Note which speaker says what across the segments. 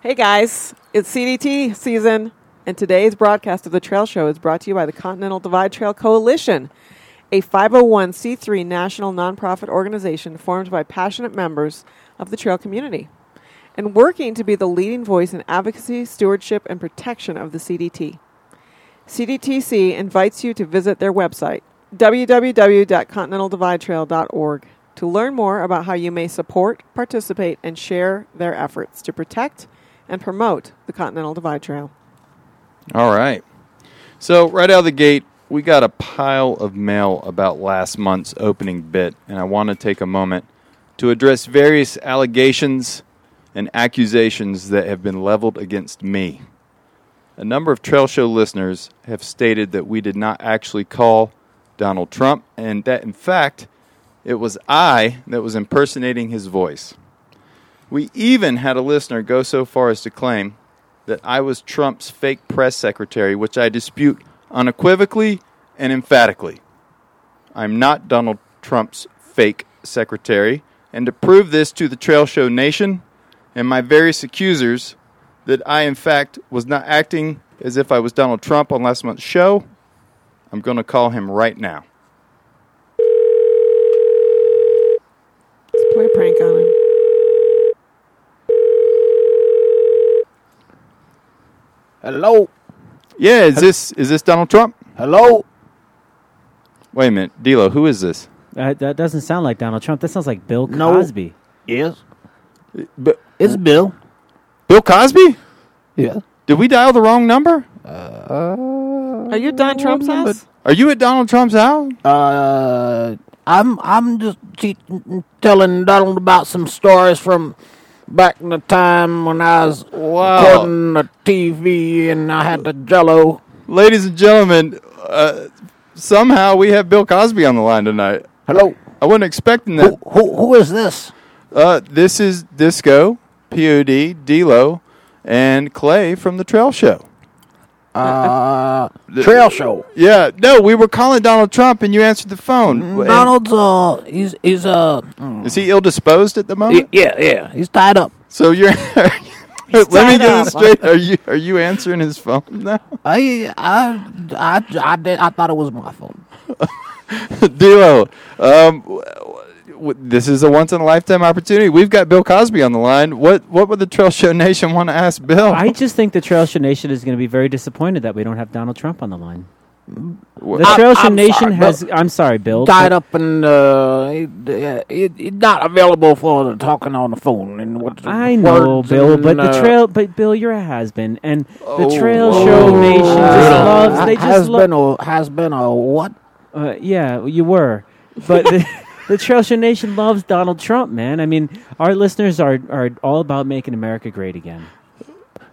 Speaker 1: Hey guys, it's CDT season, and today's broadcast of the Trail Show is brought to you by the Continental Divide Trail Coalition, a 501c3 national nonprofit organization formed by passionate members of the trail community and working to be the leading voice in advocacy, stewardship, and protection of the CDT. CDTC invites you to visit their website, www.continentaldividetrail.org, to learn more about how you may support, participate, and share their efforts to protect and promote the Continental Divide Trail.
Speaker 2: All right. So, right out of the gate, we got a pile of mail about last month's opening bit, and I want to take a moment to address various allegations and accusations that have been leveled against me. A number of Trail Show listeners have stated that we did not actually call Donald Trump, and that in fact, it was I that was impersonating his voice. We even had a listener go so far as to claim that I was Trump's fake press secretary, which I dispute unequivocally and emphatically. I'm not Donald Trump's fake secretary, and to prove this to the Trail Show Nation and my various accusers that I, in fact, was not acting as if I was Donald Trump on last month's show, I'm going to call him right now.
Speaker 1: Let's play a prank on him.
Speaker 3: Hello.
Speaker 2: Yeah, is this is this Donald Trump?
Speaker 3: Hello.
Speaker 2: Wait a minute, Dilo, who is this?
Speaker 4: Uh, that doesn't sound like Donald Trump. That sounds like Bill
Speaker 3: No.
Speaker 4: Cosby. Uh,
Speaker 3: Yes.
Speaker 2: But
Speaker 3: It's Bill.
Speaker 2: Bill Cosby?
Speaker 3: Yeah. Uh,
Speaker 2: Did we dial the wrong number?
Speaker 1: Are you at Don Trump's house?
Speaker 2: Are you at Donald Trump's house?
Speaker 3: Uh, I'm I'm just te- telling Donald about some stories from back in the time when I was
Speaker 2: Wow.
Speaker 3: recording the TV and I had the Jello.
Speaker 2: Ladies and gentlemen, uh, somehow we have Bill Cosby on the line tonight.
Speaker 3: Hello.
Speaker 2: I wasn't expecting that.
Speaker 3: Who, who who is this?
Speaker 2: Uh, this is Disco, POD, Dilo, and Clay from the Trail Show.
Speaker 3: Uh, trail show.
Speaker 2: Yeah, no, we were calling Donald Trump and you answered the phone. And
Speaker 3: Mm, Donald's uh he's he's uh mm,
Speaker 2: Is he ill disposed at the
Speaker 3: y-
Speaker 2: moment?
Speaker 3: yeah yeah he's tied up.
Speaker 2: So you're. Let me
Speaker 1: tied
Speaker 2: get this
Speaker 1: up.
Speaker 2: straight. Are you are you answering his phone now?
Speaker 3: I I I I, did, I thought it was my phone.
Speaker 2: Dilo, um, w- w- this is a once in a lifetime opportunity. We've got Bill Cosby on the line. What what would the Trail Show Nation want to ask Bill?
Speaker 4: I just think the Trail Show Nation is going to be very disappointed that we don't have Donald Trump on the line. The
Speaker 2: I-
Speaker 4: Trail Show
Speaker 3: I'm
Speaker 4: Nation
Speaker 3: sorry,
Speaker 4: has. I'm sorry, Bill.
Speaker 3: tied
Speaker 4: but
Speaker 3: up and uh, it, uh, it, it not available for the talking on the phone and what the
Speaker 4: I know,
Speaker 3: words
Speaker 4: Bill,
Speaker 3: and,
Speaker 4: but
Speaker 3: uh,
Speaker 4: the trail, but Bill, you're a has been, and
Speaker 2: Oh,
Speaker 4: the Trail
Speaker 2: whoa.
Speaker 4: Show Nation just
Speaker 2: Brutal.
Speaker 4: loves. They
Speaker 3: has
Speaker 4: just love.
Speaker 3: been a has been a what?
Speaker 4: Uh, yeah, you were, but the, the Trail Show Nation loves Donald Trump, man. I mean, our listeners are are all about making America great again.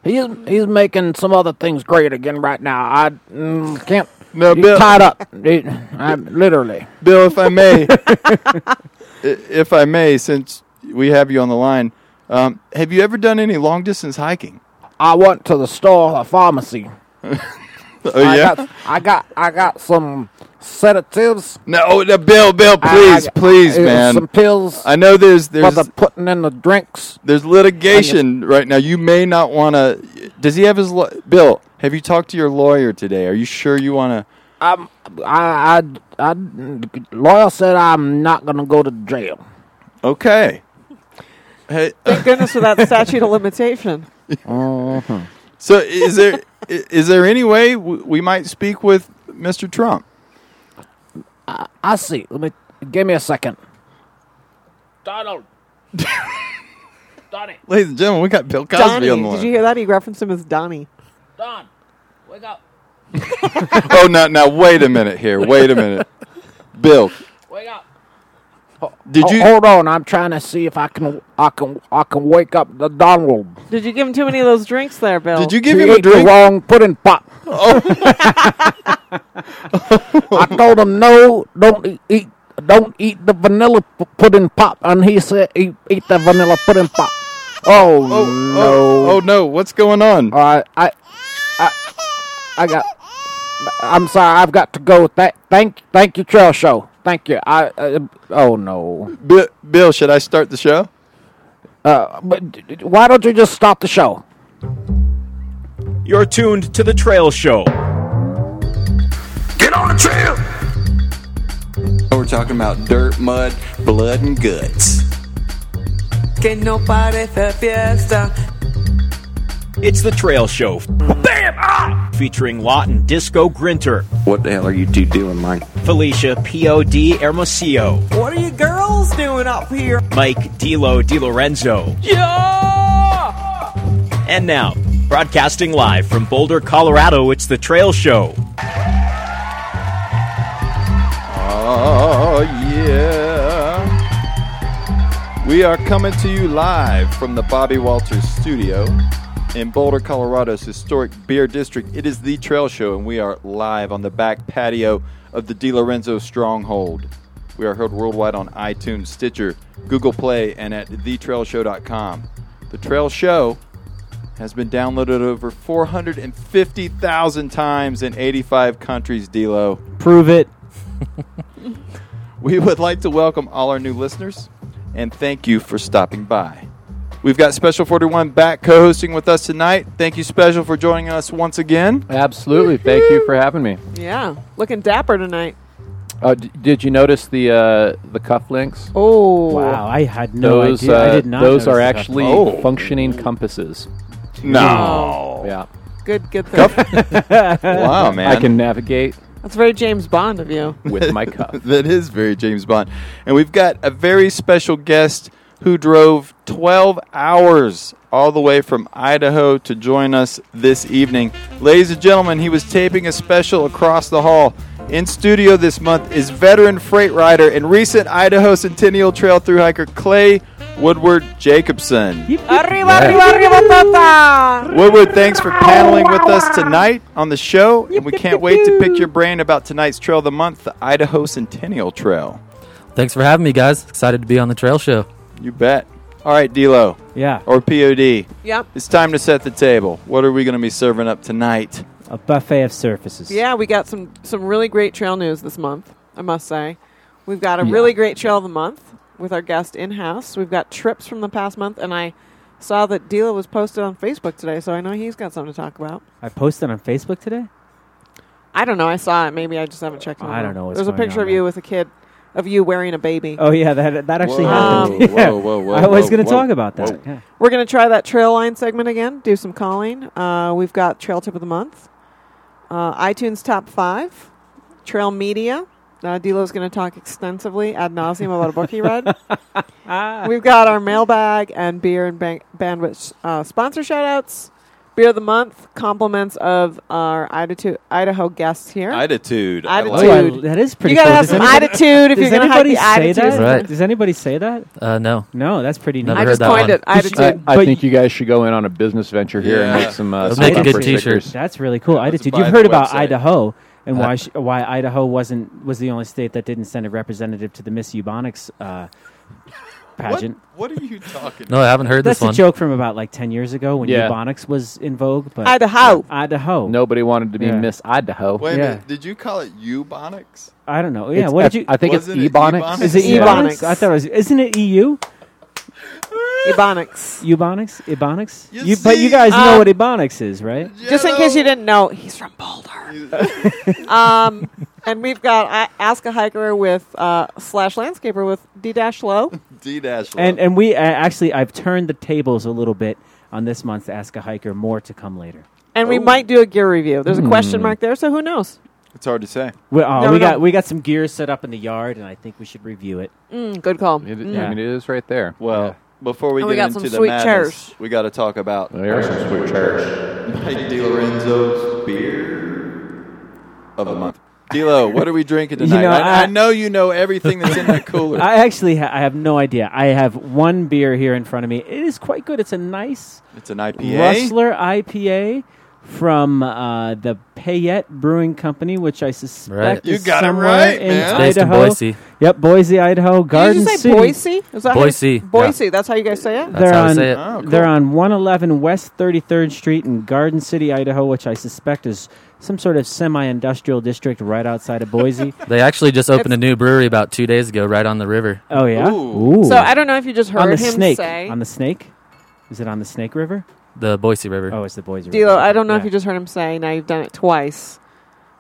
Speaker 3: He's he's making some other things great again right now. I mm, can't.
Speaker 2: No,
Speaker 3: he's
Speaker 2: Bill-
Speaker 3: tied up. It- I'm literally.
Speaker 2: Bill, if I may, I- if I may, since we have you on the line, um, have you ever done any long distance hiking?
Speaker 3: I went to the store, the pharmacy.
Speaker 2: Oh
Speaker 3: I got I got I got some sedatives.
Speaker 2: no, Oh, no, Bill, Bill,
Speaker 3: I-
Speaker 2: please,
Speaker 3: I-
Speaker 2: please,
Speaker 3: uh,
Speaker 2: man.
Speaker 3: Some pills
Speaker 2: I know there's
Speaker 3: for
Speaker 2: there's
Speaker 3: the putting in the drinks.
Speaker 2: there's litigation right now. You may not want to. Does he have his law Bill? Have you talked to your lawyer today? Are you sure you want to?
Speaker 3: I'm, I, I, I, lawyer said I'm not gonna go to jail.
Speaker 2: Okay. Hey, uh,
Speaker 1: Thank goodness for that statute of limitation.
Speaker 3: Mm-hmm.
Speaker 2: so is there i- is there any way w- we might speak with Mr. Trump?
Speaker 3: I see. Let me give me a second. Donald, Donnie,
Speaker 2: Ladies and gentlemen, we got Bill Cosby
Speaker 1: Donnie,
Speaker 2: on the line.
Speaker 1: did you hear that? He referenced him as Donnie.
Speaker 3: Don, wake up,
Speaker 2: Oh, now, now, wait a minute here. Wait a minute. Bill,
Speaker 3: wake up.
Speaker 2: did you.
Speaker 3: hold on? I'm trying to see if I can, I can, I can wake up the Donald.
Speaker 1: Did you give him too many of those drinks there, Bill?
Speaker 2: Did you give
Speaker 3: He
Speaker 2: him a
Speaker 3: ate the
Speaker 2: drink? Oh.
Speaker 3: wrong pudding pop. I told him no, don't e- eat, don't eat the vanilla p- pudding pop, and he said eat, eat the vanilla pudding pop. Oh,
Speaker 2: Oh,
Speaker 3: no!
Speaker 2: oh, oh, no. What's going on?
Speaker 3: All right, I, I, I got. I'm sorry, I've got to go. Th- thank, thank you, Trail Show. Thank you. I. Uh, oh no.
Speaker 2: Bi- Bill, should I start the show?
Speaker 3: Uh, but d- d- why don't you just stop the show?
Speaker 5: You're tuned to The Trail Show.
Speaker 6: Get on the trail.
Speaker 2: We're talking about dirt, mud, blood, and guts.
Speaker 7: Que no parece fiesta.
Speaker 5: It's The Trail Show. Bam! Ah! Featuring Lawton Disco Grinter,
Speaker 6: What the hell are you two doing, Mike?
Speaker 5: Felicia POD Hermosillo,
Speaker 7: What are you girls doing up here?
Speaker 5: Mike Dilo DiLorenzo. Yeah! And now, broadcasting live from Boulder, Colorado, it's The Trail Show.
Speaker 2: Oh, yeah. We are coming to you live from the Bobby Walters studio in Boulder, Colorado's historic beer district. It is the trail show, and we are live on the back patio of the Di Lorenzo Stronghold. We are heard worldwide on iTunes, Stitcher, Google Play, and at thetrailshow.com. The Trail Show has been downloaded over 450,000 times in 85 countries, D-Lo.
Speaker 4: Prove it.
Speaker 2: We would like to welcome all our new listeners and thank you for stopping by. We've got Special 41 back co hosting with us tonight. Thank you, Special, for joining us once again.
Speaker 8: Absolutely. Thank you for having me.
Speaker 1: Yeah, looking dapper tonight.
Speaker 8: Uh, d- did you notice the uh, the cufflinks?
Speaker 1: Oh,
Speaker 4: Wow, I had no
Speaker 8: those
Speaker 4: idea. I
Speaker 8: uh,
Speaker 4: did not.
Speaker 8: those are
Speaker 4: notice that.
Speaker 8: actually
Speaker 2: Oh.
Speaker 8: functioning compasses.
Speaker 1: No.
Speaker 8: Yeah,
Speaker 1: Good, good thing.
Speaker 2: Wow, man.
Speaker 8: I can navigate
Speaker 1: That's very James Bond of you.
Speaker 8: with my cuff.
Speaker 2: that is very James Bond. And we've got a very special guest who drove 12 hours all the way from Idaho to join us this evening. Ladies and gentlemen, he was taping a special across the hall. In studio this month is veteran freight rider and recent Idaho Centennial Trail through hiker Clay Woodward Jacobson.
Speaker 1: arriba, arriba, arriba, papa!
Speaker 2: Woodward, thanks for paneling with us tonight on the show, and we can't wait to pick your brain about tonight's trail of the month, the Idaho Centennial Trail.
Speaker 9: Thanks for having me, guys. Excited to be on the trail show.
Speaker 2: You bet. All right, D'Lo
Speaker 4: yeah,
Speaker 2: or POD.
Speaker 1: Yep.
Speaker 2: It's time to set the table. What are we going to be serving up tonight?
Speaker 4: a buffet of surfaces.
Speaker 1: Yeah, we got some some really great trail news this month. I must say, we've got a really great trail of the month with our guest in house. We've got trips from the past month, and I saw that Dila was posted on Facebook today, so I know he's got something to talk about.
Speaker 4: I posted on Facebook today.
Speaker 1: I don't know. I saw it. Maybe I just haven't checked. it
Speaker 4: I
Speaker 1: out.
Speaker 4: don't know what's
Speaker 1: There's a
Speaker 4: going
Speaker 1: picture
Speaker 4: on
Speaker 1: of you
Speaker 4: there.
Speaker 1: with a kid, of you wearing a baby.
Speaker 4: Oh yeah, that that actually
Speaker 2: Whoa,
Speaker 4: happened.
Speaker 2: whoa,
Speaker 4: Oh, Yeah.
Speaker 2: whoa, whoa,
Speaker 4: I was
Speaker 2: whoa,
Speaker 4: going to
Speaker 2: whoa,
Speaker 4: talk about that.
Speaker 2: whoa.
Speaker 4: Yeah.
Speaker 1: We're going to try that trail line segment again, do some calling. Uh, we've got Trail Tip of the Month, uh, iTunes Top 5, Trail Media. Uh, Dilo's going to talk extensively ad nauseum about a book he read. we've got our mailbag and beer and ban- bandwidth uh, sponsor shout outs. Beer of the month, compliments of our Idaho, Idaho guests here.
Speaker 2: Attitude.
Speaker 1: Attitude.
Speaker 4: Oh, I-
Speaker 1: Dude.
Speaker 4: that is pretty.
Speaker 1: you got to
Speaker 4: cool.
Speaker 1: have
Speaker 4: Does
Speaker 1: some
Speaker 4: anybody-
Speaker 1: attitude if
Speaker 4: Does
Speaker 1: you're going to have the
Speaker 4: anybody say
Speaker 1: attitude.
Speaker 4: that?
Speaker 9: Right.
Speaker 4: Does anybody say that?
Speaker 9: Uh, no,
Speaker 4: No, that's pretty neat.
Speaker 9: Never
Speaker 1: I
Speaker 9: heard
Speaker 1: just
Speaker 9: that
Speaker 1: coined
Speaker 9: one.
Speaker 1: it attitude.
Speaker 8: I, I
Speaker 4: But
Speaker 8: think you guys should go in on a business venture here
Speaker 2: Yeah.
Speaker 8: and make some uh,
Speaker 9: Let's make a
Speaker 8: bumper
Speaker 9: good t-shirt.
Speaker 8: stickers.
Speaker 4: That's really cool.
Speaker 2: let's
Speaker 4: Attitude.
Speaker 2: buy
Speaker 4: You've
Speaker 2: the
Speaker 4: heard about
Speaker 2: website.
Speaker 4: Idaho and why
Speaker 9: Uh,
Speaker 4: sh- why Idaho wasn't was the only state that didn't send a representative to the Miss Eubonics uh, pageant.
Speaker 2: What are you talking
Speaker 9: no, I haven't heard
Speaker 4: That's
Speaker 9: this
Speaker 4: a
Speaker 9: one.
Speaker 4: joke from about like ten years ago when
Speaker 8: Yeah.
Speaker 4: Eubonics was in vogue. But
Speaker 1: Idaho.
Speaker 4: Idaho.
Speaker 8: Nobody wanted to be
Speaker 4: Yeah.
Speaker 8: Miss Idaho.
Speaker 2: Wait a
Speaker 4: Yeah.
Speaker 2: minute. Did you call it eubonics?
Speaker 4: I don't know. Yeah.
Speaker 8: It's-
Speaker 4: what
Speaker 8: I,
Speaker 4: did you?
Speaker 8: I think it's
Speaker 2: Wasn't it
Speaker 8: Ebonics.
Speaker 2: Ebonics?
Speaker 4: is it
Speaker 1: Yeah.
Speaker 4: Ebonics?
Speaker 1: Ebonics.
Speaker 4: I thought it was. Isn't it E EU?
Speaker 1: Ebonics.
Speaker 4: Ebonics? Ebonics?
Speaker 2: You
Speaker 4: but you
Speaker 2: see,
Speaker 4: guys
Speaker 1: uh,
Speaker 4: know what Ebonics is, right?
Speaker 1: Just in case you didn't know, he's from Boulder. um, and we've got I- Ask a Hiker with uh, slash landscaper with D dash low.
Speaker 2: D dash.
Speaker 4: And and we uh, actually I've turned the tables a little bit on this month's Ask a Hiker. More to come later.
Speaker 1: And
Speaker 2: Oh.
Speaker 1: we might do a gear review. There's a question mark there, so who knows?
Speaker 2: it's hard to say.
Speaker 4: We, Hmm. uh,
Speaker 1: No, no.
Speaker 4: we got we got some gear set up in the yard, and I think we should review it.
Speaker 1: Mm, good call.
Speaker 8: It,
Speaker 1: Mm.
Speaker 8: I mean, it is right there.
Speaker 2: Well, before we
Speaker 1: And
Speaker 2: get
Speaker 1: we got
Speaker 2: into
Speaker 1: some
Speaker 2: the
Speaker 1: sweet
Speaker 2: madness,
Speaker 1: chairs.
Speaker 2: we got to talk about
Speaker 8: There are some sweet chairs.
Speaker 2: Mike DiLorenzo's beer of the month. D'Lo, what are we drinking
Speaker 4: You
Speaker 2: tonight?
Speaker 4: know,
Speaker 2: I, I,
Speaker 4: I-
Speaker 2: know you know everything that's in that cooler.
Speaker 4: I actually ha- I have no idea. I have one beer here in front of me. It is quite good. It's a nice
Speaker 2: it's an IPA.
Speaker 4: Rustler IPA from uh, the Payette Brewing Company, which I suspect
Speaker 9: Right.
Speaker 2: You
Speaker 4: is
Speaker 2: got it
Speaker 4: somewhere
Speaker 2: right,
Speaker 4: in
Speaker 2: man.
Speaker 9: Based in
Speaker 4: Idaho.
Speaker 9: Boise.
Speaker 4: Yep, Boise, Idaho.
Speaker 1: Did
Speaker 4: Garden
Speaker 1: you just say
Speaker 4: City.
Speaker 1: Boise? Is that how you-
Speaker 9: Boise.
Speaker 1: Boise. That's how you guys say it.
Speaker 9: That's
Speaker 4: They're
Speaker 9: how I
Speaker 4: on-
Speaker 9: say it.
Speaker 2: Oh, cool.
Speaker 4: They're on 111 West 33rd Street in Garden City, Idaho, which I suspect is some sort of semi-industrial district right outside of Boise.
Speaker 9: They actually just opened
Speaker 1: It's-
Speaker 9: a new brewery about two days ago, right on the river.
Speaker 4: Oh yeah.
Speaker 2: Ooh.
Speaker 4: Ooh.
Speaker 1: So I don't know if you just heard
Speaker 4: on the
Speaker 1: him
Speaker 4: snake.
Speaker 1: say.
Speaker 4: On the snake. Is it on the Snake River?
Speaker 9: the Boise River.
Speaker 4: Oh, it's the Boise River.
Speaker 1: D'Lo, I don't know if
Speaker 4: Yeah.
Speaker 1: you just heard him say. Now you've done it twice.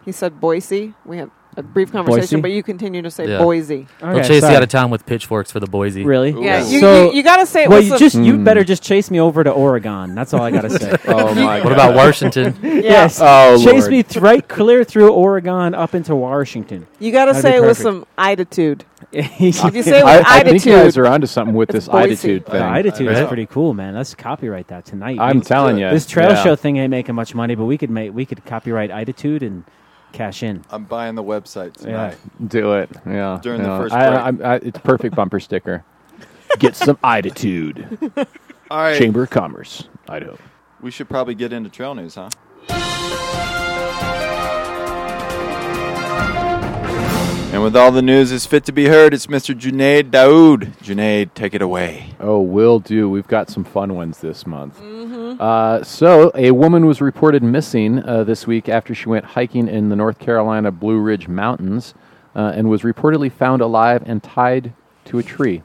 Speaker 1: He said Boise. We had a brief conversation,
Speaker 4: Boise?
Speaker 1: but you continue to say
Speaker 9: Yeah.
Speaker 1: Boise.
Speaker 9: They'll
Speaker 4: Okay,
Speaker 9: chase
Speaker 4: sorry.
Speaker 9: you out of town with pitchforks for the Boise.
Speaker 4: Really?
Speaker 1: Yeah,
Speaker 2: Ooh.
Speaker 1: you,
Speaker 4: So-
Speaker 1: you, you got to say. it
Speaker 4: Well,
Speaker 1: with
Speaker 4: you
Speaker 1: some-
Speaker 4: just you
Speaker 8: Mm.
Speaker 4: better just chase me over to Oregon. That's all I gotta say.
Speaker 8: Oh my
Speaker 9: What
Speaker 8: god.
Speaker 9: about Washington?
Speaker 1: yeah.
Speaker 4: Yes.
Speaker 2: Oh,
Speaker 4: chase
Speaker 2: Lord.
Speaker 4: me th- right clear through Oregon up into Washington.
Speaker 1: You got to
Speaker 4: That'd be
Speaker 1: say it with
Speaker 4: perfect.
Speaker 1: some attitude.
Speaker 4: if
Speaker 1: If you say it
Speaker 8: I,
Speaker 1: with
Speaker 8: I think you guys
Speaker 1: attitude,
Speaker 8: are onto something with
Speaker 1: It's
Speaker 8: this
Speaker 1: Boise.
Speaker 8: attitude thing.
Speaker 4: the attitude
Speaker 9: Right.
Speaker 4: is pretty cool, man. Let's copyright that tonight.
Speaker 8: I'm
Speaker 4: We-
Speaker 8: telling you,
Speaker 4: this trail
Speaker 8: yeah.
Speaker 4: show thing ain't making much money, but we could make we could copyright attitude and cash in.
Speaker 2: I'm buying the website tonight.
Speaker 8: Do it. Yeah.
Speaker 2: During the
Speaker 8: yeah.
Speaker 2: first
Speaker 8: I,
Speaker 2: break.
Speaker 8: I'm- I, it's perfect bumper sticker. Get some attitude.
Speaker 2: All right,
Speaker 8: Chamber of Commerce, Idaho.
Speaker 2: we should probably get into trail news, huh? And with all the news is fit to be heard, it's Mr. Junaid Daoud. Junaid, take it away.
Speaker 8: Oh, will do. We've got some fun ones this month.
Speaker 1: Mm-hmm.
Speaker 8: Uh, so, a woman was reported missing uh, this week after she went hiking in the North Carolina Blue Ridge Mountains uh, and was reportedly found alive and tied to a tree.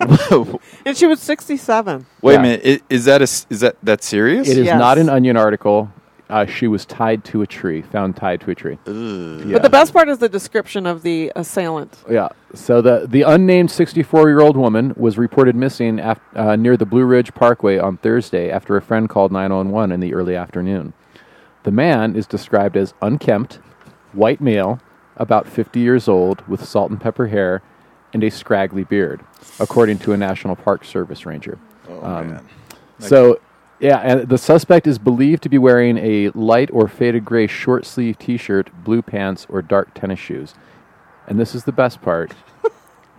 Speaker 1: and she was sixty-seven.
Speaker 2: Wait
Speaker 8: Yeah.
Speaker 2: a minute, i- is that a s- is that that's serious?
Speaker 8: It is
Speaker 1: Yes.
Speaker 8: not an Onion article. Uh, she was tied to a tree, found tied to a tree. Yeah.
Speaker 1: But the best part is the description of the assailant.
Speaker 8: Yeah. So the the unnamed 64 year old woman was reported missing af- uh, near the Blue Ridge Parkway on Thursday after a friend called 911 in the early afternoon. The man is described as unkempt, white male, about 50 years old, with salt and pepper hair, and a scraggly beard, according to a National Park Service ranger. Um,
Speaker 2: Oh, man.
Speaker 8: So, yeah, and the suspect is believed to be wearing a light or faded gray short sleeve t shirt, blue pants, or dark tennis shoes. And this is the best part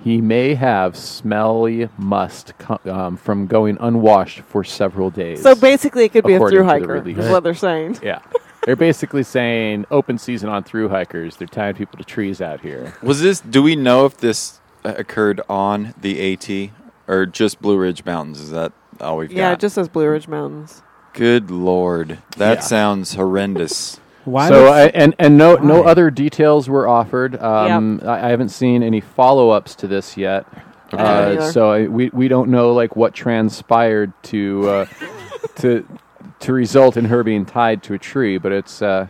Speaker 8: he may have smelly must co- um, from going unwashed for several days.
Speaker 1: So basically, it could be a
Speaker 8: According
Speaker 1: through
Speaker 8: to the
Speaker 1: hiker.
Speaker 8: release.
Speaker 1: Is what they're saying.
Speaker 8: yeah. They're basically saying open season on through hikers. They're tying people to trees out here.
Speaker 2: Was this? Do we know if this uh, occurred on the AT or just Blue Ridge Mountains? Is that all we've
Speaker 1: Yeah,
Speaker 2: got?
Speaker 1: it just says Blue Ridge Mountains.
Speaker 2: Good lord, that
Speaker 8: Yeah.
Speaker 2: sounds horrendous.
Speaker 4: Why?
Speaker 8: so
Speaker 4: would-
Speaker 8: I, and and no no
Speaker 4: Why?
Speaker 8: other details were offered. Um, I, I haven't seen any follow ups to this yet.
Speaker 1: haven't
Speaker 8: Uh,
Speaker 1: either.
Speaker 8: so I, we we don't know like what transpired to uh, to to result in her being tied to a tree, but it's. Uh,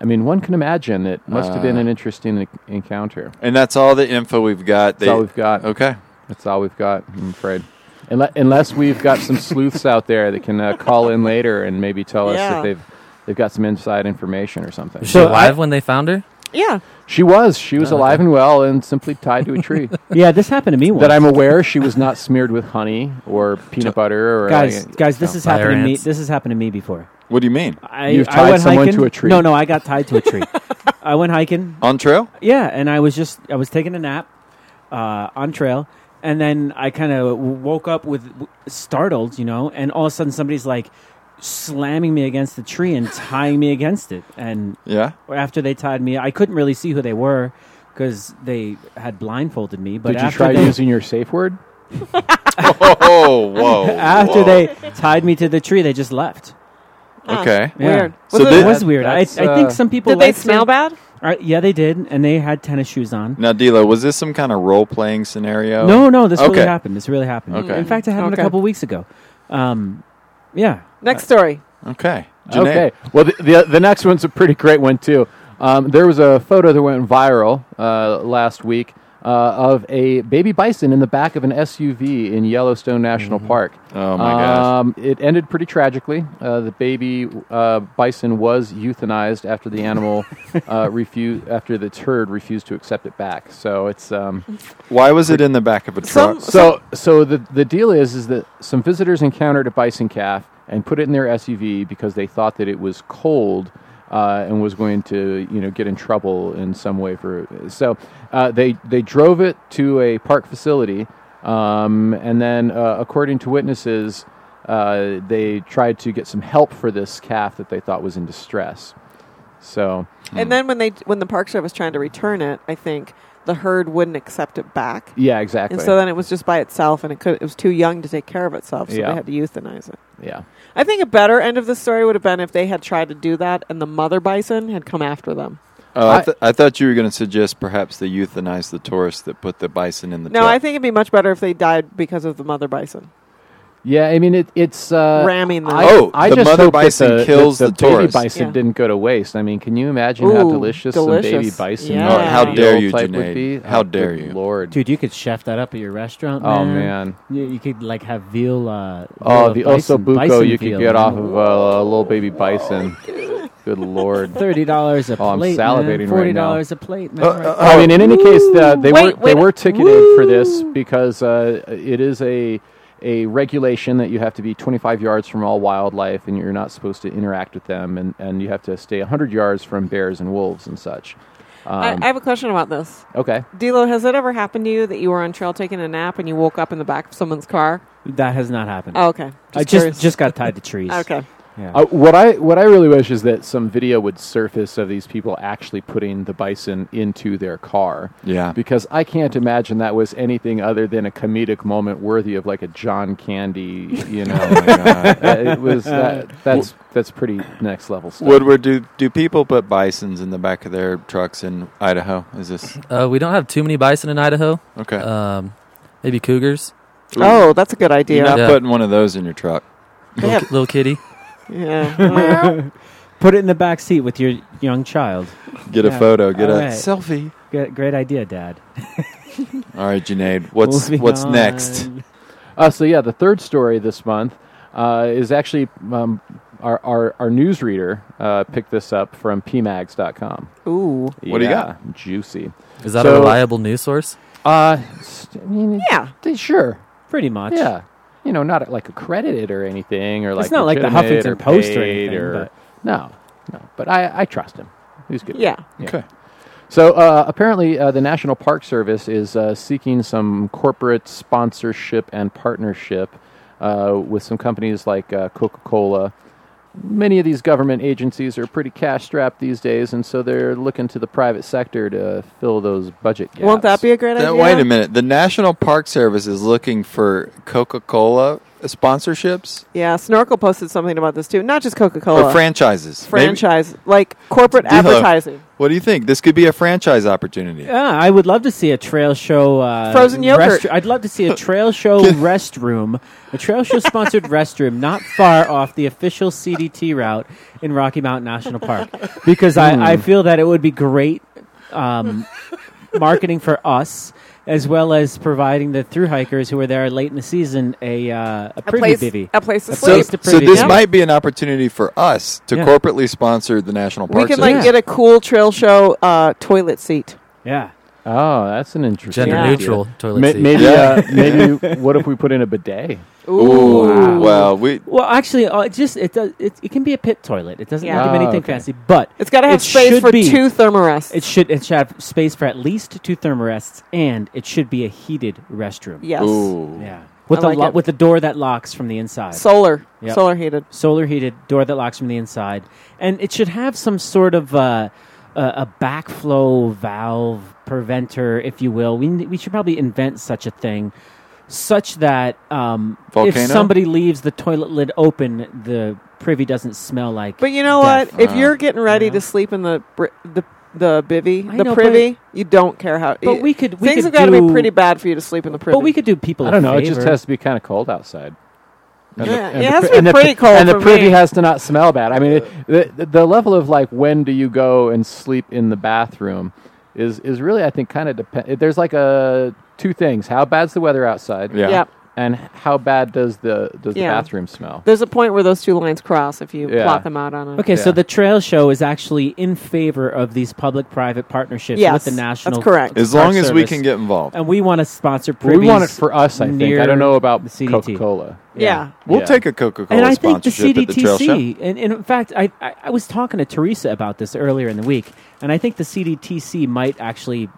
Speaker 8: I mean, one can imagine it must have been
Speaker 2: Uh.
Speaker 8: an interesting en- encounter.
Speaker 2: and that's all the info we've got.
Speaker 8: That's all we've got.
Speaker 2: Okay.
Speaker 8: That's all we've got. I'm afraid, Unle- unless we've got some sleuths out there that can uh, call in later and maybe tell us
Speaker 1: Yeah.
Speaker 8: if they've they've got some inside information or something.
Speaker 9: Was she
Speaker 4: So
Speaker 9: alive when they found her?
Speaker 1: Yeah,
Speaker 8: She was. She was alive and well and simply tied to a tree.
Speaker 4: Oh, yeah, this happened to me once.
Speaker 8: that I'm aware she was not smeared with honey or peanut butter or
Speaker 4: guys,
Speaker 8: like-
Speaker 4: guys, this has
Speaker 9: fire
Speaker 4: happened to me.
Speaker 9: ants.
Speaker 4: This has happened to me before.
Speaker 2: What do you mean?
Speaker 4: I,
Speaker 8: You've
Speaker 4: I
Speaker 8: tied
Speaker 4: went
Speaker 8: someone
Speaker 4: hiking.
Speaker 8: to a tree.
Speaker 4: No, no, I got tied to a tree. I went hiking.
Speaker 2: On trail?
Speaker 4: Yeah, and I was just I was taking a nap uh, on trail, and then I kind of woke up with w- startled, you know, and all of a sudden somebody's like slamming me against the tree and tying me against it, and
Speaker 2: Yeah.
Speaker 4: after they tied me, I couldn't really see who they were because they had blindfolded me. But
Speaker 8: Did you
Speaker 4: after
Speaker 8: try
Speaker 4: they,
Speaker 8: using your safe word?
Speaker 2: Oh, whoa.
Speaker 4: after
Speaker 2: whoa.
Speaker 4: they tied me to the tree, they just left.
Speaker 2: Okay.
Speaker 4: Yeah.
Speaker 1: weird.
Speaker 2: So
Speaker 1: Was it-
Speaker 2: thi-
Speaker 4: It was weird. I, I
Speaker 8: that's, uh,
Speaker 4: think some people
Speaker 1: did they
Speaker 4: liked
Speaker 1: smell
Speaker 4: it.
Speaker 1: bad?
Speaker 4: Uh, yeah, they did, and they had tennis shoes on.
Speaker 2: Now, Dila, was this some kind of role playing scenario?
Speaker 4: No, no, this
Speaker 2: Okay.
Speaker 4: really happened. This really happened.
Speaker 2: Okay.
Speaker 4: In fact, it happened
Speaker 1: Okay.
Speaker 4: a couple weeks ago. Um, yeah.
Speaker 1: Next story.
Speaker 2: Okay.
Speaker 8: Okay. Well, the, the the next one's a pretty great one too. Um, there was a photo that went viral uh, last week uh, of a baby bison in the back of an SUV in Yellowstone National Park.
Speaker 2: Oh, my gosh.
Speaker 8: Um, it ended pretty tragically. Uh, the baby uh, bison was euthanized after the animal uh, refused after its herd refused to accept it back. So it's. Um,
Speaker 2: Why was it in the back of a
Speaker 1: Some-
Speaker 2: truck?
Speaker 8: so so the the deal is is that some visitors encountered a bison calf and put it in their SUV because they thought that it was cold uh, and was going to you know get in trouble in some way for so uh, they they drove it to a park facility um, and then uh, according to witnesses uh, they tried to get some help for this calf that they thought was in distress so
Speaker 1: And then when they when the park service trying to return it, I think the herd wouldn't accept it back,
Speaker 8: yeah exactly
Speaker 1: and so then it was just by itself, and it could it was too young to take care of itself, so
Speaker 8: Yeah.
Speaker 1: they had to euthanize it.
Speaker 8: yeah
Speaker 1: I think a better end of the story would have been if they had tried to do that, and the mother bison had come after them.
Speaker 2: Oh, I,
Speaker 8: I-
Speaker 2: th- I thought you were going to suggest perhaps they euthanize the tourists that put the bison in the
Speaker 1: No,
Speaker 2: truck.
Speaker 1: I think it'd be much better if they died because of the mother bison.
Speaker 8: Yeah, I mean it, it's uh,
Speaker 1: Ramming them.
Speaker 8: I,
Speaker 2: Oh,
Speaker 8: I
Speaker 2: the
Speaker 8: just
Speaker 2: mother
Speaker 8: hope that
Speaker 2: bison
Speaker 8: the,
Speaker 2: kills
Speaker 8: that
Speaker 2: the
Speaker 8: baby
Speaker 2: Taurus.
Speaker 8: bison
Speaker 1: Yeah.
Speaker 8: didn't go to waste. I mean, can you imagine how
Speaker 1: Ooh,
Speaker 8: delicious, some baby
Speaker 1: delicious.
Speaker 8: bison?
Speaker 1: Yeah. Oh, how
Speaker 8: veal
Speaker 2: dare you,
Speaker 8: type
Speaker 2: Junaid.
Speaker 8: Would be?
Speaker 2: How
Speaker 8: Oh,
Speaker 2: dare
Speaker 8: good
Speaker 2: you.
Speaker 8: Lord?
Speaker 4: Dude, you could chef that up at your restaurant.
Speaker 8: Oh,
Speaker 4: man.
Speaker 8: man.
Speaker 4: You, you could like have veal. Uh,
Speaker 8: oh,
Speaker 4: veal
Speaker 8: the
Speaker 4: bison-
Speaker 8: ossobuco
Speaker 4: bison
Speaker 8: you could
Speaker 4: veal,
Speaker 8: get
Speaker 4: man.
Speaker 8: off of a uh, little baby bison. Good Lord.
Speaker 4: Thirty dollars a
Speaker 8: Oh, I'm
Speaker 4: plate.
Speaker 8: salivating
Speaker 4: man.
Speaker 8: right
Speaker 4: Forty
Speaker 8: now.
Speaker 4: dollars a plate.
Speaker 1: Uh,
Speaker 4: Man. Right.
Speaker 8: I mean, in any case, the, they
Speaker 1: Wait,
Speaker 8: were they
Speaker 1: wait.
Speaker 8: were ticketed for this because uh, it is a a regulation that you have to be 25 yards from all wildlife, and you're not supposed to interact with them, and, and you have to stay 100 yards from bears and wolves and such. Um,
Speaker 1: I, I have a question about this.
Speaker 8: Okay,
Speaker 1: Dilo, has it ever happened to you that you were on trail taking a nap and you woke up in the back of someone's car?
Speaker 4: That has not happened.
Speaker 1: Oh, okay.
Speaker 4: I
Speaker 1: curious.
Speaker 4: just just got tied to trees.
Speaker 1: okay.
Speaker 4: Yeah.
Speaker 8: uh, what I what I really wish is that some video would surface of these people actually putting the bison into their car.
Speaker 2: Yeah.
Speaker 8: because I can't imagine that was anything other than a comedic moment worthy of like a John Candy, you know. Uh, it was that, that's that's pretty next level stuff.
Speaker 2: Woodward, do do people put bisons in the back of their trucks in Idaho? Is this
Speaker 9: Uh, we don't have too many bison in Idaho.
Speaker 2: okay?
Speaker 9: Um, maybe cougars.
Speaker 1: Oh, that's a good idea.
Speaker 2: You're not
Speaker 9: Yeah.
Speaker 2: putting one of those in your truck.
Speaker 1: They have-
Speaker 9: Little kitty.
Speaker 1: yeah.
Speaker 4: Put it in the back seat with your young child.
Speaker 2: Get
Speaker 4: Yeah.
Speaker 2: a photo. Get
Speaker 4: All
Speaker 2: a
Speaker 4: right.
Speaker 2: selfie.
Speaker 4: Great, great idea, Dad.
Speaker 2: All right, Junaid. What's
Speaker 4: Moving
Speaker 2: what's
Speaker 4: on.
Speaker 2: next?
Speaker 8: Uh, so yeah, the third story this month uh, is actually um, our, our our newsreader uh, picked this up from pmags.com.
Speaker 1: Ooh.
Speaker 2: What do you
Speaker 8: Yeah, Juicy.
Speaker 9: Is that a
Speaker 8: So-
Speaker 9: reliable news source?
Speaker 8: Uh, st- I mean,
Speaker 1: Yeah.
Speaker 8: they- sure.
Speaker 4: Pretty much.
Speaker 8: Yeah. You know, not like accredited or anything, or like
Speaker 4: It's not like the
Speaker 8: legitimate
Speaker 4: Huffington Post or
Speaker 8: paid
Speaker 4: anything, but-
Speaker 8: no, no. But I, I trust him. He's good.
Speaker 1: Yeah.
Speaker 2: Okay.
Speaker 8: So uh, apparently, uh, the National Park Service is uh, seeking some corporate sponsorship and partnership uh, with some companies like uh, Coca Cola. Many of these government agencies are pretty cash strapped these days, and so they're looking to the private sector to fill those budget gaps.
Speaker 1: Won't that be a great
Speaker 2: Now,
Speaker 1: idea?
Speaker 2: Wait a minute. The National Park Service is looking for Coca Cola sponsorships
Speaker 1: Yeah, Snorkel posted something about this too. Not just Coca
Speaker 2: or
Speaker 1: Cola.
Speaker 2: franchises. Maybe-
Speaker 1: franchise, like corporate
Speaker 2: Dilo,
Speaker 1: advertising.
Speaker 2: What do you think? This could be a franchise opportunity.
Speaker 4: Yeah, Ah, I would love to see a trail show uh,
Speaker 1: Frozen yogurt.
Speaker 4: I'd love to see a trail show restroom, a trail show sponsored restroom, not far off the official CDT route in Rocky Mountain National Park, because I,
Speaker 1: Hmm.
Speaker 4: I feel that it would be great um, marketing for us. As well as providing the through hikers who are there late in the season a uh, a
Speaker 1: A
Speaker 4: privy
Speaker 1: place,
Speaker 4: bivy.
Speaker 1: a place to
Speaker 4: A
Speaker 2: So,
Speaker 1: sleep.
Speaker 4: place to
Speaker 2: so
Speaker 4: privy
Speaker 2: this
Speaker 4: to.
Speaker 2: might be an opportunity for us to
Speaker 4: Yeah.
Speaker 2: corporately sponsor the National Park
Speaker 1: we can
Speaker 2: Service.
Speaker 1: like get a cool trail show uh, toilet seat.
Speaker 4: Yeah,
Speaker 8: Oh, that's an interesting
Speaker 9: Gender
Speaker 1: Yeah.
Speaker 8: idea.
Speaker 9: neutral toilet
Speaker 8: Ma-
Speaker 9: seat.
Speaker 8: maybe, uh, maybe. What if we put in a bidet?
Speaker 2: Ooh, well, we
Speaker 4: Well, actually, uh, it just it does. It, it can be a pit toilet. It doesn't
Speaker 1: Yeah. Oh,
Speaker 4: give
Speaker 8: Ah,
Speaker 4: anything
Speaker 8: okay.
Speaker 4: fancy, but
Speaker 1: It's got to have
Speaker 4: It
Speaker 1: space
Speaker 4: should
Speaker 1: for
Speaker 4: be.
Speaker 1: two thermarests.
Speaker 4: it should it should have space for at least two thermarests, and it should be a heated restroom.
Speaker 1: yes.
Speaker 2: ooh.
Speaker 4: yeah,
Speaker 1: I
Speaker 4: with the
Speaker 1: like
Speaker 4: lo-
Speaker 1: it.
Speaker 4: with the door that locks from the inside,
Speaker 1: Solar.
Speaker 4: Yep.
Speaker 1: Solar heated.
Speaker 4: solar heated door that locks from the inside, and it should have some sort of uh, a, a backflow valve preventer, if you will. We n- we should probably invent such a thing. Such that um, if
Speaker 2: Volcano?
Speaker 4: somebody leaves the toilet lid open, the privy doesn't smell like.
Speaker 1: But you know
Speaker 4: death.
Speaker 1: what? If
Speaker 2: Uh,
Speaker 1: you're getting ready
Speaker 4: you
Speaker 1: to
Speaker 4: know.
Speaker 1: sleep in the br- the the bivy,
Speaker 4: I
Speaker 1: the
Speaker 4: know,
Speaker 1: privy, you don't care how.
Speaker 4: But
Speaker 1: y-
Speaker 4: we could- we
Speaker 1: things
Speaker 4: could
Speaker 1: have got to be
Speaker 4: do-
Speaker 1: pretty bad for you to sleep in the privy.
Speaker 4: But we could do people.
Speaker 8: I
Speaker 4: a
Speaker 8: don't know. It just
Speaker 4: favor.
Speaker 8: has to be kind of cold outside. And
Speaker 1: Yeah,
Speaker 8: and
Speaker 1: it has
Speaker 8: pri-
Speaker 1: to be
Speaker 8: and the
Speaker 1: pretty
Speaker 8: pri-
Speaker 1: cold
Speaker 8: And the
Speaker 1: for
Speaker 8: privy
Speaker 1: me.
Speaker 8: has to not smell bad. I mean, it, the, the level of like when do you go and sleep in the bathroom is is really I think kind of depend. There's like a two things: how bad's the weather outside,
Speaker 2: Yeah.
Speaker 1: Yep.
Speaker 8: and how bad does the does
Speaker 1: Yeah.
Speaker 8: the bathroom smell?
Speaker 1: There's a point where those two lines cross if you
Speaker 8: Yeah.
Speaker 1: plot them out on a.
Speaker 4: Okay, so
Speaker 8: Yeah.
Speaker 4: the trail show is actually in favor of these public-private partnerships
Speaker 1: Yes,
Speaker 4: with the
Speaker 1: that's
Speaker 4: national.
Speaker 1: correct.
Speaker 2: As
Speaker 4: Park
Speaker 2: long as we
Speaker 4: Service.
Speaker 2: can get involved,
Speaker 4: and we want to sponsor.
Speaker 8: Well,
Speaker 4: Privies
Speaker 8: we want it for us, I think. I
Speaker 4: near
Speaker 8: don't know about
Speaker 4: the CDT.
Speaker 8: Coca Cola.
Speaker 1: yeah.
Speaker 2: we'll
Speaker 8: Yeah.
Speaker 2: take a Coca Cola
Speaker 4: And I think the
Speaker 2: sponsorship at the trail show.
Speaker 4: CDTC, and, and in fact, I, I, I was talking to Teresa about this earlier in the week, and I think the CDTC might actually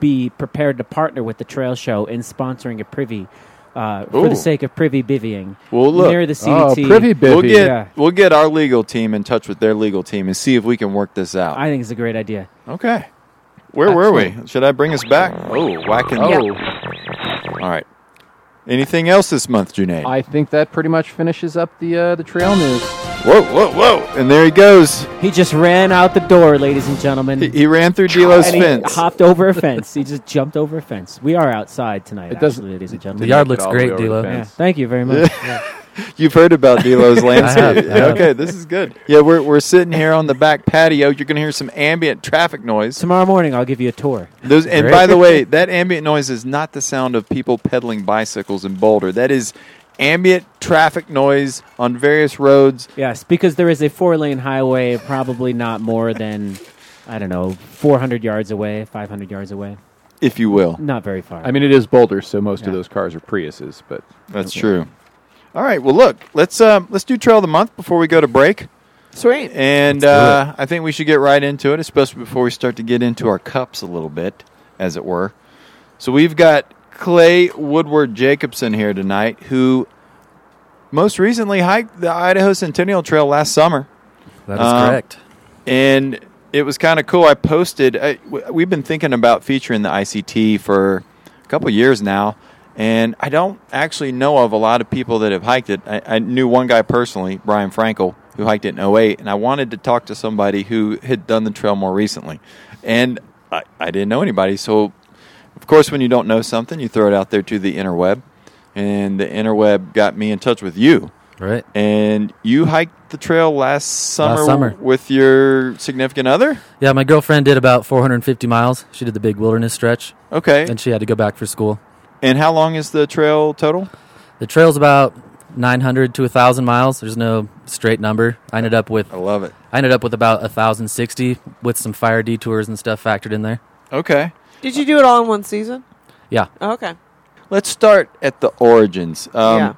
Speaker 4: be prepared to partner with the trail show in sponsoring a privy uh, for
Speaker 2: Ooh.
Speaker 4: the sake of privy bivvying
Speaker 2: Well, look.
Speaker 4: near the
Speaker 8: Oh,
Speaker 4: CDT.
Speaker 8: privy bivy.
Speaker 2: We'll get
Speaker 4: Yeah.
Speaker 2: we'll get our legal team in touch with their legal team and see if we can work this out.
Speaker 4: I think it's a great idea.
Speaker 2: okay, where were we? Should I bring us back? Oh, whacking! Oh, all right. Anything else this month, Junaid?
Speaker 8: I think that pretty much finishes up the uh, the trail news.
Speaker 2: whoa, whoa, whoa! And there he goes.
Speaker 4: He just ran out the door, ladies and gentlemen.
Speaker 2: He, he ran through D'Lo's
Speaker 4: and he
Speaker 2: fence.
Speaker 4: hopped over a fence. He just jumped over a fence. We are outside tonight,
Speaker 8: It doesn't-
Speaker 4: actually, ladies and
Speaker 9: The
Speaker 4: gentlemen.
Speaker 9: yard
Speaker 8: Make it
Speaker 9: looks
Speaker 8: all the
Speaker 9: great,
Speaker 8: way over the
Speaker 9: D'Lo.
Speaker 4: Yeah,
Speaker 8: fence.
Speaker 4: thank you very much. Yeah.
Speaker 2: You've heard about D'Lo's landscape.
Speaker 9: I have.
Speaker 2: Okay, this is good. Yeah, we're, we're sitting here on the back patio. You're gonna hear some ambient traffic noise.
Speaker 4: Tomorrow morning, I'll give you a tour.
Speaker 2: Those, and
Speaker 9: Great.
Speaker 2: by the way, that ambient noise is not the sound of people pedaling bicycles in Boulder. That is ambient traffic noise on various roads.
Speaker 4: Yes, because there is a four lane highway, probably not more than, I don't know, 400 yards away, 500 yards away.
Speaker 2: if you will.
Speaker 4: Not very far.
Speaker 8: I mean, it is Boulder, so most
Speaker 4: Yeah.
Speaker 8: of those cars are Priuses, but
Speaker 2: That's true. All right. Well, look, let's um, let's do trail of the month before we go to break,
Speaker 1: Sweet.
Speaker 2: and uh, I think we should get right into it, especially before we start to get into our cups a little bit, as it were. So we've got Clay Woodward Jacobson here tonight, who most recently hiked the Idaho Centennial Trail last summer.
Speaker 9: That is
Speaker 2: Um,
Speaker 9: correct.
Speaker 2: and it was kind of cool. I posted. I, w- we've been thinking about featuring the ICT for a couple years now, and I don't actually know of a lot of people that have hiked it. I, I knew one guy personally, Brian Frankel, who hiked it in 08, and I wanted to talk to somebody who had done the trail more recently, and I, I didn't know anybody. So, of course, when you don't know something, you throw it out there to the interweb, and the interweb got me in touch with you
Speaker 9: Right.
Speaker 2: and you hiked the trail last summer,
Speaker 9: summer.
Speaker 2: with your significant other.
Speaker 9: Yeah, my girlfriend did about 450 miles. She did the big wilderness stretch,
Speaker 2: Okay,
Speaker 9: and
Speaker 2: and,
Speaker 9: she had to go back for school.
Speaker 2: how long is the trail total?
Speaker 9: The trail's about 900 to 1,000 miles. There's no straight number. I ended up with
Speaker 2: I love it.
Speaker 9: I ended up with about 1,060 with some fire detours and stuff factored in there.
Speaker 2: Okay,
Speaker 1: Did you do it all in one season?
Speaker 9: Yeah.
Speaker 1: Oh, okay.
Speaker 2: let's start at the origins. Um,
Speaker 1: Yeah.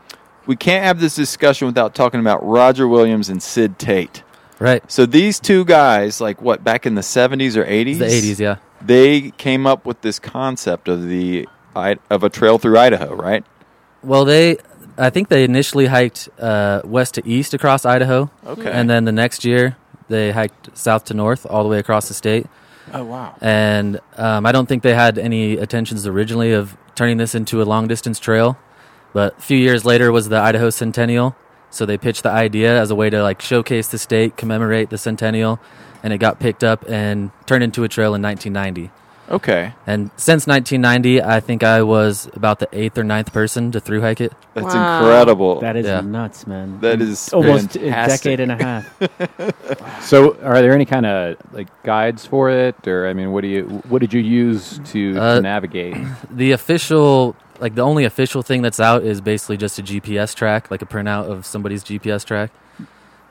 Speaker 2: We can't have this discussion without talking about Roger Williams and Sid Tate.
Speaker 9: Right.
Speaker 2: So these two guys, like what, back in the seventies or eighties?
Speaker 9: It's the 80s, yeah.
Speaker 2: They came up with this concept of the I- of a trail through Idaho, right?
Speaker 9: Well, they, I think they initially hiked uh, west to east across Idaho.
Speaker 2: Okay.
Speaker 9: And then the next year, they hiked south to north all the way across the state.
Speaker 2: Oh wow.
Speaker 9: And um, I don't think they had any intentions originally of turning this into a long distance trail. But a few years later was the Idaho Centennial. So they pitched the idea as a way to like showcase the state, commemorate the centennial. And it got picked up and turned into a trail in 1990.
Speaker 2: Okay,
Speaker 9: And since 1990, I think I was about the eighth or ninth person to through hike it.
Speaker 2: that's
Speaker 1: Wow.
Speaker 2: incredible.
Speaker 4: that is
Speaker 9: Yeah.
Speaker 4: nuts, man. Mm.
Speaker 2: That is
Speaker 4: almost
Speaker 2: fantastic.
Speaker 4: a decade and a half.
Speaker 8: so are there any kind of like guides for it, or I mean, what do you what did you use to,
Speaker 9: Uh,
Speaker 8: to navigate?
Speaker 9: the official like the only official thing that's out is basically just a GPS track, like a printout of somebody's GPS track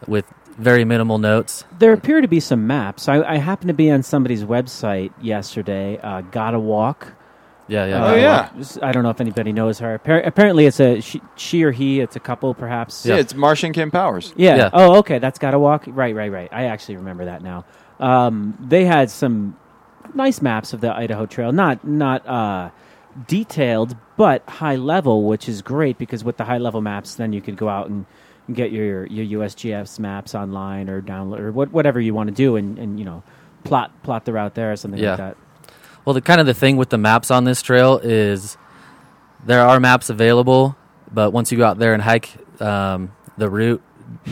Speaker 9: with very minimal notes.
Speaker 4: there appear to be some maps. I, I happened to be on somebody's website yesterday, uh, Gotta Walk.
Speaker 9: Yeah, yeah.
Speaker 4: Uh,
Speaker 2: Oh, yeah.
Speaker 4: I don't know if anybody knows her. Appar- apparently, it's a she, she or he. It's a couple, perhaps.
Speaker 2: Yeah, it's Marsh and Kim Powers.
Speaker 4: Yeah.
Speaker 9: Yeah.
Speaker 4: Oh, okay. That's got to walk. Right, right, right. I actually remember that now. Um, they had some nice maps of the Idaho Trail. Not not uh, detailed, but high level, which is great because with the high level maps, then you could go out and get your your USGS maps online or download or what, whatever you want to do, and, and you know plot plot the route there or something
Speaker 9: Yeah.
Speaker 4: like that.
Speaker 9: Well, the kind of the thing with the maps on this trail is there are maps available, but once you go out there and hike, um, the route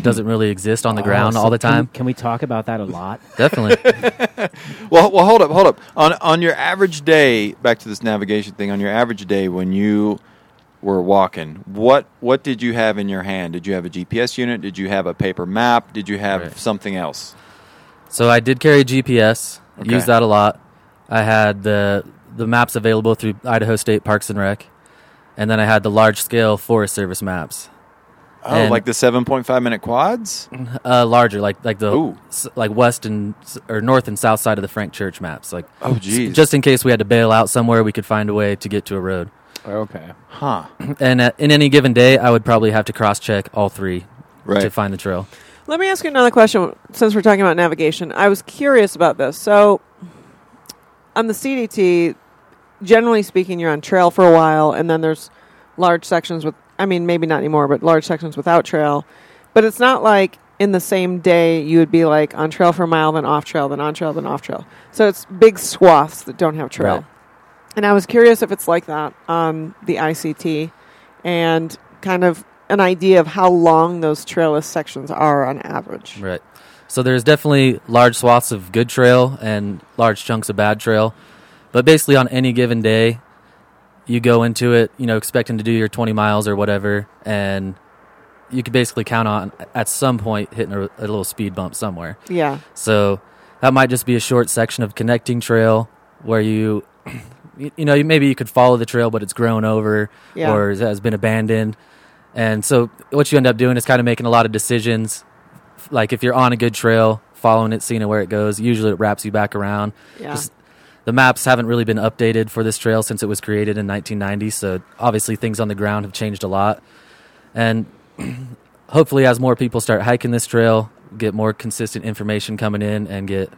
Speaker 9: doesn't really exist on the ground
Speaker 4: Oh, so
Speaker 9: all the
Speaker 4: can-
Speaker 9: time.
Speaker 4: Can we talk about that a lot?
Speaker 9: Definitely.
Speaker 2: Well, well, hold up, hold up. On on your average day, back to this navigation thing. On your average day, when you were walking, what what did you have in your hand? Did you have a GPS unit? Did you have a paper map? Did you have
Speaker 9: Right.
Speaker 2: something else?
Speaker 9: So I did carry GPS.
Speaker 2: Okay.
Speaker 9: Used that a lot. I had the the maps available through Idaho State Parks and Rec, and then I had the large scale Forest Service maps.
Speaker 2: Oh,
Speaker 9: And-
Speaker 2: like the seven point five minute quads.
Speaker 9: Uh, larger, like like the
Speaker 2: Ooh.
Speaker 9: s like west and s- or north and south side of the Frank Church maps. Like
Speaker 2: Oh,
Speaker 9: s-
Speaker 2: geez.
Speaker 9: just in case we had to bail out somewhere, we could find a way to get to a road.
Speaker 8: okay,
Speaker 2: Huh.
Speaker 9: And uh, in any given day, I would probably have to cross check all three to
Speaker 2: Right.
Speaker 9: find the trail.
Speaker 1: Let me ask you another question since we're talking about navigation. I was curious about this. So, on the CDT, generally speaking, you're on trail for a while, and then there's large sections with, I mean, maybe not anymore, but large sections without trail. But it's not like in the same day you would be like on trail for a mile, then off trail, then on trail, then off trail. So, it's big swaths that don't have trail.
Speaker 9: Right.
Speaker 1: um, And I was curious if it's like that on the ICT and kind of an idea of how long those trailless sections are on average.
Speaker 9: Right. So there's definitely large swaths of good trail and large chunks of bad trail. But basically, on any given day, you go into it, you know, expecting to do your 20 miles or whatever, and you could basically count on at some point hitting a, a little speed bump somewhere.
Speaker 1: Yeah.
Speaker 9: So that might just be a short section of connecting trail where you, you you know, you- maybe you could follow the trail, but it's grown over
Speaker 1: Yeah.
Speaker 9: or has been abandoned. And so what you end up doing is kind of making a lot of decisions. Like if you're on a good trail, following it, seeing it where it goes, usually it wraps you back around.
Speaker 1: Yeah.
Speaker 9: the maps haven't really been updated for this trail since it was created in 1990. So obviously things on the ground have changed a lot. And hopefully as more people start hiking this trail get more consistent information coming in and get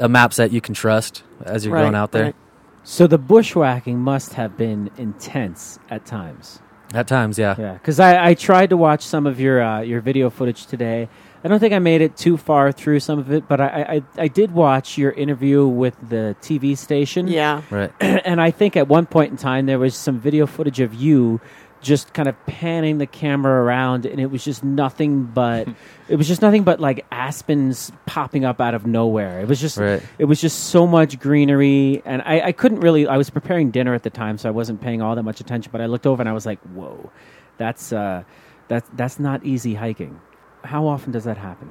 Speaker 9: a map set you can trust as you're
Speaker 1: Right,
Speaker 9: going out there
Speaker 1: right.
Speaker 4: So the bushwhacking must have been intense at times.
Speaker 9: at times yeah,
Speaker 4: Yeah, because I, I tried to watch some of your uh, your video footage today. I don't think I made it too far through some of it, but I, I I did watch your interview with the TV station.
Speaker 1: Yeah.
Speaker 9: right
Speaker 4: and I think at one point in time there was some video footage of you just kind of panning the camera around and it was just nothing but it was just nothing but like aspens popping up out of nowhere it was just
Speaker 9: Right.
Speaker 4: it was just so much greenery and I, I couldn't really i was preparing dinner at the time so i wasn't paying all that much attention but i looked over and i was like whoa that's uh that's that's not easy hiking how often does that happen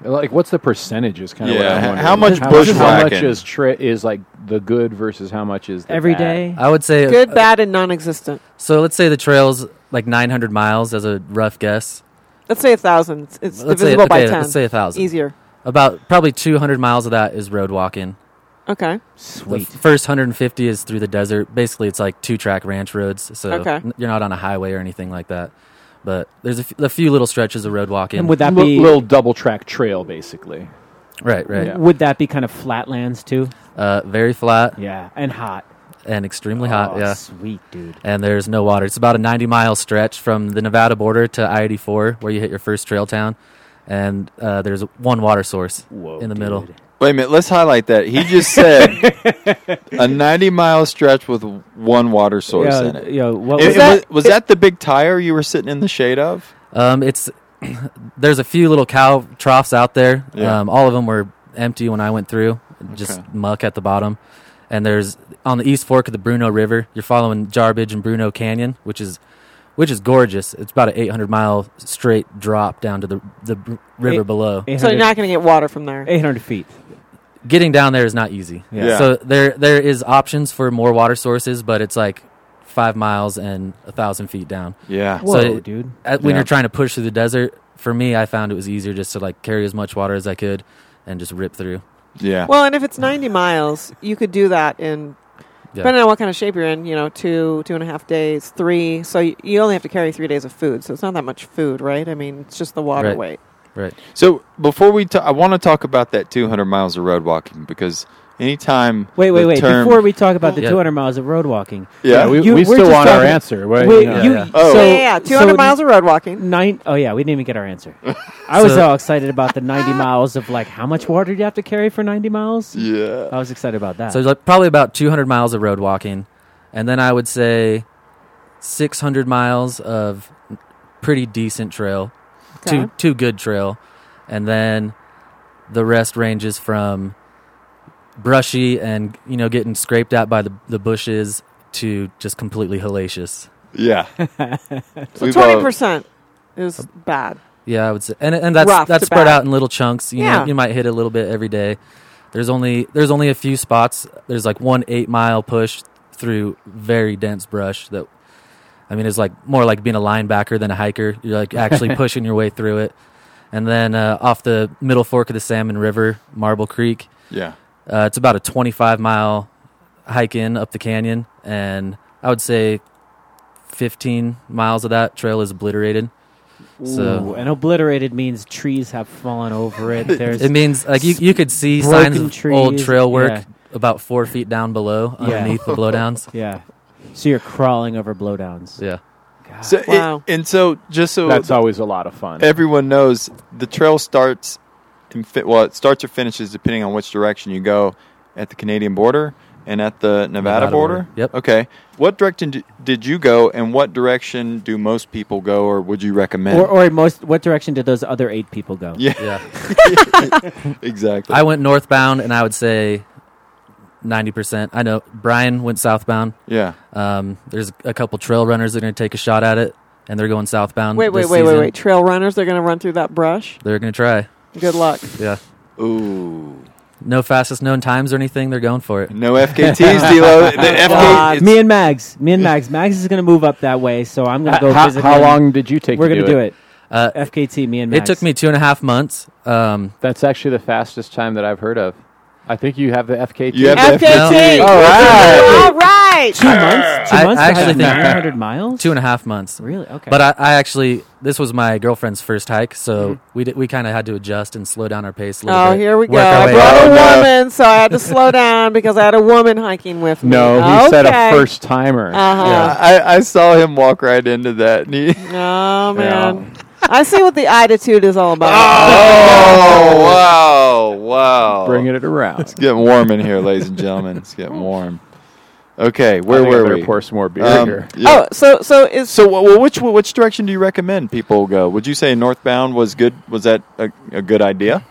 Speaker 8: Like, what's the percentage? Is kind of
Speaker 2: Yeah,
Speaker 8: what I'm
Speaker 2: h-
Speaker 8: wondering.
Speaker 2: how much
Speaker 8: how much- How much
Speaker 2: bushwhacking?
Speaker 8: is tra- is like the good versus how much is the
Speaker 4: every
Speaker 8: bad?
Speaker 4: day
Speaker 9: i would say
Speaker 1: Good, bad, and non existent.
Speaker 9: so let's say the trail's like 900 miles as a rough guess
Speaker 1: Let's say a thousand. It's
Speaker 9: let's say
Speaker 1: divisible by
Speaker 9: okay,
Speaker 1: 10.
Speaker 9: let's say a thousand
Speaker 1: Easier.
Speaker 9: about probably 200 miles of that is road walking
Speaker 1: Okay.
Speaker 9: the
Speaker 4: sweet
Speaker 9: first 150 is through the desert basically it's like two track ranch roads so
Speaker 1: Okay.
Speaker 9: n- you're not on a highway or anything like that but there's a, f- a few little stretches of road walking
Speaker 4: and would that
Speaker 8: Li-
Speaker 4: be
Speaker 8: little double track trail, basically.
Speaker 9: right right
Speaker 8: Yeah.
Speaker 4: would that be kind of flatlands too
Speaker 9: uh, very flat
Speaker 4: Yeah, and hot.
Speaker 9: and extremely hot
Speaker 4: Oh,
Speaker 9: yeah
Speaker 4: sweet dude.
Speaker 9: and there's no water. It's about a 90 mile stretch from the Nevada border to I 84 where you hit your first trail town. And uh, there's one water source in the middle.
Speaker 2: Wait a minute. Let's highlight that. He just said a 90 mile stretch with one water source in it.
Speaker 4: yo, what
Speaker 2: It-
Speaker 4: was
Speaker 2: it
Speaker 4: that?
Speaker 2: was, was that the big tire you were sitting in the shade of?
Speaker 9: Um, it's There's a few little cow troughs out there.
Speaker 2: Yeah.
Speaker 9: Um, all of them were empty when I went through, just muck at the bottom. And there's on the East Fork of the Bruno River, you're following Jarbidge and Bruno Canyon, which is which is gorgeous. It's about an 800 mile straight drop down to the, the br- river
Speaker 4: Eight-
Speaker 9: below.
Speaker 1: So you're not going to get water from there.
Speaker 4: 800 feet.
Speaker 9: getting down there is not easy.
Speaker 2: Yeah. Yeah.
Speaker 9: So there there is options for more water sources, but it's like five miles and a thousand feet down.
Speaker 2: Yeah.
Speaker 4: Whoa,
Speaker 9: it-
Speaker 4: dude.
Speaker 9: At, when
Speaker 2: Yeah.
Speaker 9: you're trying to push through the desert, for me, I found it was easier just to like carry as much water as I could and just rip through.
Speaker 2: Yeah.
Speaker 1: Well, and if it's 90 miles, you could do that in,
Speaker 9: Yeah.
Speaker 1: depending on what kind of shape you're in, you know, two, two and a half days, three. So you, you only have to carry three days of food. So it's not that much food, right? I mean, it's just the water
Speaker 9: Right.
Speaker 1: weight.
Speaker 9: Right.
Speaker 2: So before we, ta- I want to talk about that 200 miles of road walking because anytime
Speaker 4: Wait, wait,
Speaker 2: the
Speaker 4: wait.
Speaker 2: term-
Speaker 4: Before we talk about the
Speaker 9: Yeah.
Speaker 4: 200 miles of road walking.
Speaker 2: yeah,
Speaker 8: we,
Speaker 4: You-
Speaker 8: we
Speaker 4: we're
Speaker 8: still
Speaker 4: just
Speaker 8: want our
Speaker 4: talking-
Speaker 8: answer. Right?
Speaker 4: Wait,
Speaker 8: Yeah.
Speaker 4: you,
Speaker 1: So,
Speaker 2: Oh.
Speaker 4: so,
Speaker 1: yeah, yeah, yeah, 200
Speaker 4: so
Speaker 1: miles of road walking.
Speaker 4: Nine, oh, yeah, we didn't even get our answer. I was
Speaker 9: So-
Speaker 4: all excited about the 90
Speaker 1: Uh-huh.
Speaker 4: miles of like how much water do you have to carry for 90 miles?
Speaker 2: yeah,
Speaker 4: I was excited about that.
Speaker 9: So like probably about 200 miles of road walking, and then I would say 600 miles of pretty decent trail,
Speaker 1: Okay.
Speaker 9: two two good trail, and then the rest ranges from brushy and you know getting scraped out by the the bushes to just completely hellacious.
Speaker 2: yeah.
Speaker 4: Uh,
Speaker 2: so
Speaker 1: 20% is bad.
Speaker 9: uh, Yeah, I would say, and and that's
Speaker 1: Rough
Speaker 9: that's
Speaker 1: to
Speaker 9: spread
Speaker 1: bad.
Speaker 9: out in little chunks. You
Speaker 1: Yeah.
Speaker 9: know, you might hit a little bit every day. There's only there's only a few spots. There's like one eight mile push through very dense brush that, I mean, it's like more like being a linebacker than a hiker. You're like actually pushing your way through it, and then uh, off the middle fork of the Salmon River, Marble Creek,
Speaker 2: yeah,
Speaker 9: uh, it's about a 25 mile hike in up the canyon, and I would say 15 miles of that trail is obliterated. So
Speaker 4: Ooh, and obliterated means trees have fallen over it. There's
Speaker 9: It means like you, you could see
Speaker 4: Broken
Speaker 9: signs of
Speaker 4: trees,
Speaker 9: old trail work
Speaker 4: yeah.
Speaker 9: about four feet down below
Speaker 4: Yeah.
Speaker 9: underneath the blowdowns.
Speaker 4: yeah. So you're crawling over blowdowns.
Speaker 9: Yeah.
Speaker 2: So it-
Speaker 1: Wow.
Speaker 2: and so just so
Speaker 8: That's always a lot of fun.
Speaker 2: everyone knows, the trail starts and fit. Well, it starts or finishes depending on which direction you go at the Canadian border, and at the Nevada,
Speaker 9: Nevada
Speaker 2: border?
Speaker 9: border, yep.
Speaker 2: Okay. What direction d- did you go, and what direction do most people go, or would you recommend?
Speaker 4: Or, or most, what direction did those other eight people go?
Speaker 2: yeah,
Speaker 9: Yeah.
Speaker 2: exactly.
Speaker 9: I went northbound, and I would say ninety percent. I know Brian went southbound.
Speaker 2: yeah.
Speaker 9: Um, there's a couple trail runners that are going to take a shot at it, and they're going southbound.
Speaker 1: Wait, wait,
Speaker 9: this
Speaker 1: wait, wait,
Speaker 9: season.
Speaker 1: wait. Trail runners, they're going to run through that brush.
Speaker 9: They're going to try.
Speaker 1: Good luck.
Speaker 9: Yeah.
Speaker 2: Ooh.
Speaker 9: No fastest known times or anything. They're going for it.
Speaker 2: No FKTs, D-Lo. The FK, it's-
Speaker 4: uh, me and Mags. Me and Mags. Mags is going to move up that way, so I'm going to go
Speaker 8: how,
Speaker 4: visit
Speaker 8: how
Speaker 4: him.
Speaker 8: long did you take
Speaker 4: We're
Speaker 8: to do,
Speaker 4: going to do it.
Speaker 9: Uh,
Speaker 4: FKT, me and
Speaker 9: it
Speaker 4: Mags.
Speaker 9: took me two and a half months. Um,
Speaker 8: That's actually the fastest time that I've heard of. I think you have the FKT.
Speaker 2: you have the
Speaker 1: FKT.
Speaker 2: FKT.
Speaker 1: All
Speaker 8: right.
Speaker 1: All right.
Speaker 4: two months. Two
Speaker 9: I-
Speaker 4: months.
Speaker 9: I
Speaker 4: to have
Speaker 9: actually think-
Speaker 4: 900 miles.
Speaker 9: two and a half months.
Speaker 4: Really? Okay.
Speaker 9: But I, I actually, this was my girlfriend's first hike, so we did, we kind of had to adjust and slow down our pace a little
Speaker 1: Mm-hmm. Oh,
Speaker 9: bit.
Speaker 1: here we go.
Speaker 9: work our
Speaker 1: I
Speaker 9: way
Speaker 1: brought
Speaker 9: up.
Speaker 1: a
Speaker 2: Oh, no.
Speaker 1: woman, so I had to slow down because I had a woman hiking with me.
Speaker 8: No, he said
Speaker 1: Oh, Okay.
Speaker 8: a first timer.
Speaker 1: Uh-huh.
Speaker 2: I, I saw him walk right into that. And he,
Speaker 1: Oh, man. I see what the attitude is all about.
Speaker 2: oh, wow, wow.
Speaker 8: Bringing it around.
Speaker 2: It's getting warm in here, ladies and gentlemen. It's getting warm. Okay, where
Speaker 8: I think I
Speaker 2: were
Speaker 8: better
Speaker 2: we?
Speaker 8: Pour some more beer
Speaker 2: Um,
Speaker 8: here.
Speaker 2: yeah.
Speaker 1: Oh, so so is
Speaker 2: So, wh- well, which which direction do you recommend people go? Would you say northbound was good? Was that a, a good idea?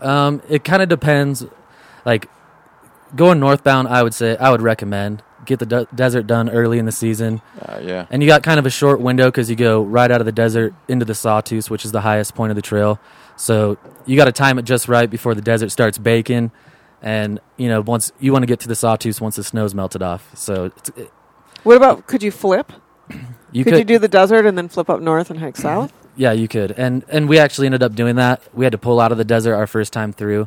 Speaker 9: Um, it kind of depends. Like going northbound, I would say I would recommend get the de- desert done early in the season,
Speaker 2: Uh, yeah.
Speaker 9: and you got kind of a short window because you go right out of the desert into the Sawtooth, which is the highest point of the trail. So you got to time it just right before the desert starts baking, and you know once you want to get to the Sawtooth once the snow's melted off. So it's, it,
Speaker 1: what about could you flip?
Speaker 9: you
Speaker 1: could, you do the desert and then flip up north and hike south?
Speaker 9: Yeah, you could, and and we actually ended up doing that. We had to pull out of the desert our first time through.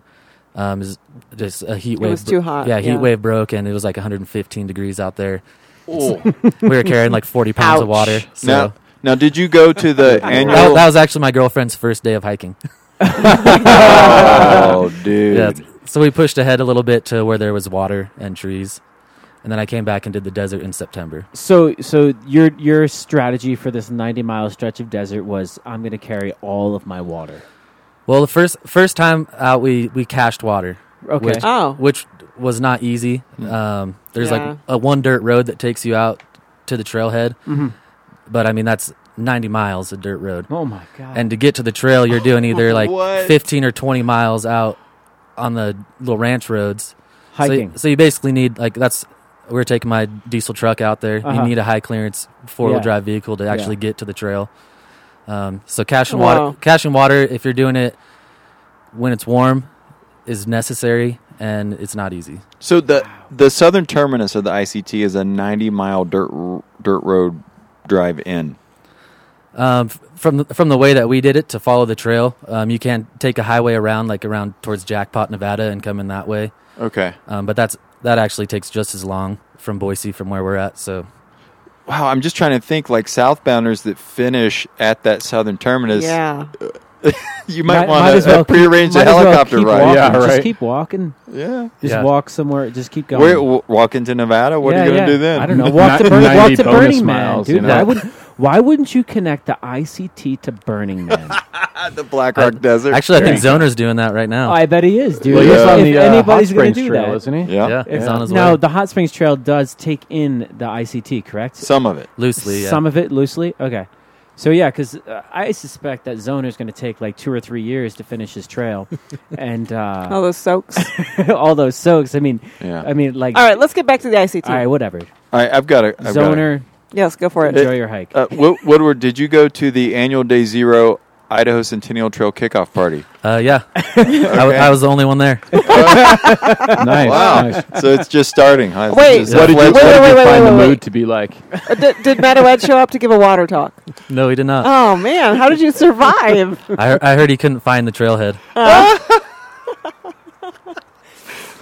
Speaker 9: Um, it was just a heat wave.
Speaker 1: was too hot,
Speaker 9: Yeah, heat
Speaker 1: yeah.
Speaker 9: wave broke, and it was like 115 degrees out there.
Speaker 2: Oh.
Speaker 9: we were carrying like 40 pounds of water. So
Speaker 2: Now, now, did you go to the
Speaker 9: that,
Speaker 2: annual?
Speaker 9: that was actually my girlfriend's first day of hiking.
Speaker 2: oh, dude.
Speaker 9: Yeah, so we pushed ahead a little bit to where there was water and trees, and then I came back and did the desert in September.
Speaker 4: So, so your your strategy for this 90 mile stretch of desert was I'm going to carry all of my water.
Speaker 9: Well, the first first time out, we we cached water.
Speaker 4: Okay. Mm-hmm.
Speaker 9: Which,
Speaker 1: Oh.
Speaker 9: which was not easy. Um, there's
Speaker 1: Yeah.
Speaker 9: like a one dirt road that takes you out to the trailhead, but I mean that's 90 miles of dirt road,
Speaker 4: Mm-hmm. Oh my god!
Speaker 9: and to get to the trail, you're doing either like
Speaker 2: What?
Speaker 9: 15 or 20 miles out on the little ranch roads. So-
Speaker 4: hiking.
Speaker 9: So, you basically need like that's we we're taking my diesel truck out there.
Speaker 4: Uh-huh.
Speaker 9: You need a high clearance four wheel
Speaker 4: Yeah.
Speaker 9: drive vehicle to actually get to the trail. Um, so cash and
Speaker 1: Wow.
Speaker 9: water, cash and water. If you're doing it when it's warm, is necessary and it's not easy.
Speaker 2: So the the southern terminus of the ICT is a 90 mile dirt r- dirt road drive in.
Speaker 9: Um, f- from the, from the way that we did it to follow the trail, um, you can take a highway around like around towards Jackpot, Nevada, and come in that way.
Speaker 2: Okay.
Speaker 9: Um, but that's that actually takes just as long from Boise from where we're at. So
Speaker 2: Wow, I'm just trying to think like southbounders that finish at that southern terminus.
Speaker 1: yeah.
Speaker 2: You might,
Speaker 4: Might- might
Speaker 2: want
Speaker 4: as
Speaker 2: to
Speaker 4: well
Speaker 2: uh, prearrange a
Speaker 4: Might as well
Speaker 2: helicopter
Speaker 4: keep
Speaker 2: ride.
Speaker 4: walking.
Speaker 8: Yeah, right.
Speaker 4: Just keep walking.
Speaker 2: Yeah.
Speaker 4: Just
Speaker 9: Yeah.
Speaker 4: walk somewhere. Just keep going.
Speaker 2: Where w- walk into Nevada? What
Speaker 4: Yeah,
Speaker 2: are you going
Speaker 4: yeah.
Speaker 2: to do then?
Speaker 4: I don't know.
Speaker 8: N-
Speaker 4: Walk to,
Speaker 8: not
Speaker 4: Burn- walk
Speaker 8: 90
Speaker 4: to
Speaker 8: bonus
Speaker 4: Burning
Speaker 8: miles,
Speaker 4: Man,
Speaker 8: you
Speaker 4: dude.
Speaker 8: know?
Speaker 4: Why would why wouldn't you connect the ICT to Burning Man?
Speaker 2: the Black Rock
Speaker 9: I-
Speaker 2: Desert.
Speaker 9: Uh, actually, I think Zoner's doing that right now.
Speaker 4: Oh, I bet he is, dude.
Speaker 8: Well, he's
Speaker 2: Yeah.
Speaker 8: on
Speaker 4: If
Speaker 8: the uh,
Speaker 4: anybody's
Speaker 8: Hot
Speaker 4: going
Speaker 8: Springs
Speaker 4: to do
Speaker 8: trail,
Speaker 4: that,
Speaker 8: isn't he?
Speaker 2: yeah.
Speaker 9: yeah, it's
Speaker 8: Yeah.
Speaker 9: on his
Speaker 4: now
Speaker 9: way
Speaker 4: the Hot Springs Trail does take in the ICT, correct?
Speaker 2: Some of it.
Speaker 9: loosely. Yeah.
Speaker 4: Some of it loosely. Okay. So yeah, because uh, I suspect that Zoner's going to take like two or three years to finish his trail, and uh,
Speaker 1: All those soaks.
Speaker 4: all those soaks. I mean,
Speaker 2: Yeah.
Speaker 4: I mean, like,
Speaker 1: all right, let's get back to the ICT.
Speaker 4: all right, whatever.
Speaker 2: All right, I've got a I've got a-
Speaker 4: Zoner,
Speaker 1: Yes, go for it.
Speaker 4: enjoy your hike.
Speaker 2: Uh, Wo- Woodward, did you go to the annual Day Zero Idaho Centennial Trail kickoff party?
Speaker 9: Uh, yeah, I, w- I was the only one there.
Speaker 8: nice.
Speaker 2: Wow.
Speaker 8: nice.
Speaker 2: so it's just starting. Huh? It's
Speaker 1: Wait.
Speaker 2: just-
Speaker 8: What did you,
Speaker 1: Wait,
Speaker 8: what did
Speaker 1: wait,
Speaker 8: you
Speaker 1: wait, wait,
Speaker 8: find
Speaker 1: wait,
Speaker 8: the
Speaker 1: wait.
Speaker 8: mood to be like?
Speaker 1: Uh, did, did Matawed show up to give a water talk?
Speaker 9: No, he did
Speaker 4: Uh,
Speaker 9: not.
Speaker 1: Oh man, how did you survive? Uh,
Speaker 9: I, I heard he couldn't find the trailhead.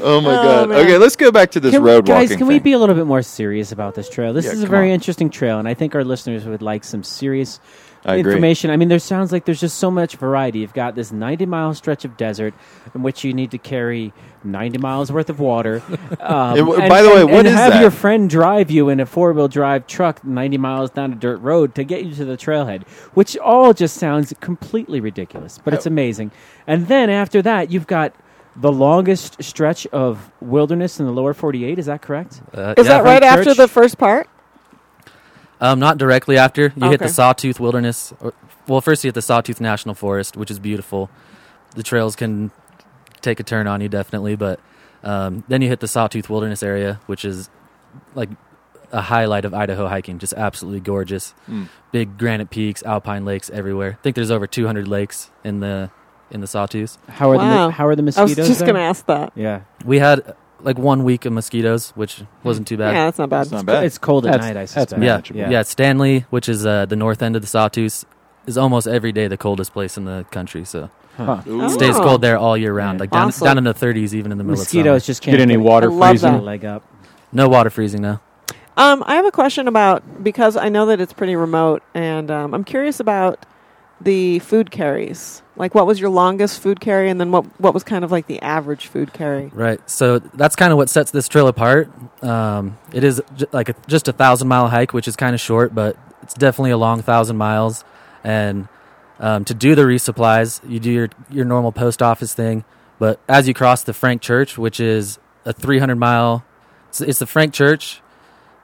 Speaker 2: oh my
Speaker 1: Oh,
Speaker 2: god.
Speaker 1: man.
Speaker 2: Okay, let's go back to this
Speaker 4: Can-
Speaker 2: road
Speaker 4: guys,
Speaker 2: walking.
Speaker 4: can we
Speaker 2: thing.
Speaker 4: be a little bit more serious about this trail? This
Speaker 2: Yeah,
Speaker 4: is a
Speaker 2: come
Speaker 4: very
Speaker 2: on.
Speaker 4: interesting trail, and I think our listeners would like some serious
Speaker 2: I agree.
Speaker 4: information. I mean, there sounds like there's just so much variety. You've got this 90 mile stretch of desert in which you need to carry 90 miles worth of water. Um,
Speaker 2: It- by the way,
Speaker 4: and,
Speaker 2: what
Speaker 4: and
Speaker 2: is
Speaker 4: have
Speaker 2: that?
Speaker 4: your friend drive you in a four wheel drive truck 90 miles down a dirt road to get you to the trailhead, which all just sounds completely ridiculous, but it's amazing. And then after that, you've got the longest stretch of wilderness in the lower 48. Is that correct?
Speaker 9: Uh,
Speaker 1: Is
Speaker 9: yeah.
Speaker 1: that right after
Speaker 4: Church?
Speaker 1: the first part?
Speaker 9: Um, not directly after you hit
Speaker 1: Okay.
Speaker 9: the Sawtooth Wilderness. Or, well, first you hit the Sawtooth National Forest, which is beautiful. The trails can take a turn on you definitely, but um, then you hit the Sawtooth Wilderness area, which is like a highlight of Idaho hiking. Just absolutely gorgeous, big granite peaks, alpine lakes everywhere. I think there's over 200 lakes in the in the Sawtooth.
Speaker 4: How are
Speaker 1: Wow.
Speaker 4: the how are the
Speaker 1: Oh. I was
Speaker 4: mosquitoes?
Speaker 1: just
Speaker 4: there?
Speaker 1: going to ask that.
Speaker 4: Yeah,
Speaker 9: We had like one week of mosquitoes, which wasn't too bad.
Speaker 1: Yeah, that's not bad.
Speaker 2: It's not bad.
Speaker 4: it's cold at
Speaker 8: That's-
Speaker 4: night. I
Speaker 8: that's
Speaker 4: suspect.
Speaker 9: yeah,
Speaker 8: manageable.
Speaker 9: yeah. Stanley, which is uh, the north end of the Sawtooth, is almost every day the coldest place in the country. So
Speaker 2: Ooh.
Speaker 9: it stays
Speaker 1: Oh.
Speaker 9: cold there all year round, like down
Speaker 1: Awesome.
Speaker 9: down in the 30s, even in the middle
Speaker 4: Mosquitoes
Speaker 9: of
Speaker 4: just can't
Speaker 8: Get any
Speaker 4: put
Speaker 8: water
Speaker 1: I love
Speaker 8: freezing?
Speaker 1: that.
Speaker 4: their leg up.
Speaker 9: summer. No water freezing now.
Speaker 1: Um, I have a question about because I know that it's pretty remote, and um, I'm curious about the food carries. Like, what was your longest food carry, and then what what was kind of like the average food carry?
Speaker 9: Right. So that's kind of what sets this trail apart. Um, it is j- like a, just a thousand mile hike, which is kind of short, but it's definitely a long thousand miles. And um, to do the resupplies, you do your, your normal post office thing. But as you cross the Frank Church, which is a 300 mile, it's, it's the Frank Church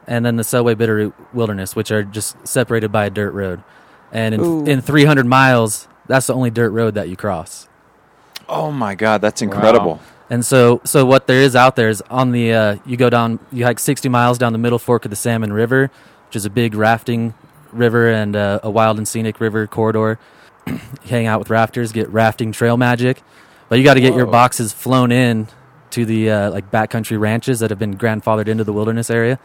Speaker 9: and then the Subway Bitterroot Wilderness, which are just separated by a dirt road. And
Speaker 1: Ooh.
Speaker 9: in, in 300 miles, that's the only dirt road that you cross.
Speaker 2: Oh my God, that's incredible.
Speaker 9: And so, so what there is out there is on the uh, you go down, you hike 60 miles down the middle fork of the Salmon River, which is a big rafting river and uh, a wild and scenic river corridor. Hang out with rafters, get rafting trail magic, but you got to get your
Speaker 2: Whoa.
Speaker 9: boxes flown in to the uh, like backcountry ranches that have been grandfathered into the wilderness area.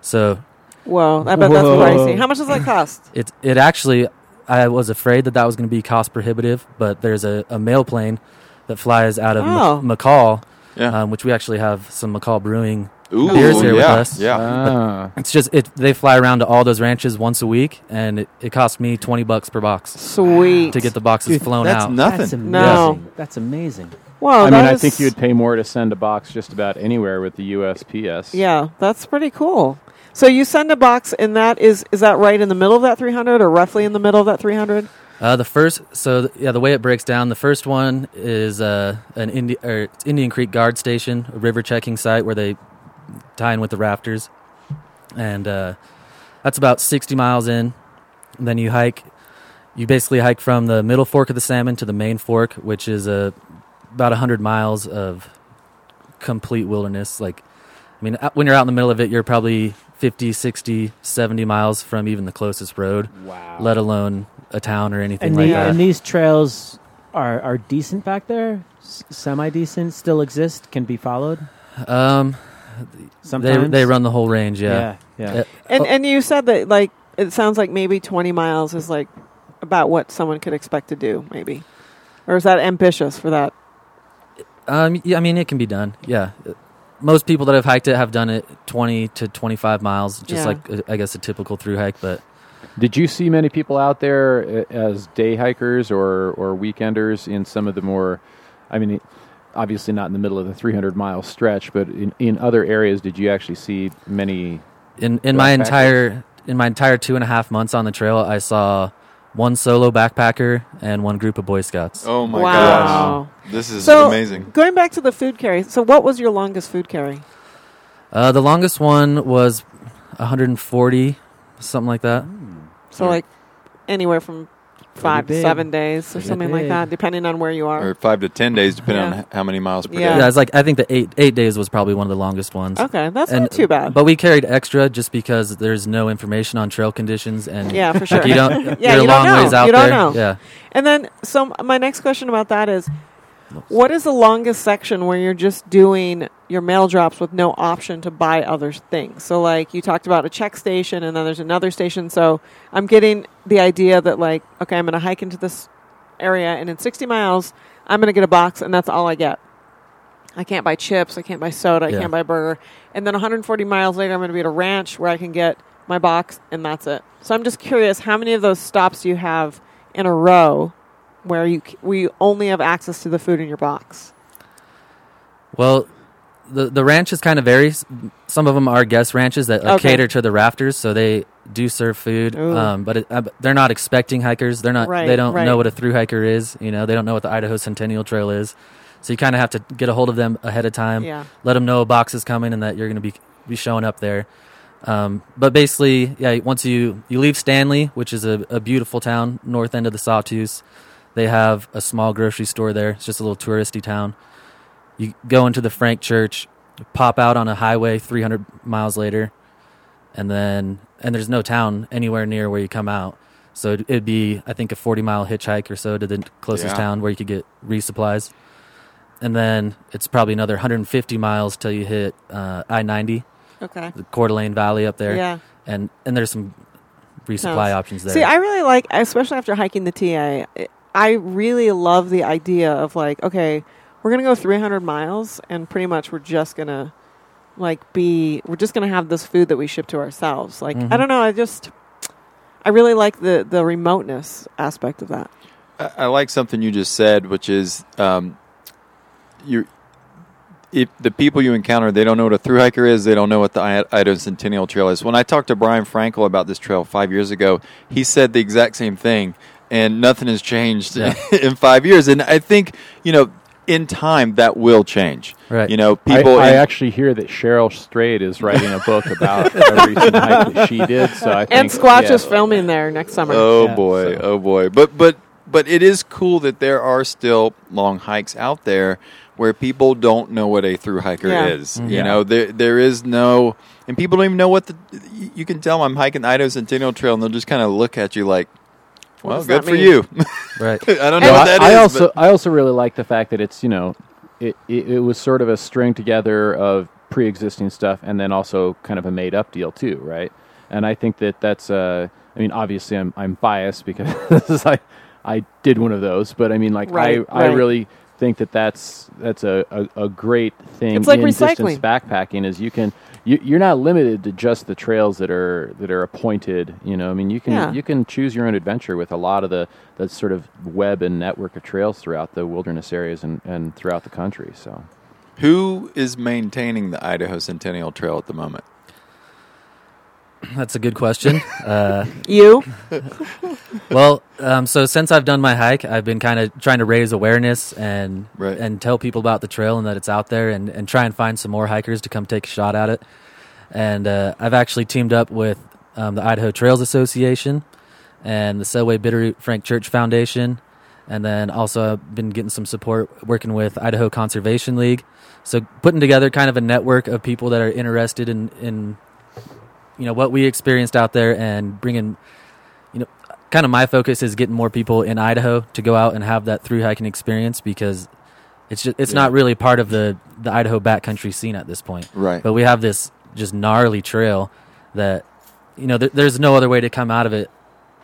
Speaker 9: So
Speaker 1: Whoa, I bet that's pricey.
Speaker 4: Whoa.
Speaker 1: How much does that cost?
Speaker 9: it it actually I was afraid that that was going to be cost prohibitive, but there's a, a mail plane that flies out of Mc-
Speaker 1: Oh.
Speaker 9: McCall,
Speaker 2: Yeah.
Speaker 9: um, which we actually have some McCall Brewing.
Speaker 2: Ooh,
Speaker 9: Beers
Speaker 2: yeah,
Speaker 9: here with us.
Speaker 2: yeah.
Speaker 8: Ah.
Speaker 9: It's just it they fly around to all those ranches once a week, and it, it cost me twenty bucks per box
Speaker 1: Sweet.
Speaker 9: to get the boxes flown
Speaker 2: That's
Speaker 9: out.
Speaker 4: That's
Speaker 2: nothing.
Speaker 4: amazing.
Speaker 8: Oh.
Speaker 1: No.
Speaker 4: That's amazing.
Speaker 1: Whoa,
Speaker 8: I mean,
Speaker 1: that
Speaker 8: I
Speaker 1: is-
Speaker 8: think you'd pay more to send a box just about anywhere with the USPS.
Speaker 1: Yeah, that's pretty cool. So you send a box, and that is is that right in the middle of that 300, or roughly in the middle of that 300?
Speaker 9: Uh, the first, so th- yeah, the way it breaks down, the first one is uh, an Indi- or it's Indian Creek Guard Station, a river checking site where they tie in with the rafters, and uh, that's about sixty miles in. And then you hike, you basically hike from the middle fork of the Salmon to the main fork, which is uh, about hundred miles of complete wilderness. Like, I mean, out- when you're out in the middle of it, you're probably 50, 60, 70 miles from even the closest road. Wow. Let alone a town or anything
Speaker 4: And,
Speaker 9: like
Speaker 4: the, uh,
Speaker 9: that.
Speaker 4: and these trails are, are decent back there. S- Semi decent, still exist, can be followed.
Speaker 9: Um, they,
Speaker 4: Sometimes
Speaker 9: they run the whole range, yeah.
Speaker 4: Yeah, yeah.
Speaker 9: Uh,
Speaker 1: And
Speaker 9: oh,
Speaker 1: and you said that like it sounds like maybe 20 miles is like about what someone could expect to do, maybe, or is that ambitious for that?
Speaker 9: um, yeah, I mean, it can be done, yeah. Uh, Most people that have hiked it have done it 20 to 25 miles, just
Speaker 1: Yeah.
Speaker 9: like, uh, I guess, a typical through hike, but
Speaker 8: Did you see many people out there uh, as day hikers or, or weekenders in some of the more, I mean, obviously not in the middle of the 300 mile stretch, but in, in other areas, did you actually see many?
Speaker 9: in, in my
Speaker 8: Backpackers?
Speaker 9: entire in my entire two and a half months on the trail, I saw one solo backpacker and one group of Boy Scouts.
Speaker 2: Oh my
Speaker 1: wow.
Speaker 2: gosh, this is
Speaker 1: So
Speaker 2: amazing.
Speaker 1: Going back to the food carry. So what was your longest food carry?
Speaker 9: Uh, the longest one was 140, something like that.
Speaker 1: So like anywhere from five to
Speaker 4: big.
Speaker 1: seven days or
Speaker 4: Pretty
Speaker 1: something like
Speaker 4: big.
Speaker 1: that, depending on where you are.
Speaker 2: Or five to ten days, depending
Speaker 1: Yeah.
Speaker 2: on h- how many miles per
Speaker 1: Yeah.
Speaker 9: Yeah,
Speaker 2: day.
Speaker 9: it's like I think the eight eight days was probably one of the longest ones.
Speaker 1: Okay, that's
Speaker 9: And-
Speaker 1: not too bad.
Speaker 9: But we carried extra just because there's no information on trail conditions and
Speaker 1: yeah, for sure.
Speaker 9: you don't.
Speaker 1: Yeah,
Speaker 9: you're
Speaker 1: you
Speaker 9: a
Speaker 1: don't
Speaker 9: long
Speaker 1: know.
Speaker 9: ways out
Speaker 1: You don't
Speaker 9: there.
Speaker 1: know.
Speaker 9: Yeah.
Speaker 1: And then, so m- my next question about that is, what is the longest section where you're just doing your mail drops with no option to buy other things? So, like you talked about a check station, and then there's another station. So, I'm getting the idea that like, okay, I'm going to hike into this area, and in 60 miles, I'm going to get a box, and that's all I get. I can't buy chips. I can't buy soda.
Speaker 9: Yeah.
Speaker 1: I can't buy burger. And then 140 miles later, I'm going to be at a ranch where I can get my box, and that's it. So I'm just curious, how many of those stops you have in a row where you c- we only have access to the food in your box?
Speaker 9: Well, the the ranches kind of vary. S- Some of them are guest ranches that like,
Speaker 1: Okay.
Speaker 9: cater to the rafters, so they do serve food.
Speaker 1: Ooh.
Speaker 9: Um, but it, uh, but they're not expecting hikers. They're not.
Speaker 1: Right,
Speaker 9: they don't
Speaker 1: right.
Speaker 9: know what a through hiker is. You know, they don't know what the Idaho Centennial Trail is. So you kind of have to get a hold of them ahead of time.
Speaker 1: Yeah.
Speaker 9: Let them know a box is coming and that you're going to be be showing up there. Um, but basically, yeah, once you you leave Stanley, which is a, a beautiful town, north end of the Sawtooth, they have a small grocery store there. It's just a little touristy town. You go into the Frank Church, pop out on a highway 300 miles later, and then and there's no town anywhere near where you come out. So it'd, it'd be I think a 40 mile hitchhike or so to the closest
Speaker 2: Yeah.
Speaker 9: town where you could get resupplies, and then it's probably another 150 miles till you hit uh, I-90,
Speaker 1: Okay.
Speaker 9: the Coeur d'Alene Valley up there.
Speaker 1: Yeah.
Speaker 9: and and there's some resupply
Speaker 1: Towns.
Speaker 9: options there.
Speaker 1: See, I really like, especially after hiking the TA, I- I really love the idea of like, okay, we're going to go 300 miles and pretty much we're just going to like be, we're just going to have this food that we ship to ourselves. Like, I
Speaker 9: Mhm.
Speaker 1: don't know. I just, I really like the, the remoteness aspect of that.
Speaker 2: I, I like something you just said, which is um, you. If the people you encounter, they don't know what a thru hiker is. They don't know what the I- Idaho Centennial Trail is. When I talked to Brian Frankel about this trail five years ago, he said the exact same thing, and nothing has changed
Speaker 9: Yeah.
Speaker 2: in five years. And I think you know, in time, that will change.
Speaker 9: Right.
Speaker 2: You know,
Speaker 8: I-
Speaker 2: people.
Speaker 8: I,
Speaker 2: in-
Speaker 8: actually hear that Cheryl Strayed is writing a book about every hike that she did. So I
Speaker 1: And
Speaker 8: think,
Speaker 1: Squatch
Speaker 8: yeah.
Speaker 1: is filming there next summer.
Speaker 2: Oh
Speaker 4: Yeah,
Speaker 2: boy,
Speaker 8: so-
Speaker 2: oh boy. But but but it is cool that there are still long hikes out there where people don't know what a through hiker
Speaker 1: Yeah.
Speaker 2: is. You
Speaker 8: Yeah.
Speaker 2: know, there there is no and people don't even know what the y- you can tell I'm hiking the Idaho Centennial Trail and they'll just kind of look at you like
Speaker 1: What
Speaker 2: well,
Speaker 1: does
Speaker 2: good
Speaker 1: that
Speaker 2: for
Speaker 1: mean?
Speaker 2: you.
Speaker 9: right.
Speaker 2: I don't know
Speaker 8: Well,
Speaker 2: what
Speaker 8: I,
Speaker 2: that is.
Speaker 8: I
Speaker 2: but-
Speaker 8: also I also really like the fact that it's you know it, it it was sort of a string together of pre-existing stuff and then also kind of a made up deal too, right? And I think that that's uh I mean obviously I'm I'm biased because I I did one of those, but I mean like
Speaker 1: Right,
Speaker 8: I I
Speaker 1: right.
Speaker 8: really think that that's that's a, a, a great thing
Speaker 1: It's like
Speaker 8: in
Speaker 1: recycling.
Speaker 8: distance backpacking is you can you, you're not limited to just the trails that are that are appointed you know i mean you can
Speaker 1: Yeah.
Speaker 8: you can choose your own adventure with a lot of the the sort of web and network of trails throughout the wilderness areas and, and throughout the country so
Speaker 2: who is maintaining the Idaho Centennial Trail at the moment?
Speaker 9: That's a good question. Uh,
Speaker 1: You?
Speaker 9: well, um, so since I've done my hike, I've been kind of trying to raise awareness and
Speaker 2: Right.
Speaker 9: and tell people about the trail and that it's out there, and, and try and find some more hikers to come take a shot at it. And uh, I've actually teamed up with um, the Idaho Trails Association and the Selway Bitterroot Frank Church Foundation, and then also I've been getting some support working with Idaho Conservation League. So putting together kind of a network of people that are interested in in you know what we experienced out there and bringing you know, kind of my focus is getting more people in Idaho to go out and have that through hiking experience because it's just, it's not really part of the the Idaho backcountry scene at this point.
Speaker 2: Right.
Speaker 9: But we have this just gnarly trail that you know th- there's no other way to come out of it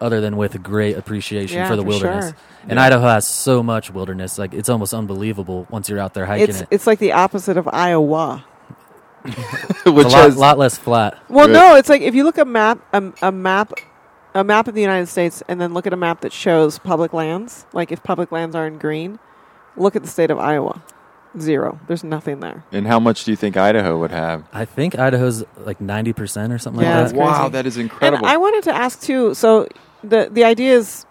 Speaker 9: other than with a great appreciation
Speaker 1: Yeah,
Speaker 9: for the
Speaker 1: for
Speaker 9: wilderness.
Speaker 1: sure.
Speaker 9: And Idaho has so much wilderness, like it's almost unbelievable once you're out there hiking
Speaker 1: It's,
Speaker 9: it.
Speaker 1: it's like the opposite of Iowa.
Speaker 2: Which
Speaker 9: a lot,
Speaker 2: has
Speaker 9: lot less flat.
Speaker 1: Well,
Speaker 2: Right.
Speaker 1: no, it's like if you look a map, um, a, a map, a map of the United States, and then look at a map that shows public lands. Like if public lands are in green, look at the state of Iowa. Zero. There's nothing there.
Speaker 2: and how much do you think Idaho would have?
Speaker 9: I think Idaho's like ninety percent or something
Speaker 1: Yeah,
Speaker 9: like
Speaker 1: that's
Speaker 9: that.
Speaker 2: wow,
Speaker 1: crazy.
Speaker 2: that is incredible.
Speaker 1: And I wanted to ask too. So the the idea is,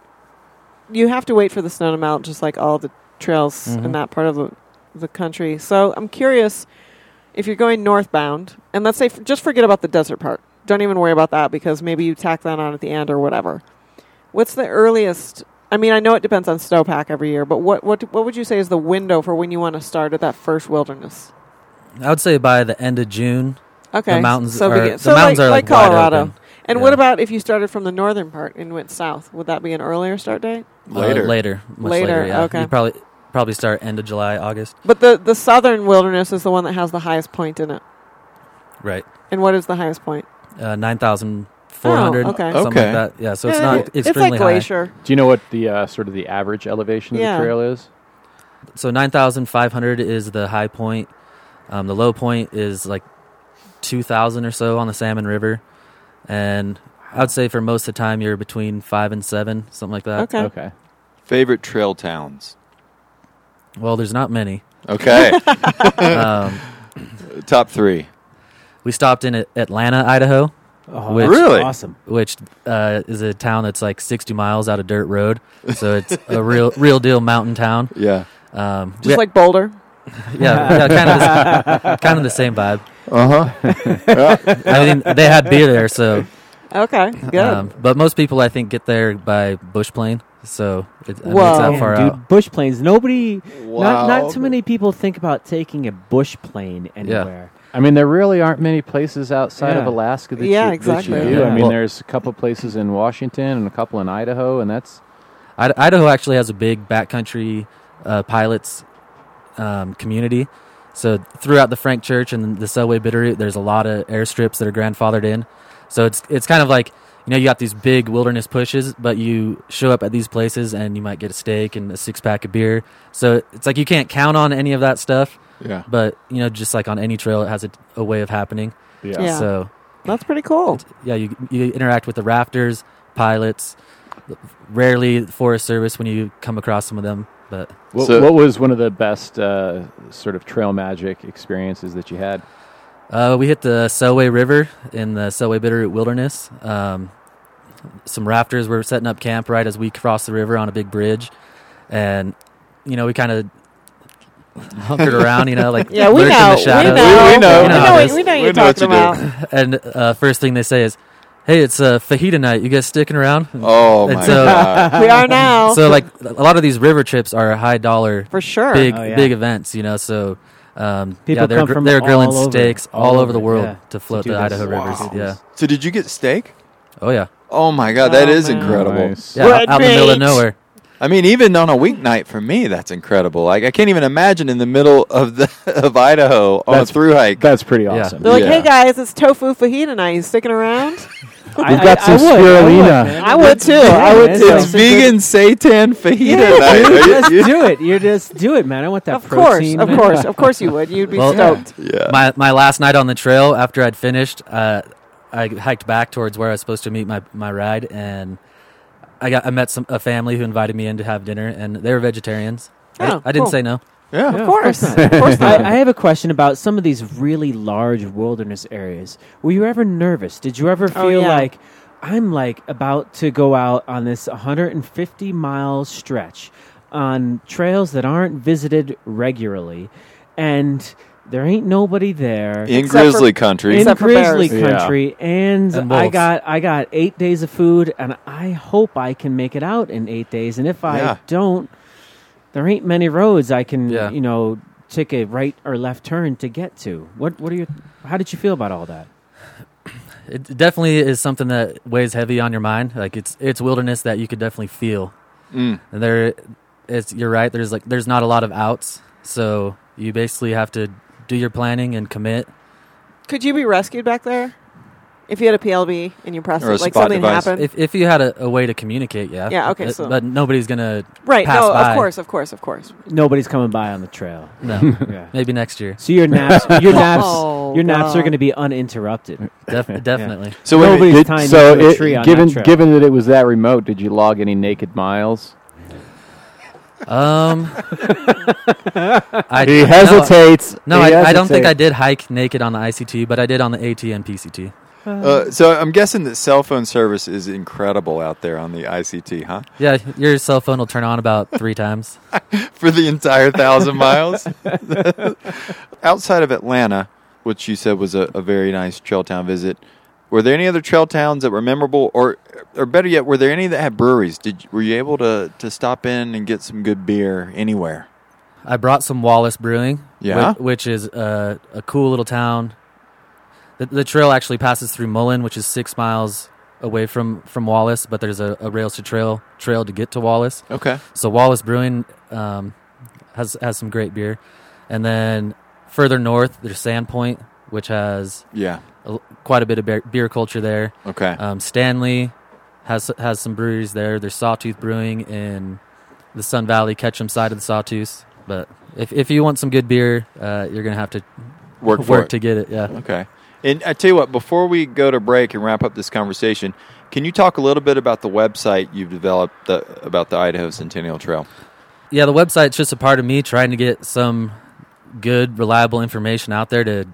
Speaker 1: you have to wait for the snow to melt, just like all the trails
Speaker 9: Mm-hmm.
Speaker 1: in that part of the the country. So I'm curious if you're going northbound, and let's say f- just forget about the desert part. Don't even worry about that because maybe you tack that on at the end or whatever. What's the earliest? I mean, I know it depends on snowpack every year, but what what what would you say is the window for when you want to start at that first wilderness?
Speaker 9: I would say by the end of June,
Speaker 1: Okay,
Speaker 9: The mountains
Speaker 1: So,
Speaker 9: are-
Speaker 1: begin-
Speaker 9: the
Speaker 1: so
Speaker 9: mountains
Speaker 1: like,
Speaker 9: are,
Speaker 1: like
Speaker 9: like, wide
Speaker 1: Colorado.
Speaker 9: open.
Speaker 1: And
Speaker 9: Yeah.
Speaker 1: what about if you started from the northern part and went south? Would that be an earlier start date?
Speaker 9: Uh,
Speaker 2: later.
Speaker 9: later, much
Speaker 1: Later,
Speaker 9: later. yeah.
Speaker 1: okay.
Speaker 9: You probably probably start end of July, August.
Speaker 1: But the the southern wilderness is the one that has the highest point in it.
Speaker 9: Right.
Speaker 1: And what is the highest point?
Speaker 9: Uh, Nine thousand four hundred.
Speaker 1: Oh, okay.
Speaker 9: Something
Speaker 2: Okay.
Speaker 9: like that. Yeah. So it's
Speaker 1: Yeah,
Speaker 9: not
Speaker 1: it- it's
Speaker 9: extremely
Speaker 1: like glacier.
Speaker 8: do you know what the uh, sort of the average elevation of
Speaker 1: Yeah.
Speaker 8: the trail is
Speaker 9: high. So nine thousand five hundred is the high point. Um, the low point is like two thousand or so on the Salmon River, and I'd say for most of the time you're between five and seven, something like that.
Speaker 1: Okay.
Speaker 8: okay
Speaker 2: Favorite trail towns.
Speaker 9: Well, there's not many.
Speaker 2: Okay,
Speaker 9: um,
Speaker 2: top three.
Speaker 9: we stopped in A- Atlanta, Idaho,
Speaker 4: Oh,
Speaker 9: Which-
Speaker 2: Really?
Speaker 4: awesome.
Speaker 9: which uh, is a town that's like 60 miles out of dirt road. So it's a real, real deal mountain town.
Speaker 2: Yeah.
Speaker 9: Um,
Speaker 1: Just
Speaker 9: we-
Speaker 1: like Boulder.
Speaker 9: yeah, yeah, kind of, the, s- kind of the same vibe.
Speaker 2: Uh huh. Uh-huh.
Speaker 9: I mean, they had beer there, so. um,
Speaker 1: Okay, good.
Speaker 9: but most people, I think, get there by bush plane, so it, I mean,
Speaker 1: Whoa.
Speaker 9: it's that
Speaker 1: Man,
Speaker 9: far
Speaker 4: dude,
Speaker 9: out.
Speaker 4: bush planes. Nobody,
Speaker 2: Wow.
Speaker 4: not, not too many people think about taking a bush plane anywhere.
Speaker 8: I mean, there really aren't many places outside of
Speaker 4: Yeah.
Speaker 8: Alaska that,
Speaker 1: Yeah,
Speaker 8: you, that
Speaker 1: exactly.
Speaker 8: you do. I
Speaker 9: Yeah.
Speaker 8: mean,
Speaker 9: Well-
Speaker 8: there's a couple places in Washington and a couple in Idaho, and that's
Speaker 9: Id- Idaho actually has a big backcountry uh, pilots um, community. So throughout the Frank Church and the Selway Bitterroot, there's a lot of airstrips that are grandfathered in. So it's it's kind of like you know you got these big wilderness pushes, but you show up at these places and you might get a steak and a six pack of beer. So it's like you can't count on any of that stuff,
Speaker 2: Yeah.
Speaker 9: but you know just like on any trail, it has a, a way of happening.
Speaker 1: Yeah.
Speaker 9: So
Speaker 1: That's pretty cool.
Speaker 9: yeah, you you interact with the rafters, pilots, rarely Forest Service when you come across some of them. But
Speaker 8: What,
Speaker 2: So-
Speaker 8: what was one of the best uh, sort of trail magic experiences that you had?
Speaker 9: uh, we hit the Selway River in the Selway Bitterroot Wilderness. Um, some rafters were setting up camp right as we crossed the river on a big bridge, and you know we kind of hunkered around, you know, like
Speaker 1: Yeah, we
Speaker 9: lurked in
Speaker 1: know.
Speaker 9: the
Speaker 1: We
Speaker 9: shadows.
Speaker 1: know. We know,
Speaker 2: We- we know.
Speaker 9: We
Speaker 1: what-
Speaker 9: know
Speaker 1: we know
Speaker 2: this.
Speaker 1: you're
Speaker 2: We know what
Speaker 1: talking
Speaker 2: you do.
Speaker 1: about.
Speaker 9: And uh, first thing they say is, "Hey, it's uh, fajita night. You guys sticking around?"
Speaker 2: Oh
Speaker 9: And
Speaker 2: my
Speaker 9: so-
Speaker 2: god.
Speaker 1: We are now.
Speaker 9: So like a lot of these river trips are high dollar
Speaker 1: for sure.
Speaker 9: big
Speaker 4: Oh, yeah.
Speaker 9: big events, you know. So um,
Speaker 4: People
Speaker 9: yeah, they're
Speaker 4: come
Speaker 9: gr-
Speaker 4: from
Speaker 9: they're grilling
Speaker 4: all over-
Speaker 9: steaks all,
Speaker 4: all
Speaker 9: over,
Speaker 4: over,
Speaker 9: the world
Speaker 4: yeah,
Speaker 9: to float
Speaker 4: to do
Speaker 9: the
Speaker 4: this.
Speaker 9: Idaho
Speaker 2: Wow.
Speaker 9: rivers. Yeah.
Speaker 2: So did you get steak?
Speaker 9: Oh yeah.
Speaker 2: Oh my god, that
Speaker 1: Oh,
Speaker 2: is
Speaker 1: man.
Speaker 2: incredible.
Speaker 8: Nice.
Speaker 9: Yeah. Out, out in the middle of nowhere.
Speaker 2: I mean, even on a weeknight for me, that's incredible. Like I can't even imagine in the middle of the of Idaho on
Speaker 8: That's-
Speaker 2: a through hike.
Speaker 8: That's pretty
Speaker 9: Yeah.
Speaker 8: awesome.
Speaker 1: They're like,
Speaker 2: Yeah.
Speaker 1: hey guys, it's tofu fajita tonight. You sticking around?
Speaker 4: I,
Speaker 8: We've
Speaker 4: I-
Speaker 8: got
Speaker 4: I
Speaker 8: some
Speaker 4: would, I would,
Speaker 8: spirulina.
Speaker 4: man.
Speaker 1: I would too. I would
Speaker 4: man,
Speaker 1: too.
Speaker 2: It's vegan seitan fajita night.
Speaker 4: Dude,
Speaker 2: Are
Speaker 4: just
Speaker 2: you-
Speaker 4: do it. You just do it, man. I want that
Speaker 1: Of course,
Speaker 4: protein.
Speaker 1: of course, of course you would. You'd be
Speaker 9: Well-
Speaker 1: stoked.
Speaker 2: yeah.
Speaker 9: My my last night on the trail after I'd finished, uh, I hiked back towards where I was supposed to meet my, my ride and I got I met some a family who invited me in to have dinner and they were vegetarians. I-
Speaker 1: Oh,
Speaker 9: I, didn't
Speaker 1: cool.
Speaker 9: say no.
Speaker 2: yeah.
Speaker 1: Of course, of course,
Speaker 4: I,
Speaker 1: not.
Speaker 4: I have a question about some of these really large wilderness areas. Were you ever nervous? Did you ever feel
Speaker 1: Oh, yeah.
Speaker 4: like I'm like about to go out on this 150 mile stretch on trails that aren't visited regularly, and there ain't nobody there
Speaker 2: In
Speaker 1: Except for-
Speaker 2: grizzly country.
Speaker 4: in
Speaker 1: Except for
Speaker 4: grizzly
Speaker 1: bears.
Speaker 8: Yeah.
Speaker 4: country, and,
Speaker 9: And
Speaker 4: I
Speaker 9: wolves.
Speaker 4: got I got eight days of food, and I hope I can make it out in eight days. And if I
Speaker 2: Yeah.
Speaker 4: don't, there ain't many roads I can
Speaker 9: Yeah.
Speaker 4: you know take a right or left turn to get to. What what are you? How did you feel about all that?
Speaker 9: It definitely is something that weighs heavy on your mind. Like it's it's wilderness that you could definitely feel.
Speaker 2: Mm.
Speaker 9: And there, it's you're right. There's like there's not a lot of outs, so you basically have to do your planning and commit.
Speaker 1: Could you be rescued back there if you had a PLB and you pressed
Speaker 2: Or a
Speaker 1: it? Like
Speaker 2: spot
Speaker 1: something
Speaker 2: device.
Speaker 1: happened?
Speaker 9: If if you had a, a way to communicate, yeah,
Speaker 1: Yeah, okay,
Speaker 9: But,
Speaker 1: so-
Speaker 9: but nobody's gonna
Speaker 1: right?
Speaker 9: pass
Speaker 1: No,
Speaker 9: by.
Speaker 1: of course, of course, of course.
Speaker 4: Nobody's coming by on the trail.
Speaker 9: no.
Speaker 4: Yeah.
Speaker 9: Maybe next year,
Speaker 4: So your naps, your naps,
Speaker 1: Oh,
Speaker 4: your naps are
Speaker 1: God.
Speaker 4: going to be uninterrupted.
Speaker 9: Def- definitely.
Speaker 2: so wait a minute,
Speaker 4: Nobody's
Speaker 8: Did-
Speaker 4: tying
Speaker 8: so
Speaker 4: you to a
Speaker 8: it-
Speaker 4: tree on
Speaker 8: given
Speaker 4: that trail.
Speaker 8: given that it was that remote, did you log any naked miles?
Speaker 9: Um, I,
Speaker 8: He
Speaker 9: no,
Speaker 8: hesitates.
Speaker 9: No, I, I don't think I did hike naked on the ICT, but I did on the AT and PCT.
Speaker 2: Uh, so I'm guessing that cell phone service is incredible out there on the ICT, huh?
Speaker 9: Yeah, your cell phone will turn on about three times.
Speaker 2: For the entire thousand miles. Outside of Atlanta, which you said was a, a very nice trail town visit, were there any other trail towns that were memorable, or or better yet, were there any that had breweries? Did were you able to to stop in and get some good beer anywhere?
Speaker 9: I brought some Wallace Brewing,
Speaker 2: Yeah?
Speaker 9: whi- which, is uh, a cool little town. The, the trail actually passes through Mullen, which is six miles away from, from Wallace, but there's a, a rails to trail trail to get to Wallace.
Speaker 2: Okay,
Speaker 9: So Wallace Brewing um, has has some great beer, and then further north there's Sandpoint, which has
Speaker 2: yeah,
Speaker 9: a, quite a bit of beer, beer culture there.
Speaker 2: okay,
Speaker 9: Um, Stanley has has some breweries there. There's Sawtooth Brewing in the Sun Valley, Ketchum side of the Sawtooth. But if if you want some good beer, uh, you're gonna have to
Speaker 2: work for
Speaker 9: work
Speaker 2: it.
Speaker 9: to get it. Yeah.
Speaker 2: Okay. And I tell you what, before we go to break and wrap up this conversation, can you talk a little bit about the website you've developed the, about the Idaho Centennial Trail?
Speaker 9: yeah, the website's just a part of me trying to get some good, reliable information out there to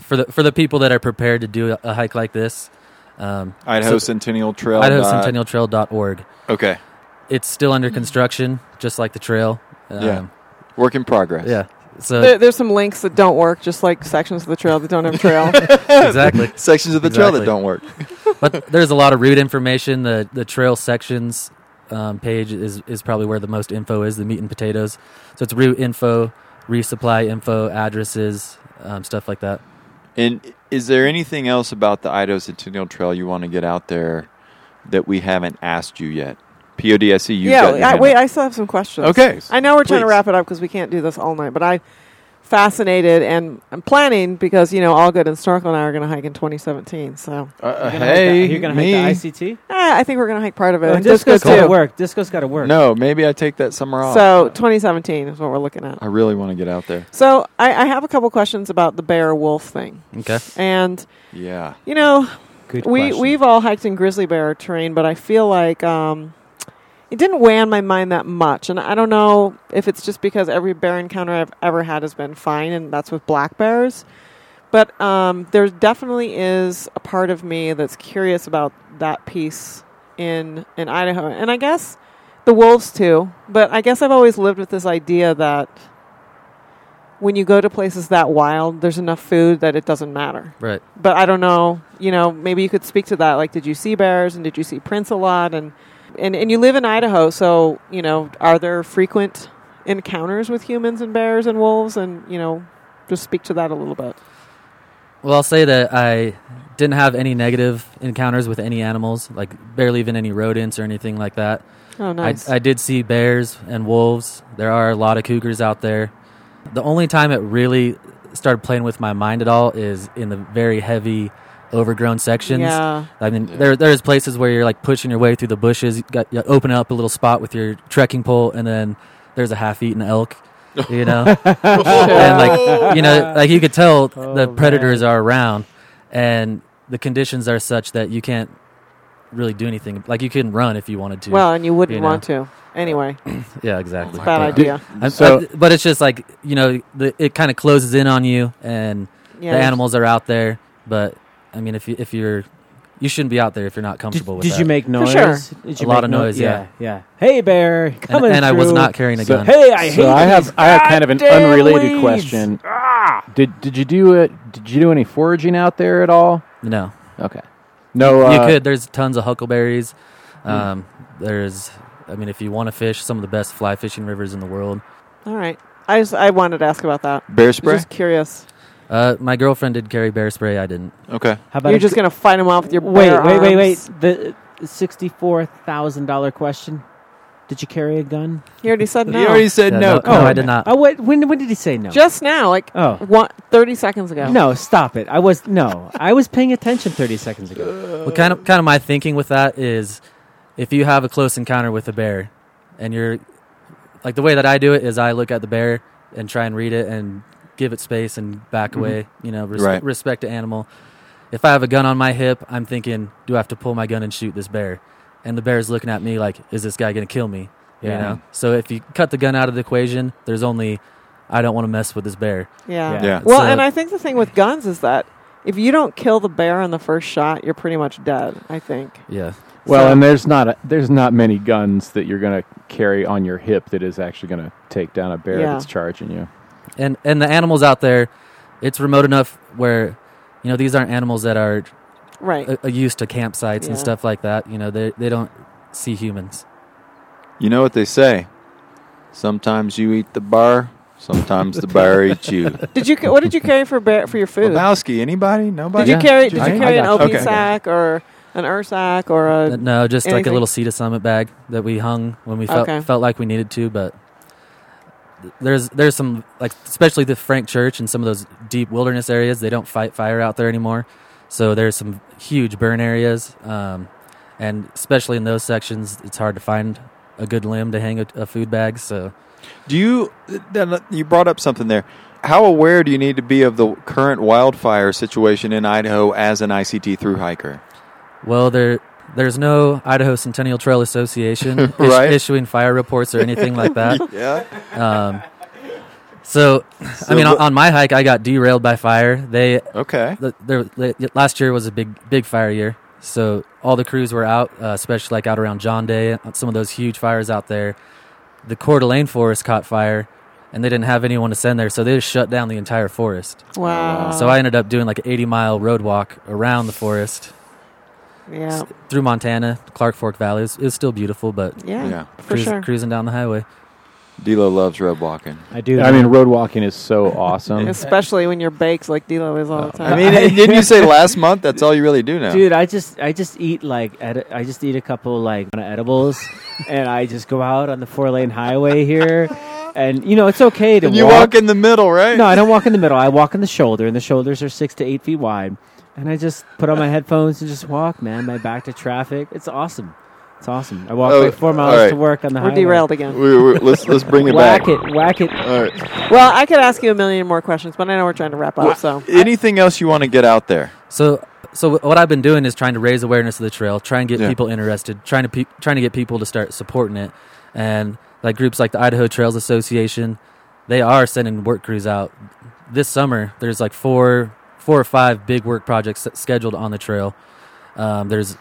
Speaker 9: for the for the people that are prepared to do a, a hike like this. Um,
Speaker 2: Idaho Centennial Trail.
Speaker 9: IdahoCentennialTrail.org.
Speaker 2: Okay.
Speaker 9: It's still under construction, just like the trail. Um,
Speaker 2: Yeah. Work in progress.
Speaker 9: yeah, So
Speaker 1: There, there's some links that don't work, just like sections of the trail that don't have trail.
Speaker 9: exactly.
Speaker 2: Sections of the trail that
Speaker 9: Exactly.
Speaker 2: don't work.
Speaker 9: but there's a lot of route information. The the trail sections um, page is is probably where the most info is. The meat and potatoes. So it's route info, resupply info, addresses, um, stuff like that.
Speaker 2: And is there anything else about the Idaho Centennial Trail you want to get out there that we haven't asked you yet? PODSE, E, you
Speaker 1: yeah,
Speaker 2: got your
Speaker 1: I,
Speaker 2: hand
Speaker 1: wait,
Speaker 2: up.
Speaker 1: I still have some questions.
Speaker 2: Okay,
Speaker 1: I know we're trying to
Speaker 2: please.
Speaker 1: wrap it up because we can't do this all night, but I fascinated and I'm planning because you know all good and snorkel and I are going to hike in 2017. So
Speaker 2: Uh, uh,
Speaker 4: You're gonna hike
Speaker 2: hey,
Speaker 4: the, you're gonna
Speaker 2: me.
Speaker 4: hike the ICT.
Speaker 1: ah, I think we're going to hike part of it.
Speaker 4: Oh,
Speaker 1: and disco
Speaker 4: disco's got to
Speaker 1: too.
Speaker 4: work. Disco's got to work.
Speaker 2: No, maybe I take that summer off.
Speaker 1: So 2017 is what we're looking at.
Speaker 2: I really want to get out there.
Speaker 1: So I, I have a couple questions about the bear wolf thing,
Speaker 9: Okay.
Speaker 1: and
Speaker 2: Yeah.
Speaker 1: you know
Speaker 4: Good
Speaker 1: we
Speaker 4: question.
Speaker 1: we've all hiked in grizzly bear terrain, but I feel like um, it didn't weigh on my mind that much, and I don't know if it's just because every bear encounter I've ever had has been fine, and that's with black bears. But um, there definitely is a part of me that's curious about that piece in in Idaho, and I guess the wolves too. But I guess I've always lived with this idea that when you go to places that wild, there's enough food that it doesn't matter
Speaker 9: Right.
Speaker 1: but I don't know. You know, maybe you could speak to that. Like, did you see bears and did you see prints a lot? And and and you live in Idaho, so you know, are there frequent encounters with humans and bears and wolves? And you know, just speak to that a little bit.
Speaker 9: Well, I'll say that I didn't have any negative encounters with any animals, like barely even any rodents or anything like that.
Speaker 1: Oh, nice.
Speaker 9: I, I did see bears and wolves. There are a lot of cougars out there. The only time it really started playing with my mind at all is in the very heavy, overgrown sections.
Speaker 1: Yeah.
Speaker 9: I mean, there there's places where you're like pushing your way through the bushes. You got you open up a little spot with your trekking pole, and then there's a half-eaten elk. You know, and like you know, like you could tell
Speaker 1: Oh,
Speaker 9: the predators are around, and the conditions are such that you can't really do anything. Like you couldn't run if you wanted to.
Speaker 1: well, and you wouldn't
Speaker 9: you know.
Speaker 1: want to anyway.
Speaker 9: yeah,
Speaker 2: Oh
Speaker 9: exactly.
Speaker 1: Bad idea.
Speaker 9: I-
Speaker 8: So-
Speaker 9: I- but it's just like you know, the, it kind of closes in on you, and
Speaker 1: Yeah.
Speaker 9: the animals are out there. But I mean, if you if you're you shouldn't be out there if you're not
Speaker 4: Did,
Speaker 9: comfortable with
Speaker 4: did
Speaker 9: that.
Speaker 4: you make noise?
Speaker 1: sure.
Speaker 4: Did
Speaker 9: A
Speaker 4: you
Speaker 9: lot
Speaker 4: make
Speaker 9: of
Speaker 4: no-
Speaker 9: noise, yeah.
Speaker 4: yeah, Hey, bear,
Speaker 9: and,
Speaker 4: coming
Speaker 9: and I was
Speaker 4: through.
Speaker 9: not carrying a
Speaker 8: So-
Speaker 9: gun.
Speaker 4: Hey, I hate
Speaker 8: so I have
Speaker 4: these
Speaker 8: I have kind of an
Speaker 4: goddamn
Speaker 8: unrelated
Speaker 4: weeds. Ah!
Speaker 8: question. Did did you do it? Did you do any foraging out there at all?
Speaker 9: no,
Speaker 8: Okay. No.
Speaker 9: you
Speaker 8: uh, Hmm.
Speaker 9: could. There's tons of huckleberries. Um, There's, I mean, if you want to fish, some of the best fly fishing rivers in the world.
Speaker 1: All right. I just I wanted to ask about that.
Speaker 2: Bear spray?
Speaker 1: Just curious.
Speaker 9: Uh, my girlfriend did carry bear spray. I didn't.
Speaker 2: Okay.
Speaker 4: How about
Speaker 1: You're
Speaker 4: a-
Speaker 1: just gonna fight them off with your
Speaker 4: wait,
Speaker 1: bare
Speaker 4: wait, wait, wait.
Speaker 1: arms.
Speaker 4: The sixty-four thousand dollar question. Did you carry a gun?
Speaker 1: He already said no.
Speaker 2: You already said
Speaker 9: Yeah,
Speaker 2: no.
Speaker 9: no,
Speaker 2: Come
Speaker 9: no, I
Speaker 2: on.
Speaker 9: did not.
Speaker 4: Oh, what? When? When did he say no?
Speaker 1: just now, like
Speaker 4: Oh.
Speaker 1: one, 30 seconds ago.
Speaker 4: no, stop it. I was no. I was paying attention thirty seconds ago.
Speaker 9: Well, kind of, kind of my thinking with that is, if you have a close encounter with a bear, and you're, like the way that I do it is I look at the bear and try and read it and give it space and back
Speaker 4: Mm-hmm.
Speaker 9: away. You know, res-
Speaker 2: Right.
Speaker 9: respect the animal. If I have a gun on my hip, I'm thinking, do I have to pull my gun and shoot this bear? And the bear's looking at me like, is this guy going to kill me? You
Speaker 4: Yeah.
Speaker 9: know. So if you cut the gun out of the equation, there's only, I don't want to mess with this bear.
Speaker 1: Yeah.
Speaker 2: Yeah.
Speaker 1: Well,
Speaker 9: So-
Speaker 1: and I think the thing with guns is that if you don't kill the bear on the first shot, you're pretty much dead, I think.
Speaker 9: Yeah.
Speaker 8: Well,
Speaker 1: So-
Speaker 8: and there's not a, there's not many guns that you're going to carry on your hip that is actually going to take down a bear
Speaker 1: Yeah.
Speaker 8: that's charging you.
Speaker 9: and and the animals out there, it's remote enough where, you know, these aren't animals that are
Speaker 1: Right.
Speaker 9: uh, uh, used to campsites
Speaker 1: Yeah.
Speaker 9: and stuff like that. You know, they they don't see humans.
Speaker 2: You know what they say? Sometimes you eat the bar, sometimes the bar eats you.
Speaker 1: Did you ca- what did you carry for bear for your food?
Speaker 2: Lebowski, anybody? Nobody?
Speaker 1: did you
Speaker 9: Yeah.
Speaker 1: carry did
Speaker 2: I-
Speaker 1: you
Speaker 2: I
Speaker 1: carry an
Speaker 2: got
Speaker 1: OP
Speaker 2: you. Okay.
Speaker 1: sack or an ursac or
Speaker 9: Uh,
Speaker 1: a
Speaker 9: No, just like a
Speaker 1: anything-
Speaker 9: little Sea to Summit bag that we hung when we felt
Speaker 1: Okay.
Speaker 9: felt like we needed to, but. th- There's there's some like especially the Frank Church and some of those deep wilderness areas they don't fight fire out there anymore, so there's some huge burn areas, um, and especially in those sections it's hard to find a good limb to hang a, a food bag. So
Speaker 2: Do you? then uh, You brought up something there. How aware do you need to be of the current wildfire situation in Idaho as an ICT through hiker?
Speaker 9: Well, there there's no Idaho Centennial Trail Association is-
Speaker 2: Right.
Speaker 9: issuing fire reports or anything like that. Um,
Speaker 2: Yeah.
Speaker 9: So, I mean, on, on my hike, I got derailed by fire. They
Speaker 2: Okay.
Speaker 9: the, there the- last year was a big big fire year, so all the crews were out, uh, especially like uh, out around John Day. Some of those huge fires out there. The Coeur d'Alene forest caught fire. and they didn't have anyone to send there, so they just shut down the entire forest.
Speaker 1: Wow.
Speaker 9: So I ended up doing like an 80 mile road walk around the forest
Speaker 1: yeah,
Speaker 9: through Montana, Clark Fork Valley. It was, it was still beautiful, but
Speaker 1: yeah,
Speaker 2: Yeah.
Speaker 1: for
Speaker 9: cruis-
Speaker 1: sure.
Speaker 9: cruising down the highway.
Speaker 2: D'Lo loves road walking.
Speaker 4: I do.
Speaker 8: I mean, road walking is so awesome.
Speaker 1: Especially when you're baked like D'Lo is
Speaker 9: Uh,
Speaker 1: all the time.
Speaker 2: I mean, didn't you say last month? That's all you really do now.
Speaker 4: Dude, I just I just eat like edi- I just eat a couple like kinda edibles, and I just go out on the four lane highway here, and you know it's okay to
Speaker 2: and you walk in the middle, right?
Speaker 4: No, I don't walk in the middle. I walk in the shoulder, and the shoulders are six to eight feet wide. And I just put on my headphones and just walk, man. My back to traffic. It's awesome. It's awesome. I walk
Speaker 2: Oh,
Speaker 4: like four miles
Speaker 2: alright.
Speaker 4: to work on the
Speaker 1: We're
Speaker 4: highway.
Speaker 1: derailed again.
Speaker 2: We- we- let's let's bring it
Speaker 4: Whack
Speaker 2: back.
Speaker 4: it, whack it.
Speaker 2: All right.
Speaker 1: Well, I could ask you a million more questions, but I know we're trying to wrap up. So
Speaker 2: Anything else you want to get out there?
Speaker 9: So, so what I've been doing is trying to raise awareness of the trail, try and get
Speaker 2: Yeah.
Speaker 9: people interested, trying to pe- trying to get people to start supporting it, and like groups like the Idaho Trails Association, they are sending work crews out this summer. There's like four four or five big work projects s- scheduled on the trail. Um, there's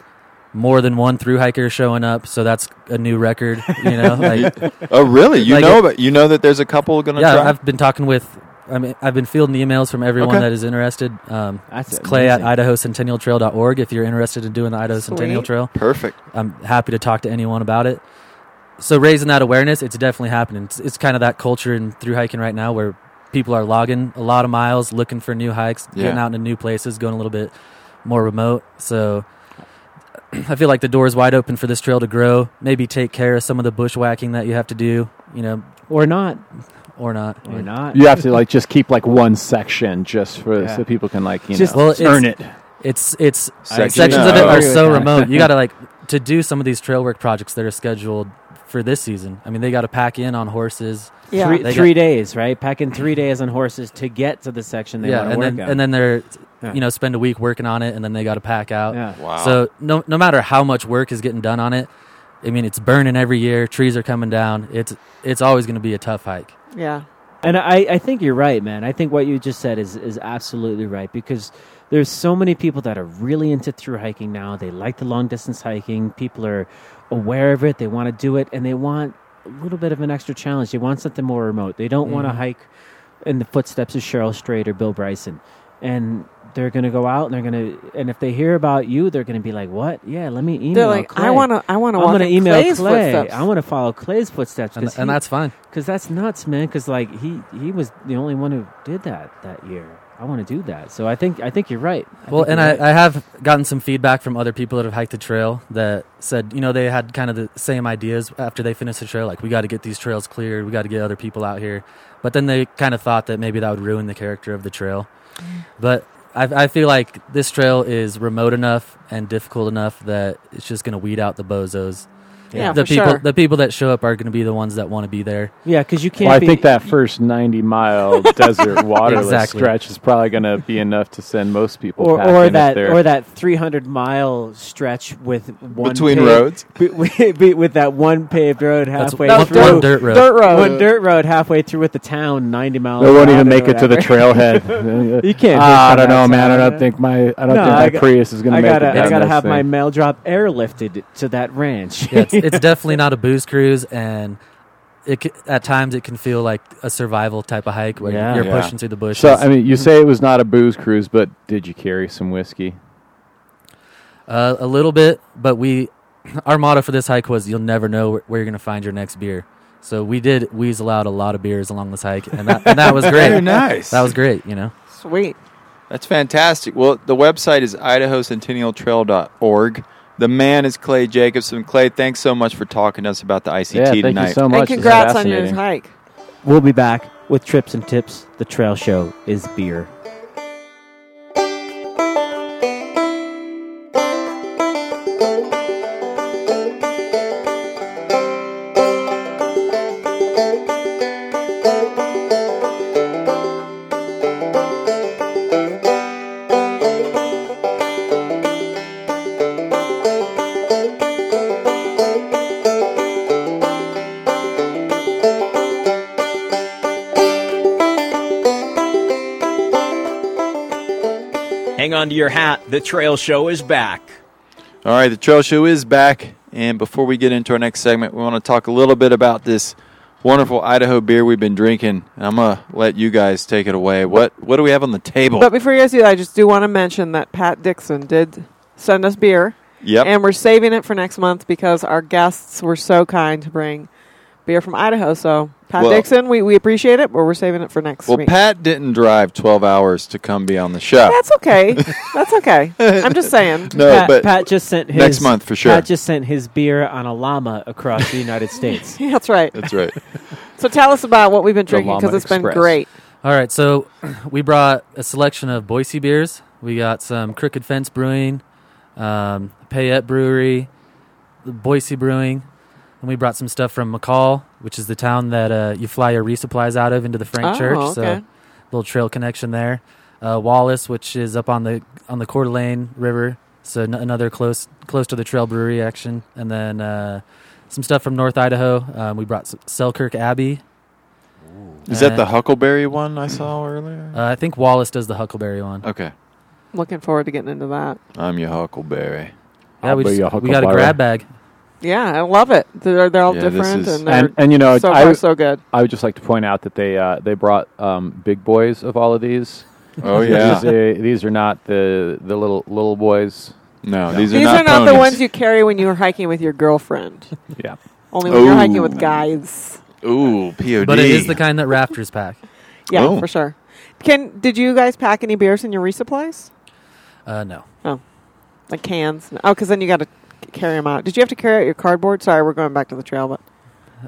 Speaker 9: more than one through hiker showing up, so that's a new record. You know, like
Speaker 2: Oh, really? You
Speaker 9: Like
Speaker 2: know,
Speaker 9: it-
Speaker 2: about, you know that there's a couple going to
Speaker 9: yeah,
Speaker 2: try.
Speaker 9: I've been talking with. I mean, I've been fielding emails from everyone
Speaker 2: Okay.
Speaker 9: that is interested. Um,
Speaker 4: That's
Speaker 9: it's Clay at
Speaker 4: amazing.
Speaker 9: IdahoCentennialTrail.org. If you're interested in doing the Idaho Centennial
Speaker 1: Sweet.
Speaker 9: Trail,
Speaker 2: Perfect.
Speaker 9: I'm happy to talk to anyone about it. So raising that awareness, it's definitely happening. It's, it's kind of that culture in through hiking right now where people are logging a lot of miles, looking for new hikes,
Speaker 2: Yeah.
Speaker 9: getting out into new places, going a little bit more remote. So I feel like the door is wide open for this trail to grow. Maybe take care of some of the bushwhacking that you have to do, you know,
Speaker 4: or not,
Speaker 9: or not.
Speaker 4: or not.
Speaker 8: You have to like just keep like one section just for
Speaker 4: Yeah.
Speaker 8: so people can like you
Speaker 9: Just-
Speaker 8: know
Speaker 9: Well, it's-
Speaker 8: earn it.
Speaker 9: It's it's
Speaker 2: Section-
Speaker 9: sections of it
Speaker 2: No.
Speaker 9: are
Speaker 4: Agree
Speaker 9: so
Speaker 4: with that.
Speaker 9: remote. You got to like to do some of these trail work projects that are scheduled for this season. I mean, they got to pack in on horses.
Speaker 1: yeah,
Speaker 4: three,
Speaker 9: They
Speaker 4: three days, right? Packing three days on horses to get to the section they
Speaker 9: yeah,
Speaker 4: want to
Speaker 9: and
Speaker 4: work
Speaker 9: then
Speaker 4: at.
Speaker 9: and then they're
Speaker 4: Yeah.
Speaker 9: you know spend a week working on it, and then they got to pack out.
Speaker 4: yeah.
Speaker 2: Wow.
Speaker 9: So no no matter how much work is getting done on it, I mean it's burning every year. Trees are coming down. It's it's always going to be a tough hike.
Speaker 1: yeah,
Speaker 4: And I, I think you're right, man. I think what you just said is, is absolutely right because there's so many people that are really into through hiking now. They like the long distance hiking. People are aware of it. They want to do it and they want a little bit of an extra challenge. They want something more remote. They don't want to
Speaker 1: Mm-hmm.
Speaker 4: hike in the footsteps of Cheryl Strait or Bill Bryson. And they're going to go out and they're going to, and if they hear about you, they're going to be like, what? Yeah, let me email.
Speaker 1: they're like, I
Speaker 4: Clay.
Speaker 1: want to, I want to
Speaker 4: I'm
Speaker 1: walk
Speaker 4: gonna
Speaker 1: in
Speaker 4: email
Speaker 1: Clay's
Speaker 4: Clay.
Speaker 1: footsteps.
Speaker 4: I want to follow Clay's footsteps,
Speaker 9: And,
Speaker 4: 'cause
Speaker 9: and
Speaker 4: he-
Speaker 9: that's fine.
Speaker 4: Cause that's nuts, man. Cause like he he was the only one who did that that year. I want to do that. So I think I think you're right. I
Speaker 9: Well,
Speaker 4: think
Speaker 9: and
Speaker 4: you're
Speaker 9: I,
Speaker 4: right.
Speaker 9: I have gotten some feedback from other people that have hiked the trail that said, you know, they had kind of the same ideas after they finished the trail. Like, we got to get these trails cleared. We got to get other people out here. But then they kind of thought that maybe that would ruin the character of the trail. But I, I feel like this trail is remote enough and difficult enough that it's just going to weed out the bozos.
Speaker 1: Yeah,
Speaker 9: the
Speaker 1: for
Speaker 9: people
Speaker 1: sure.
Speaker 9: the people that show up are going to be the ones that want to be there.
Speaker 4: yeah, cause you can't.
Speaker 8: Well, I
Speaker 4: be-
Speaker 8: think that first ninety mile desert waterless
Speaker 9: Exactly.
Speaker 8: stretch is probably going to be enough to send most people
Speaker 4: or
Speaker 8: packing
Speaker 4: or
Speaker 8: if
Speaker 4: that
Speaker 8: they're-
Speaker 4: or that 300 mile stretch with one
Speaker 2: Between
Speaker 4: paved-
Speaker 2: roads?
Speaker 4: be- be- be- with that one paved road halfway
Speaker 9: one,
Speaker 4: through.
Speaker 9: one dirt road.
Speaker 1: dirt road.
Speaker 4: One dirt road halfway through with the town 90 miles.
Speaker 8: they won't
Speaker 4: an hour
Speaker 8: even
Speaker 4: or
Speaker 8: make it to the
Speaker 4: whatever.
Speaker 8: trailhead.
Speaker 4: You can't
Speaker 8: Ah, I
Speaker 4: just
Speaker 8: don't know,
Speaker 4: come
Speaker 8: man. I
Speaker 4: outside.
Speaker 8: don't think my I don't
Speaker 4: No,
Speaker 8: think
Speaker 4: I
Speaker 8: my
Speaker 4: got-
Speaker 8: Prius is going to
Speaker 4: I
Speaker 8: make
Speaker 4: gotta
Speaker 8: it. down
Speaker 4: I gotta
Speaker 8: this
Speaker 4: have my
Speaker 8: thing.
Speaker 4: mail drop airlifted to that ranch.
Speaker 9: Yeah, it's, it's definitely not a booze cruise, and it c- at times it can feel like a survival type of hike where
Speaker 4: Yeah.
Speaker 9: you're
Speaker 2: Yeah.
Speaker 9: pushing through the bushes.
Speaker 8: So I mean, you say it was not a booze cruise, but did you carry some whiskey?
Speaker 9: uh, a little bit, but we our motto for this hike was you'll never know where- where you're going to find your next beer. So we did weasel out a lot of beers along this hike, and that, and that was
Speaker 2: Very
Speaker 9: great.
Speaker 2: nice.
Speaker 9: That was great, you know.
Speaker 1: Sweet.
Speaker 2: That's fantastic. Well, the website is idahocentennialtrail.org. The man is Clay Jacobson. Clay, thanks so much for talking to us about the ICT
Speaker 8: yeah, thank
Speaker 2: tonight.
Speaker 8: you so much.
Speaker 1: and
Speaker 8: This is
Speaker 1: congrats on your
Speaker 8: fascinating.
Speaker 1: hike.
Speaker 4: We'll be back with trips and tips. The trail show is beer.
Speaker 5: Hang on to your hat. The Trail Show is back.
Speaker 2: All right, the Trail Show is back. And before we get into our next segment, we want to talk a little bit about this wonderful Idaho beer we've been drinking. And I'm gonna let you guys take it away. What what do we have on the table?
Speaker 1: But before you guys do that, I just do want to mention that Pat Dixon did send us beer.
Speaker 2: Yep.
Speaker 1: And we're saving it for next month because our guests were so kind to bring beer from Idaho. So, Pat
Speaker 2: Well-
Speaker 1: Dixon, we, we appreciate it, but we're saving it for next
Speaker 2: Well,
Speaker 1: week.
Speaker 2: Pat didn't drive 12 hours to come be on the show.
Speaker 1: That's okay. That's okay. I'm just saying.
Speaker 2: no,
Speaker 4: Pat,
Speaker 2: but
Speaker 4: Pat just sent his,
Speaker 2: next month for sure.
Speaker 4: Pat just sent his beer on a llama across the United States.
Speaker 1: That's right.
Speaker 2: That's right.
Speaker 1: So tell us about what we've been drinking
Speaker 8: Llama
Speaker 1: because it's been
Speaker 8: Express.
Speaker 1: great.
Speaker 9: All right, so we brought a selection of Boise beers. We got some Crooked Fence Brewing, um, Payette Brewery, Boise Brewing, and we brought some stuff from McCall, which is the town that uh, you fly your resupplies out of into the Frank
Speaker 1: Oh,
Speaker 9: Church. So
Speaker 1: okay.
Speaker 9: little trail connection there. Uh, Wallace, which is up on the on the Coeur d'Alene River, so n- another close close to the trail brewery action, and then uh, some stuff from North Idaho. Um, we brought s- Selkirk Abbey.
Speaker 2: Is that
Speaker 9: Uh,
Speaker 2: the Huckleberry one I saw earlier?
Speaker 9: Uh, I think Wallace does the Huckleberry one.
Speaker 2: okay.
Speaker 1: Looking forward to getting into that.
Speaker 2: I'm your Huckleberry.
Speaker 9: Yeah,
Speaker 3: I'll
Speaker 9: we,
Speaker 3: be
Speaker 9: just,
Speaker 3: your
Speaker 9: we got a
Speaker 3: huckleberry.
Speaker 9: grab bag.
Speaker 1: Yeah, I love it. They're, they're all
Speaker 2: Yeah, this
Speaker 1: different
Speaker 2: is-
Speaker 1: and they're
Speaker 8: And, and you know,
Speaker 1: so
Speaker 8: I,
Speaker 1: far
Speaker 8: would-
Speaker 1: so good.
Speaker 8: I would just like to point out that they uh, they brought um, big boys of all of these.
Speaker 2: Oh,
Speaker 8: these, uh, these are not the the little little boys.
Speaker 2: No, these are
Speaker 1: These
Speaker 2: not
Speaker 1: are not the
Speaker 2: ponies.
Speaker 1: ones you carry when you are hiking with your girlfriend.
Speaker 8: Yeah,
Speaker 1: Only when you're hiking
Speaker 2: Ooh.
Speaker 1: with guys.
Speaker 2: Ooh, POD.
Speaker 9: But it is the kind that rafters pack.
Speaker 1: Yeah,
Speaker 2: Oh.
Speaker 1: for sure. Can did you guys pack any beers in your resupplies? Oh.
Speaker 9: Uh, no.
Speaker 1: Like cans? Oh, because then you got to carry them out. Did you have to carry out your cardboard? Sorry, we're going back to the trail, but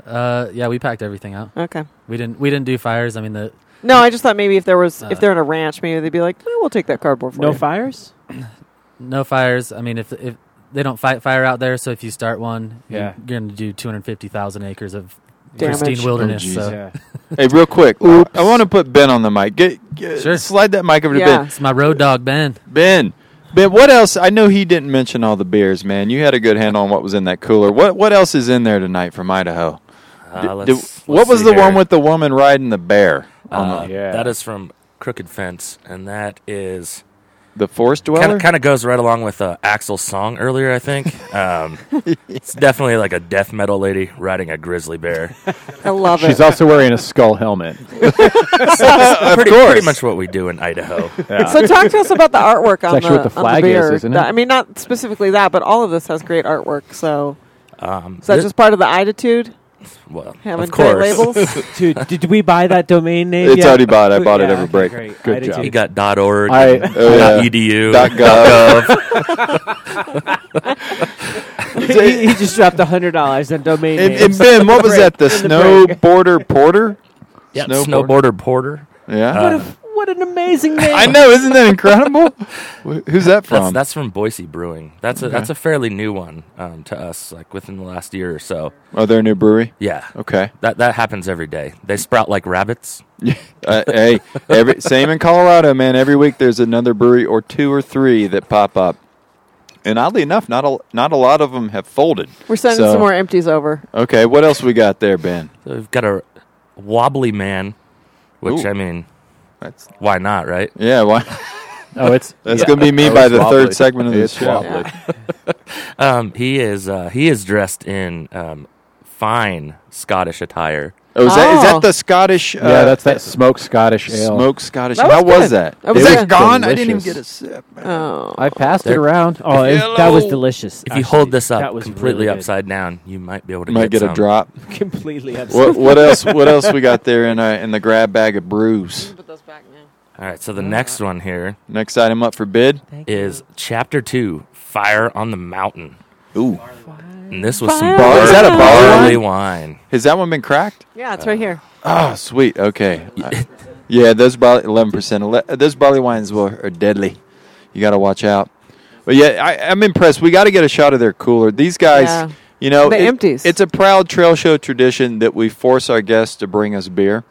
Speaker 9: Uh, yeah, we packed everything out.
Speaker 1: okay.
Speaker 9: We didn't. We didn't do fires. I mean, the
Speaker 1: No, I just thought maybe if there was
Speaker 9: Uh.
Speaker 1: if they're in a ranch, maybe they'd be like, "Eh, we'll take that cardboard for
Speaker 4: No
Speaker 1: you.
Speaker 4: fires.
Speaker 9: no fires. I mean, if if they don't fight fire out there, so if you start one,
Speaker 4: Yeah.
Speaker 9: you're going to do two hundred fifty thousand acres of
Speaker 1: Damage.
Speaker 9: pristine wilderness.
Speaker 2: Oh,
Speaker 9: so
Speaker 4: Yeah.
Speaker 2: Hey, real quick. I want to put Ben on the mic. Get, get
Speaker 9: Sure.
Speaker 2: slide that mic over to
Speaker 1: Yeah.
Speaker 2: Ben.
Speaker 9: it's my road dog Ben.
Speaker 2: Ben. Ben, what else? I know he didn't mention all the beers, man. You had a good handle on what was in that cooler. What what else is in there tonight from Idaho? D-
Speaker 10: Uh,
Speaker 2: d-
Speaker 10: let's-
Speaker 2: what
Speaker 10: let's
Speaker 2: was
Speaker 10: see
Speaker 2: the
Speaker 10: here.
Speaker 2: one with the woman riding the bear? on
Speaker 10: Uh,
Speaker 2: the,
Speaker 8: yeah.
Speaker 10: That is from Crooked Fence, and that is
Speaker 2: the forest
Speaker 10: kind
Speaker 2: dweller?
Speaker 10: of kind of goes right along with uh, Axel's song earlier. I think um, it's definitely like a death metal lady riding a grizzly bear.
Speaker 1: I love
Speaker 8: she's
Speaker 1: it.
Speaker 8: also wearing a skull helmet.
Speaker 10: pretty, pretty much what we do in Idaho.
Speaker 1: So talk to us about the artwork on,
Speaker 8: actually
Speaker 1: the,
Speaker 8: what the
Speaker 1: on
Speaker 8: flag is,
Speaker 1: beer.
Speaker 8: isn't it?
Speaker 1: That- I mean, not specifically that, but all of this has great artwork. So
Speaker 10: Um,
Speaker 1: is that
Speaker 10: thi-
Speaker 1: just part of the attitude?
Speaker 10: well,
Speaker 1: Having
Speaker 10: of
Speaker 1: great
Speaker 10: course.
Speaker 1: labels.
Speaker 4: Dude, did we buy that domain name?
Speaker 2: It's
Speaker 4: yet?
Speaker 2: already bought. I bought it
Speaker 4: Yeah,
Speaker 2: over
Speaker 4: okay,
Speaker 2: break.
Speaker 4: great.
Speaker 8: Good
Speaker 4: I did
Speaker 8: job.
Speaker 4: too.
Speaker 10: You got E dot org,
Speaker 8: I
Speaker 2: Oh,
Speaker 10: dot
Speaker 2: yeah.
Speaker 10: edu.
Speaker 2: Dot gov.
Speaker 4: he, he just dropped hundred dollars on domain
Speaker 2: and,
Speaker 4: names.
Speaker 2: and Ben, what was that? The
Speaker 4: In the
Speaker 2: snowboarder porter?
Speaker 10: Yeah,
Speaker 2: Snowboarder.
Speaker 10: snowboarder porter.
Speaker 2: Yeah.
Speaker 4: what, a, what an amazing name!
Speaker 2: I know, isn't that incredible? Wh- Who's that
Speaker 10: That's
Speaker 2: from?
Speaker 10: that's from Boise Brewing. That's a that's a fairly new one um, to us, like within the last year or so.
Speaker 2: oh, they're a new brewery.
Speaker 10: Yeah,
Speaker 2: Okay.
Speaker 10: that that happens every day. They sprout like rabbits.
Speaker 2: Uh, hey, every, same in Colorado, man. Every week there's another brewery or two or three that pop up, and oddly enough, not a not a lot of them have folded.
Speaker 1: We're sending
Speaker 2: So-
Speaker 1: some more empties over.
Speaker 2: Okay, what else we got there, Ben?
Speaker 10: So we've got a wobbly man, which
Speaker 2: Ooh.
Speaker 10: I mean,
Speaker 2: That's
Speaker 10: why not, right?
Speaker 2: yeah. Why,
Speaker 8: Oh, it's
Speaker 2: that's
Speaker 8: yeah.
Speaker 2: gonna be me
Speaker 8: Oh,
Speaker 2: by
Speaker 8: it's
Speaker 2: the
Speaker 8: wobbly.
Speaker 2: third segment of the
Speaker 8: It's
Speaker 2: show.
Speaker 8: wobbly.
Speaker 10: Um, he is uh, he is dressed in um, fine Scottish attire.
Speaker 2: Oh, is that is
Speaker 1: Oh.
Speaker 2: that the Scottish? Uh,
Speaker 8: Yeah, that's that smoked Scottish ale.
Speaker 2: smoked Scottish.
Speaker 1: That was
Speaker 2: How was
Speaker 1: good.
Speaker 2: that?
Speaker 1: That
Speaker 2: Is
Speaker 1: was
Speaker 2: that
Speaker 1: good.
Speaker 2: gone? I didn't even
Speaker 8: Delicious.
Speaker 2: get a sip. man.
Speaker 1: Oh,
Speaker 8: I passed it
Speaker 10: There-
Speaker 8: around.
Speaker 4: Oh, it- that was delicious.
Speaker 10: If you hold
Speaker 4: actually.
Speaker 10: this
Speaker 4: That
Speaker 10: up
Speaker 4: was
Speaker 10: completely
Speaker 4: really good.
Speaker 10: upside down, you might be able to
Speaker 2: Might get a
Speaker 10: some.
Speaker 2: drop.
Speaker 4: completely upside.
Speaker 2: What what else? What else we got there in uh, in the grab bag of brews?
Speaker 1: put those back now.
Speaker 10: All right, so the next one here
Speaker 2: Next item up for bid.
Speaker 10: is Chapter Two: Fire on the Mountain,
Speaker 2: Ooh,
Speaker 10: and this was
Speaker 1: Fire
Speaker 10: some
Speaker 1: on
Speaker 10: bar-
Speaker 1: the Is that a
Speaker 2: bar
Speaker 10: barley wine.
Speaker 2: has that one been cracked?
Speaker 1: Yeah, it's right here.
Speaker 2: Oh, sweet. Okay. I- yeah, those barley eleven percent. Those barley wines were are deadly. You got to watch out. But yeah, I, I'm impressed. We got to get a shot of their cooler. These guys,
Speaker 1: Yeah.
Speaker 2: you know,
Speaker 1: The
Speaker 2: it-
Speaker 1: empties.
Speaker 2: It's a proud trail show tradition that we force our guests to bring us beer,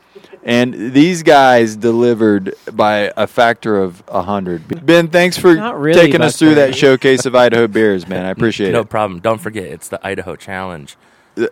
Speaker 2: and these guys delivered by a factor of hundred. Ben, thanks for
Speaker 4: Not really,
Speaker 2: taking us
Speaker 4: but
Speaker 2: through that
Speaker 4: thank
Speaker 2: showcase of Idaho beers, man. I appreciate
Speaker 10: No
Speaker 2: it.
Speaker 10: problem. Don't forget, it's the Idaho Challenge.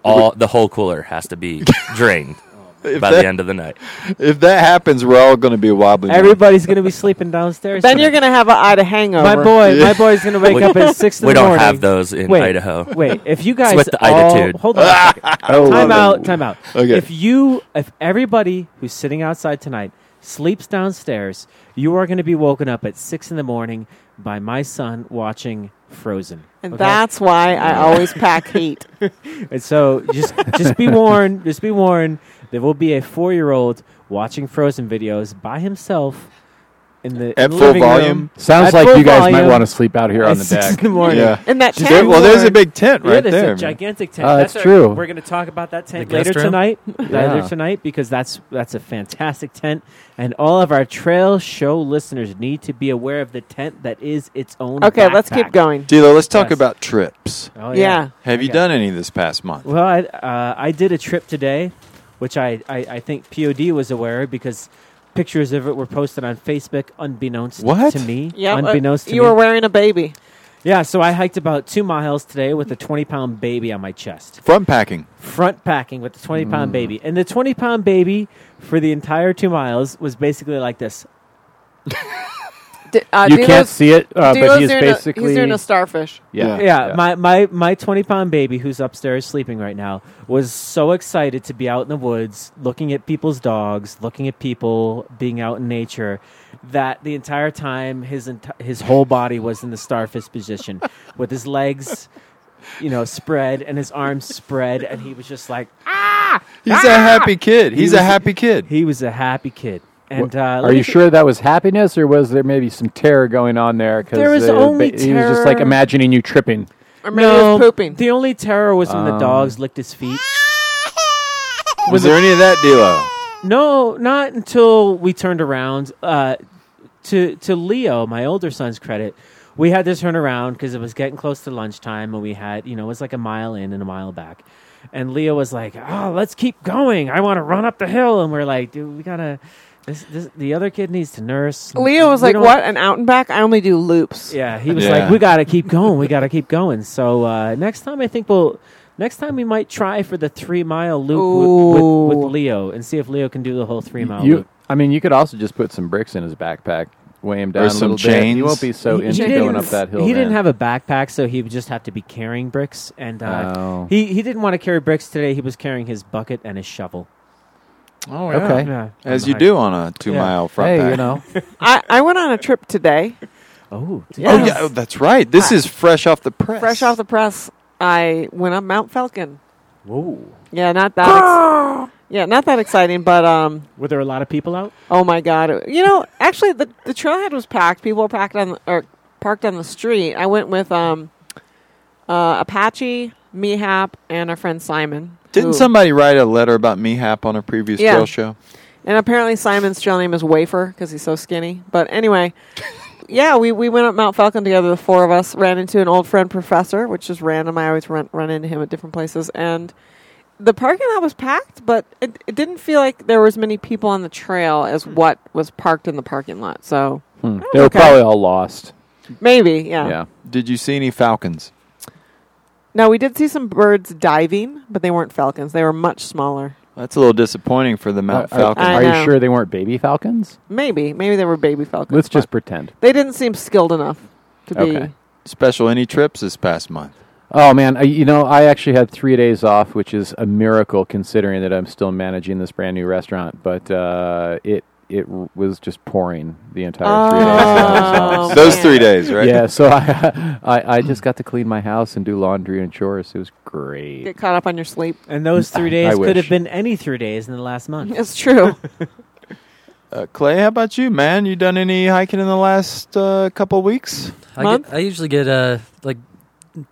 Speaker 10: All the whole cooler has to be drained. by
Speaker 2: Oh, that-
Speaker 10: the end of the night.
Speaker 2: If that happens, we're all going to be wobbly.
Speaker 4: Everybody's gonna be sleeping downstairs.
Speaker 1: Then you're gonna have an Ida hangover.
Speaker 4: My boy, my boy's gonna wake
Speaker 10: We-
Speaker 4: up at six in
Speaker 10: we
Speaker 4: the
Speaker 10: don't
Speaker 4: morning.
Speaker 10: have those in
Speaker 4: wait,
Speaker 10: Idaho.
Speaker 4: Wait, if you
Speaker 10: It's
Speaker 4: guys
Speaker 10: with the
Speaker 4: all-
Speaker 10: Iditude.
Speaker 4: hold on, a second.
Speaker 10: Oh.
Speaker 4: time
Speaker 10: Oh.
Speaker 4: out, time out.
Speaker 10: Okay.
Speaker 4: If you, if everybody who's sitting outside tonight sleeps downstairs, you are going to be woken up at six in the morning by my son watching Frozen.
Speaker 1: And that's why I always pack heat.
Speaker 4: And so just just be warned, just be warned. There will be a four year old watching Frozen videos by himself in the, in
Speaker 2: At
Speaker 4: the
Speaker 2: full
Speaker 4: living
Speaker 2: volume?
Speaker 4: room.
Speaker 8: Sounds
Speaker 4: At
Speaker 8: like
Speaker 4: full
Speaker 8: you guys might
Speaker 4: volume
Speaker 8: wanna sleep out here
Speaker 4: at
Speaker 8: on the
Speaker 4: six
Speaker 8: deck.
Speaker 4: in the morning.
Speaker 8: Yeah. In that
Speaker 4: Just
Speaker 8: tent.
Speaker 4: be
Speaker 8: Well, there's
Speaker 4: warned.
Speaker 8: a big tent
Speaker 4: Yeah,
Speaker 8: right
Speaker 4: there's
Speaker 8: there,
Speaker 4: A
Speaker 8: man.
Speaker 4: gigantic tent.
Speaker 8: Uh,
Speaker 4: that's
Speaker 8: it's
Speaker 4: our-
Speaker 8: true.
Speaker 4: We're going to talk about that tent
Speaker 8: The
Speaker 4: later
Speaker 8: guest room?
Speaker 4: tonight. Later
Speaker 8: Yeah.
Speaker 4: tonight because that's that's a fantastic tent, and all of our trail show listeners need to be aware of the tent that is its own.
Speaker 1: Okay, let's keep
Speaker 4: backpack.
Speaker 1: going.
Speaker 2: Dilo, let's talk
Speaker 4: Yes.
Speaker 2: about trips.
Speaker 4: Oh, yeah. Yeah.
Speaker 2: Have you
Speaker 4: Okay.
Speaker 2: done any this past month?
Speaker 4: Well, I, uh, I did a trip today, which I, I, I think POD was aware of because pictures of it were posted on Facebook unbeknownst
Speaker 1: What?
Speaker 4: to me.
Speaker 1: Yeah, uh,
Speaker 4: unbeknownst to
Speaker 1: you
Speaker 4: me.
Speaker 1: were wearing a baby.
Speaker 4: Yeah, so I hiked about two miles today with a 20 pound baby on my chest.
Speaker 2: Front packing.
Speaker 4: Front packing with the 20 pound baby. And the 20 pound baby for the entire two miles was basically like this.
Speaker 1: D- uh,
Speaker 4: You
Speaker 1: Dilo's-
Speaker 4: can't see it, uh, but
Speaker 1: Dilo's
Speaker 4: he is
Speaker 1: doing a-
Speaker 4: basically-
Speaker 1: he's doing a starfish.
Speaker 4: Yeah. My, my, my 20 pound baby, who's upstairs sleeping right now, was so excited to be out in the woods, looking at people's dogs, looking at people, being out in nature, that the entire time his, enti- his whole body was in the starfish position with his legs, you know, spread and his arms spread. And he was just like, ah!
Speaker 2: He's
Speaker 4: ah!"
Speaker 2: a happy kid.
Speaker 4: He
Speaker 2: He's a
Speaker 4: was-
Speaker 2: happy kid.
Speaker 4: He was a happy kid. And uh,
Speaker 8: Are
Speaker 4: let
Speaker 8: you
Speaker 4: me-
Speaker 8: sure that was happiness, or was there maybe some terror going on there? Because
Speaker 4: There was only
Speaker 8: he was just like
Speaker 4: terror.
Speaker 8: imagining you tripping.
Speaker 1: Or maybe he was pooping.
Speaker 4: The only terror was when the
Speaker 8: Um,
Speaker 4: dogs licked his feet.
Speaker 2: Was there any of that, Dilo?
Speaker 4: No, not until we turned around. Uh, to to Leo, my older son's credit, we had to turn around because it was getting close to lunchtime, and we had you know it was like a mile in and a mile back. And Leo was like, "Oh, let's keep going. I want to run up the hill." And we're like, "Dude, we gotta." This, this, the other kid needs to nurse.
Speaker 1: Leo was
Speaker 4: We
Speaker 1: like,
Speaker 4: don't-
Speaker 1: "What? An out and back? I only do loops."
Speaker 4: Yeah, he was
Speaker 1: Yeah.
Speaker 4: like, "We got to keep going. We got to keep going." So uh, next time, I think we'll. Next time, we might try for the three mile loop with, with, with Leo and see if Leo can do the whole three mile
Speaker 8: You,
Speaker 4: loop.
Speaker 8: I mean, you could also just put some bricks in his backpack, weigh him down
Speaker 2: Or
Speaker 8: a
Speaker 2: some
Speaker 8: little bit.
Speaker 2: chains.
Speaker 8: You won't be so
Speaker 4: He- he
Speaker 8: into
Speaker 4: didn't-
Speaker 8: going up that hill.
Speaker 4: He didn't
Speaker 8: then.
Speaker 4: have a backpack, so he would just have to be carrying bricks. And uh,
Speaker 8: Oh.
Speaker 4: he he didn't want to carry bricks today. He was carrying his bucket and his shovel.
Speaker 8: Oh,
Speaker 2: yeah. Okay. As you do on a two-mile front Hey, pack. you know.
Speaker 1: I, I went on a trip today.
Speaker 4: Oh,
Speaker 2: Oh, yeah, oh, that's right. This is fresh off the press.
Speaker 1: Fresh off the press, I went up Mount Falcon.
Speaker 4: Whoa.
Speaker 1: Yeah, not that.
Speaker 4: Ah!
Speaker 1: ex- yeah, not that exciting, but um,
Speaker 4: Were there a lot of people out?
Speaker 1: Oh my god! You know, actually, the the trailhead was packed. People were packed on the, or parked on the street. I went with um, uh, Apache, Mehap, and our friend Simon.
Speaker 2: Didn't
Speaker 1: who-
Speaker 2: somebody write a letter about Mehap on a previous
Speaker 1: Yeah.
Speaker 2: trail show?
Speaker 1: And apparently, Simon's trail name is Wafer because he's so skinny. But anyway, yeah, we, we went up Mount Falcon together, the four of us. Ran into an old friend, Professor, which is random. I always run, run into him at different places. And the parking lot was packed, but it, it didn't feel like there were as many people on the trail as what was parked in the parking lot. So
Speaker 8: Hmm. They were probably all lost.
Speaker 1: Oh, maybe, yeah.
Speaker 2: Did you see any falcons?
Speaker 1: Now, we did see some birds diving, but they weren't falcons. They were much smaller.
Speaker 2: That's a little disappointing for the Mount
Speaker 1: Are- are-
Speaker 2: Falcon.
Speaker 1: I Are you know. sure
Speaker 8: they weren't baby falcons?
Speaker 1: Maybe. Maybe they were baby falcons.
Speaker 8: Let's just
Speaker 1: but
Speaker 8: pretend.
Speaker 1: They didn't seem skilled enough to be.
Speaker 2: Special any trips this past month?
Speaker 8: Oh man, I, you know I actually had three days off, which is a miracle considering that I'm still managing this brand new restaurant. But uh, it it r- was just pouring the entire three days. that I was
Speaker 2: Oh,
Speaker 8: off.
Speaker 2: Those man. three days, right?
Speaker 8: Yeah. So I, I I just got to clean my house and do laundry and chores. It was great.
Speaker 1: Get caught up on your sleep.
Speaker 4: And those three
Speaker 8: I
Speaker 4: days could
Speaker 8: wish.
Speaker 4: have been any three days in the last month.
Speaker 1: It's true.
Speaker 2: Uh, Clay, how about you, man? You done any hiking in the last uh, couple weeks?
Speaker 9: I, get, I usually get uh, like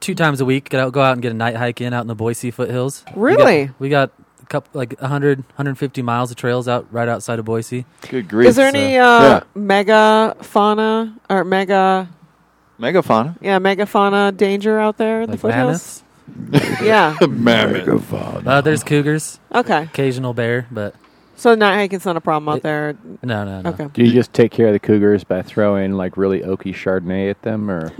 Speaker 9: two times a week. Get out, go out and get a night hike in out in the Boise foothills. We got-
Speaker 1: Really?
Speaker 9: We got, a couple like 100, 150 miles of trails out right outside of Boise.
Speaker 2: Good
Speaker 1: Is there any uh, mega fauna or mega
Speaker 2: Megafauna.
Speaker 1: yeah mega fauna danger out there in the
Speaker 9: Like
Speaker 1: foothills? yeah.
Speaker 2: Mammoth.
Speaker 9: Uh, there's cougars.
Speaker 1: Okay.
Speaker 9: Occasional bear, but
Speaker 1: So night hiking's not a problem out there.
Speaker 9: No, no,
Speaker 1: Okay.
Speaker 8: Do you just take care of the cougars by throwing like really oaky Chardonnay at them, or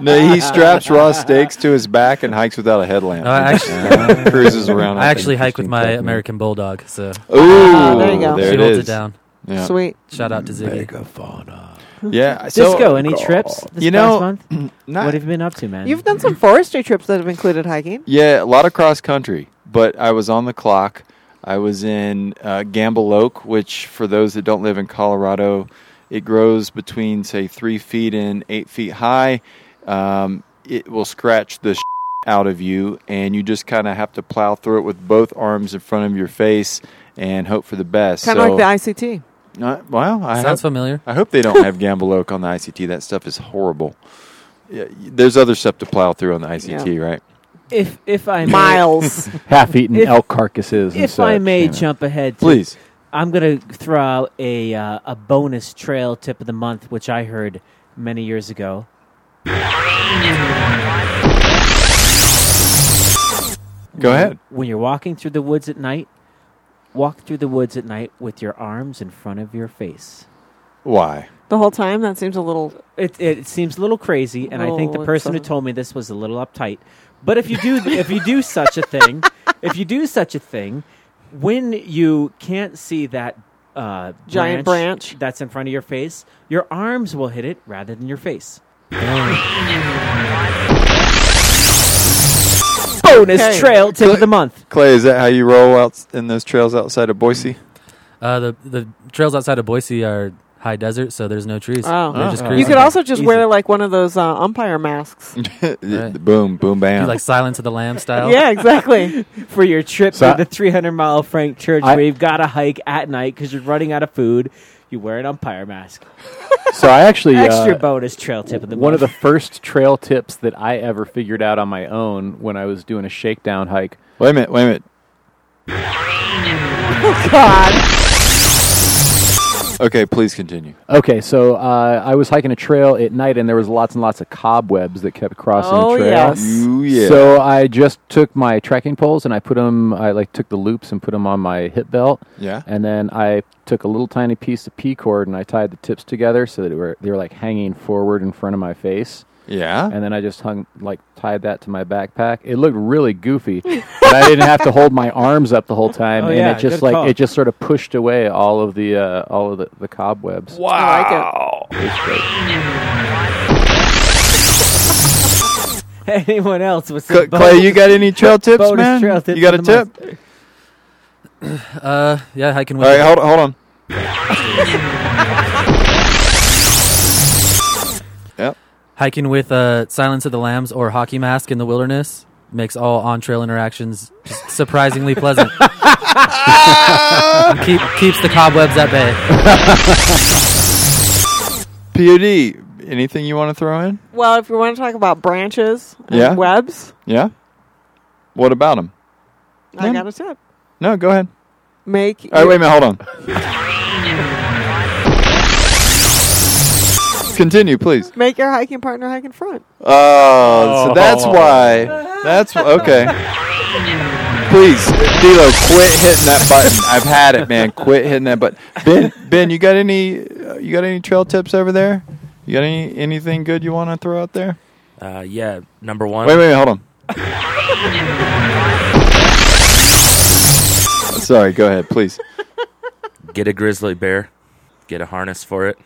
Speaker 2: No, he straps raw steaks to his back and hikes without a headlamp.
Speaker 9: No, I
Speaker 2: He just,
Speaker 9: actually
Speaker 2: uh, cruises around.
Speaker 9: I actually hike with my American bulldog, so
Speaker 2: Ooh,
Speaker 1: Uh, there you go.
Speaker 2: There
Speaker 9: she
Speaker 2: it
Speaker 9: holds
Speaker 2: is.
Speaker 9: it down.
Speaker 2: Yeah.
Speaker 1: Sweet.
Speaker 9: Shout out to Ziggy.
Speaker 2: Yeah. So,
Speaker 4: Disco, any trips this
Speaker 2: Oh. you know,
Speaker 4: past month?
Speaker 2: not-
Speaker 4: what have you been up to, man?
Speaker 1: You've done some forestry trips that have included hiking.
Speaker 2: Yeah, a lot of cross country, but I was on the clock. I was in uh, Gamble Oak, which, for those that don't live in Colorado, it grows between, say, three feet and eight feet high. Um, it will scratch the out of you, and you just kind of have to plow through it with both arms in front of your face and hope for the best.
Speaker 1: Kind of
Speaker 2: so,
Speaker 1: like the ICT.
Speaker 2: Uh, well, I
Speaker 9: Sounds
Speaker 2: hope,
Speaker 9: familiar.
Speaker 2: I hope they don't have Gamble Oak on the ICT. That stuff is horrible. Yeah, y- there's other stuff to plow through on the ICT, right?
Speaker 4: if if I may,
Speaker 1: Miles.
Speaker 8: half-eaten
Speaker 4: If-
Speaker 8: elk carcasses? and
Speaker 4: if I
Speaker 8: such,
Speaker 4: may
Speaker 8: you know?
Speaker 4: jump ahead, to-
Speaker 2: Please.
Speaker 4: I'm gonna throw out a uh, a bonus trail tip of the month, which I heard many years ago.
Speaker 2: Go ahead.
Speaker 4: When you're walking through the woods at night, walk through the woods at night with your arms in front of your face.
Speaker 2: Why?
Speaker 1: The whole time that seems a little.
Speaker 4: It, it seems a little crazy, and I think
Speaker 1: Oh,
Speaker 4: the
Speaker 1: it's
Speaker 4: person who
Speaker 1: a-
Speaker 4: told me this was a little uptight. But if you do, if you do such a thing, if you do such a thing, when you can't see that uh,
Speaker 1: Giant branch.
Speaker 4: that's in front of your face, your arms will hit it rather than your face. Bonus
Speaker 1: Okay.
Speaker 4: trail tip of the month.
Speaker 2: Clay, is that how you roll out in those trails outside of Boise?
Speaker 9: Uh, the the trails outside of Boise are high desert, so there's no trees.
Speaker 1: Oh.
Speaker 9: They're just
Speaker 2: Oh.
Speaker 9: cruising.
Speaker 1: You could also just
Speaker 9: Easy.
Speaker 1: wear like one of those uh, umpire masks.
Speaker 2: Boom, boom,
Speaker 9: Do
Speaker 2: bam.
Speaker 9: like Silence of the Lamb style.
Speaker 1: yeah, exactly.
Speaker 4: for your trip
Speaker 8: So
Speaker 4: to
Speaker 8: I-
Speaker 4: the 300 mile Frank Church
Speaker 8: I-
Speaker 4: where you've got to hike at night because you're running out of food. You wear an umpire mask.
Speaker 8: so I actually
Speaker 4: Extra
Speaker 8: uh,
Speaker 4: bonus trail tip of the
Speaker 8: one of
Speaker 4: month.
Speaker 8: the first trail tips that I ever figured out on my own when I was doing a shakedown hike.
Speaker 2: Wait a minute, wait a minute.
Speaker 1: Oh, God.
Speaker 2: Okay, please continue.
Speaker 8: Okay, so uh, I was hiking a trail at night, and there was lots and lots of cobwebs that kept crossing
Speaker 1: Oh,
Speaker 8: the trail.
Speaker 1: yes.
Speaker 2: Ooh, yeah.
Speaker 8: So I just took my trekking poles and I put them. I like took the loops and put them on my hip belt.
Speaker 2: Yeah.
Speaker 8: And then I took a little tiny piece of P cord and I tied the tips together so that they were they were like hanging forward in front of my face.
Speaker 2: yeah.
Speaker 8: And then I just hung like tied that to my backpack. It looked really goofy, but I didn't have to hold my arms up the whole time,
Speaker 4: Oh,
Speaker 8: and
Speaker 4: yeah,
Speaker 8: it just
Speaker 4: good
Speaker 8: like
Speaker 4: call.
Speaker 8: it just sort of pushed away all of the uh, all of the, the cobwebs.
Speaker 1: Wow. I
Speaker 4: Anyone else with some
Speaker 2: C- Clay, you got any trail tips,
Speaker 4: bonus
Speaker 2: man?
Speaker 4: trail tip
Speaker 2: you got a
Speaker 4: for the
Speaker 2: tip?
Speaker 4: month.
Speaker 9: Uh, yeah, hiking
Speaker 2: All
Speaker 9: with
Speaker 2: right, hold, hold on. yep.
Speaker 9: hiking with uh, Silence of the Lambs or hockey mask in the wilderness makes all on trail interactions just surprisingly pleasant. Keep, keeps the cobwebs at bay.
Speaker 2: POD, anything you want to throw in?
Speaker 1: it. Well, if you want to talk about branches and
Speaker 2: Yeah.
Speaker 1: webs,
Speaker 2: Yeah. What about him?
Speaker 1: I
Speaker 2: Yeah.
Speaker 1: got a tip.
Speaker 2: No, go ahead.
Speaker 1: Make
Speaker 2: All right, wait a minute, hold on. Continue, please.
Speaker 1: make your hiking partner hike in front.
Speaker 8: Uh,
Speaker 2: Oh, so that's why. That's wh- okay. Please, Dilo, quit hitting that button. I've had it, man. Quit hitting that button. Ben, Ben, you got any? uh, You got any trail tips over there? You got any anything good you want to throw out there?
Speaker 10: Uh, yeah, number one.
Speaker 2: Wait, wait, wait, hold on. Sorry, go ahead, please.
Speaker 10: Get a grizzly bear. Get a harness for it.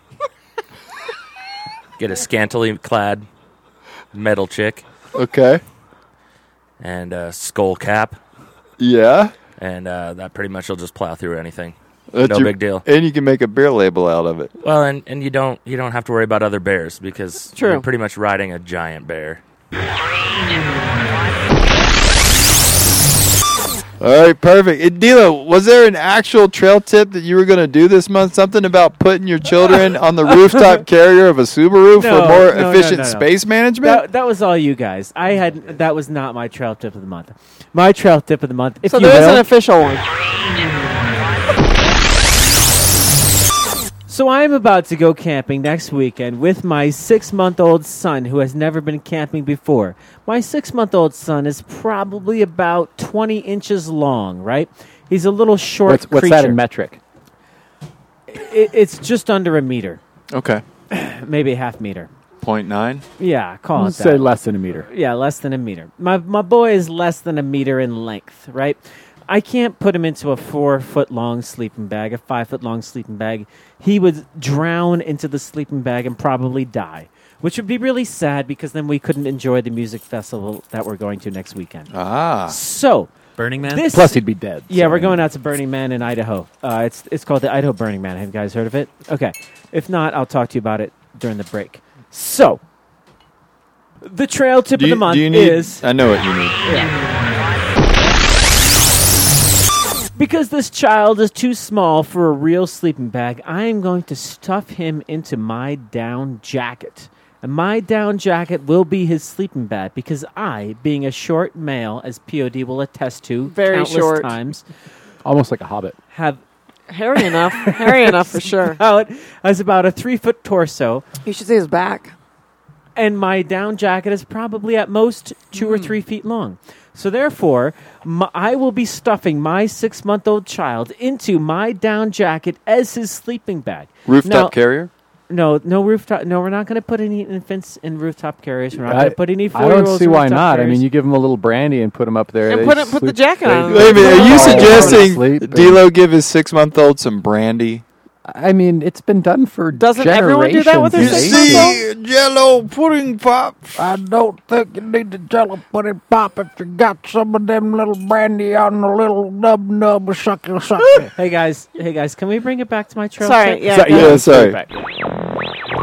Speaker 10: get a scantily clad metal chick
Speaker 2: Okay.
Speaker 10: and a skull cap,
Speaker 2: Yeah.
Speaker 10: and uh, that pretty much will just plow through anything.
Speaker 2: That's
Speaker 10: No
Speaker 2: your-
Speaker 10: big deal.
Speaker 2: And you can make a beer label out of it.
Speaker 10: Well, and, and you don't you don't have to worry about other bears because
Speaker 1: True.
Speaker 10: you're pretty much riding a giant bear.
Speaker 2: All right, perfect. And Dilo, was there an actual trail tip that you were going to do this month? Something about putting your children on the rooftop carrier of a Subaru
Speaker 4: No,
Speaker 2: for more
Speaker 4: no, no,
Speaker 2: efficient
Speaker 4: no, no.
Speaker 2: space management?
Speaker 4: That, that was all you guys. I had that was not my trail tip of the month. My trail tip of the month, if
Speaker 1: So
Speaker 4: you
Speaker 1: there is
Speaker 4: will.
Speaker 1: an official one.
Speaker 4: so I am about to go camping next weekend with my six-month-old son who has never been camping before. My six-month-old son is probably about twenty inches long, right? He's a little short.
Speaker 8: What's, what's that in
Speaker 4: creature.
Speaker 8: metric?
Speaker 4: It, it's just under a meter,
Speaker 2: Okay.
Speaker 4: maybe a half meter.
Speaker 2: Point nine.
Speaker 4: Yeah, call it
Speaker 8: Let's say
Speaker 4: that.
Speaker 8: less than a meter.
Speaker 4: Yeah, less than a meter. My my boy is less than a meter in length, right? I can't put him into a four foot long sleeping bag, a five foot long sleeping bag. He would drown into the sleeping bag and probably die, which would be really sad because then we couldn't enjoy the music festival that we're going to next weekend.
Speaker 2: Ah.
Speaker 4: So,
Speaker 9: Burning Man.
Speaker 4: This-
Speaker 8: Plus, he'd be dead.
Speaker 4: yeah,
Speaker 8: so-
Speaker 4: we're going out to Burning Man in Idaho. Uh, it's it's called the Idaho Burning Man. Have you guys heard of it? Okay. If not, I'll talk to you about it during the break. So, the trail tip
Speaker 2: Do you,
Speaker 4: of the month
Speaker 2: do you need?
Speaker 4: is
Speaker 2: I know what you need.
Speaker 4: because this child is too small for a real sleeping bag. I am going to stuff him into my down jacket. And my down jacket will be his sleeping bag because I, being a short male, as POD will attest to
Speaker 1: Very
Speaker 4: countless
Speaker 1: short.
Speaker 4: times,
Speaker 8: Almost like a hobbit.
Speaker 4: have
Speaker 1: Hairy enough. Hairy enough for sure.
Speaker 4: out as about a three foot torso.
Speaker 1: You should see his back.
Speaker 4: and my down jacket is probably at most two or three feet long. So therefore, my, I will be stuffing my six-month-old child into my down jacket as his sleeping bag.
Speaker 2: Rooftop
Speaker 4: Now-
Speaker 2: carrier.
Speaker 4: No, no rooftop. No, we're not going to put any infants in rooftop carriers. We're not
Speaker 8: I-
Speaker 4: going to put any
Speaker 8: I
Speaker 4: four-year-olds.
Speaker 8: don't see
Speaker 4: in
Speaker 8: why
Speaker 4: rooftop
Speaker 8: not. I
Speaker 4: carriers.
Speaker 8: mean, you give them a little brandy and put them up there.
Speaker 1: And
Speaker 8: they
Speaker 1: put 'em- put the
Speaker 8: sleep-
Speaker 1: jacket
Speaker 8: they-
Speaker 1: on.
Speaker 2: Wait a minute. Are
Speaker 8: Oh,
Speaker 2: you
Speaker 8: sleep,
Speaker 2: suggesting
Speaker 8: baby.
Speaker 2: D'Lo give his six month old some brandy?
Speaker 8: I mean, it's been done for
Speaker 1: Doesn't everyone do that with their
Speaker 8: generations,
Speaker 1: six-month-old?
Speaker 8: eh?
Speaker 2: Jello pudding pop.
Speaker 3: I don't think you need to tell them put it pop if you got some of them little brandy on the little nub nub sucky
Speaker 2: Oh,
Speaker 3: sucky.
Speaker 4: hey guys, hey guys, can we bring it back to my trail?
Speaker 1: Sorry.
Speaker 4: tip?
Speaker 1: Yeah.
Speaker 2: Sorry, yeah, sorry.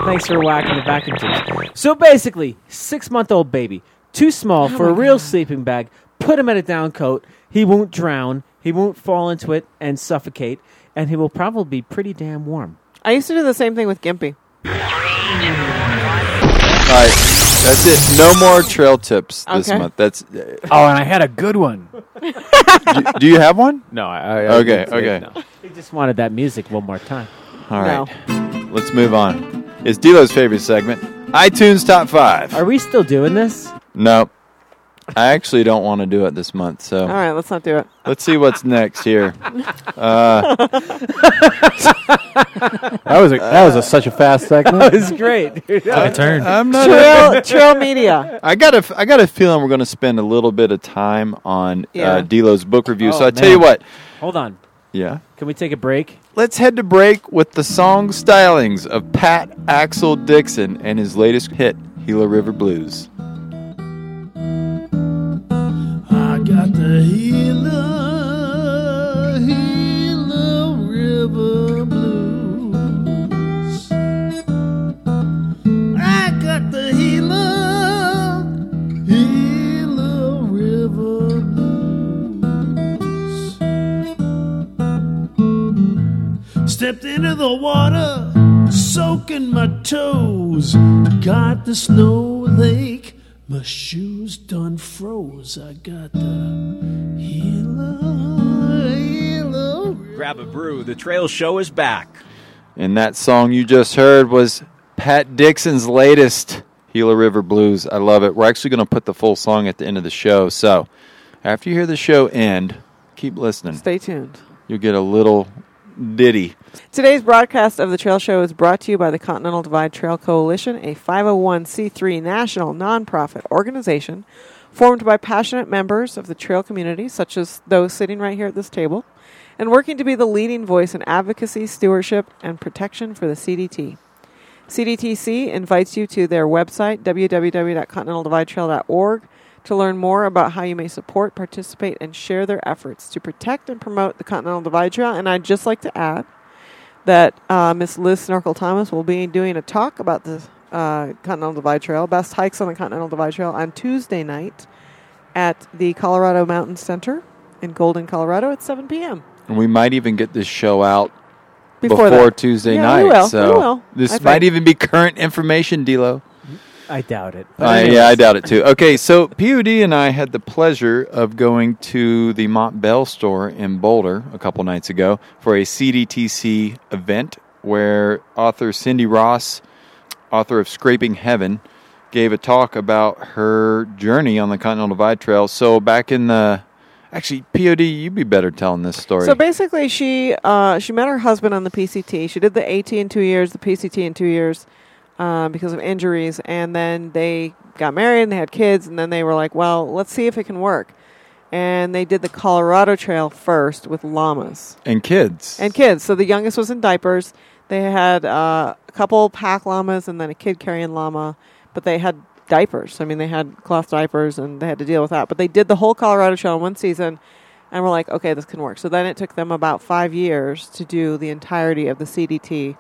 Speaker 4: Thanks for whacking the vacuum tubes. So basically, six month old baby, too
Speaker 1: Oh
Speaker 4: small for a real sleeping bag. Put him in a down coat. He won't drown. He won't fall into it and suffocate. And he will probably be pretty damn warm.
Speaker 1: I used to do the same thing with Gimpy.
Speaker 2: All right, that's it. No more trail tips this
Speaker 1: Okay.
Speaker 2: month. That's. uh,
Speaker 3: Oh, and I had a good one.
Speaker 2: Do, do you have one?
Speaker 8: No, I, I
Speaker 2: Okay,
Speaker 8: it's- it's-
Speaker 2: okay.
Speaker 8: no.
Speaker 4: He just wanted that music one more time.
Speaker 2: All right, let's move on. It's D'Lo's favorite segment, iTunes Top Five.
Speaker 4: Are we still doing this?
Speaker 2: Nope. I actually don't want to do it this month, so
Speaker 1: All right, let's not do it.
Speaker 2: let's see what's next here. Uh,
Speaker 8: That was a, that was a, such a fast segment.
Speaker 4: It's great. dude.
Speaker 9: My turn.
Speaker 2: I'm not.
Speaker 1: Trail, trail media.
Speaker 2: I got a. f- I got a feeling we're going to spend a little bit of time on
Speaker 1: Yeah.
Speaker 2: uh, D'Lo's book review. so I
Speaker 4: Oh,
Speaker 2: tell you
Speaker 4: man.
Speaker 2: what.
Speaker 4: Hold on.
Speaker 2: Yeah.
Speaker 4: Can we take a break?
Speaker 2: Let's head to break with the song stylings of Pat Axel Dixon and his latest hit, Gila River Blues.
Speaker 11: I got the Gila, Gila River Blues. I got the Gila, Gila River Blues. Stepped into the water, soaking my toes. Got the snow lake, my shoes done froze. I got the Gila, Gila
Speaker 5: Grab a brew. The Trail Show is back.
Speaker 2: And that song you just heard was Pat Dixon's latest, Gila River Blues. I love it. We're actually going to put the full song at the end of the show. So after you hear the show end, keep listening.
Speaker 1: Stay tuned.
Speaker 2: You'll get a little ditty.
Speaker 1: Today's broadcast of the Trail Show is brought to you by the Continental Divide Trail Coalition, a 501c3 national nonprofit organization formed by passionate members of the trail community, such as those sitting right here at this table, and working to be the leading voice in advocacy, stewardship, and protection for the CDT. CDTC invites you to their website, www.continentaldividetrail.org, to learn more about how you may support, participate, and share their efforts to protect and promote the Continental Divide Trail. And I'd just like to add that uh, Miss Liz Snorkel Thomas will be doing a talk about the uh, Continental Divide Trail, best hikes on the Continental Divide Trail, on Tuesday night at the Colorado Mountain Center in Golden, Colorado at 7 p.m.
Speaker 2: And we might even get this show out before,
Speaker 1: Before that.
Speaker 2: Tuesday
Speaker 1: Yeah,
Speaker 2: night.
Speaker 1: we will.
Speaker 2: So
Speaker 1: We will,
Speaker 2: this
Speaker 1: I
Speaker 2: might
Speaker 1: think.
Speaker 2: even be current information, D'Lo.
Speaker 4: I doubt it.
Speaker 2: Uh, yeah, I doubt it too. Okay, so POD and I had the pleasure of going to the Mont Bell store in Boulder a couple nights ago for a CDTC event where author Cindy Ross, author of Scraping Heaven, gave a talk about her journey on the Continental Divide Trail. So back in the Actually, POD, you'd be better telling this story.
Speaker 1: So basically, she uh, she met her husband on the PCT. She did the AT in two years, the PCT in two years, uh, because of injuries, and then they got married and they had kids, and then they were like, "Well, let's see if it can work." And they did the Colorado Trail first with llamas
Speaker 2: and kids.
Speaker 1: and kids. So the youngest was in diapers. They had uh, a couple pack llamas and then a kid carrying llama, but they had diapers. I mean, they had cloth diapers and they had to deal with that. But they did the whole Colorado Trail in one season, and we're like, okay, this can work. So then it took them about five years to do the entirety of the CDT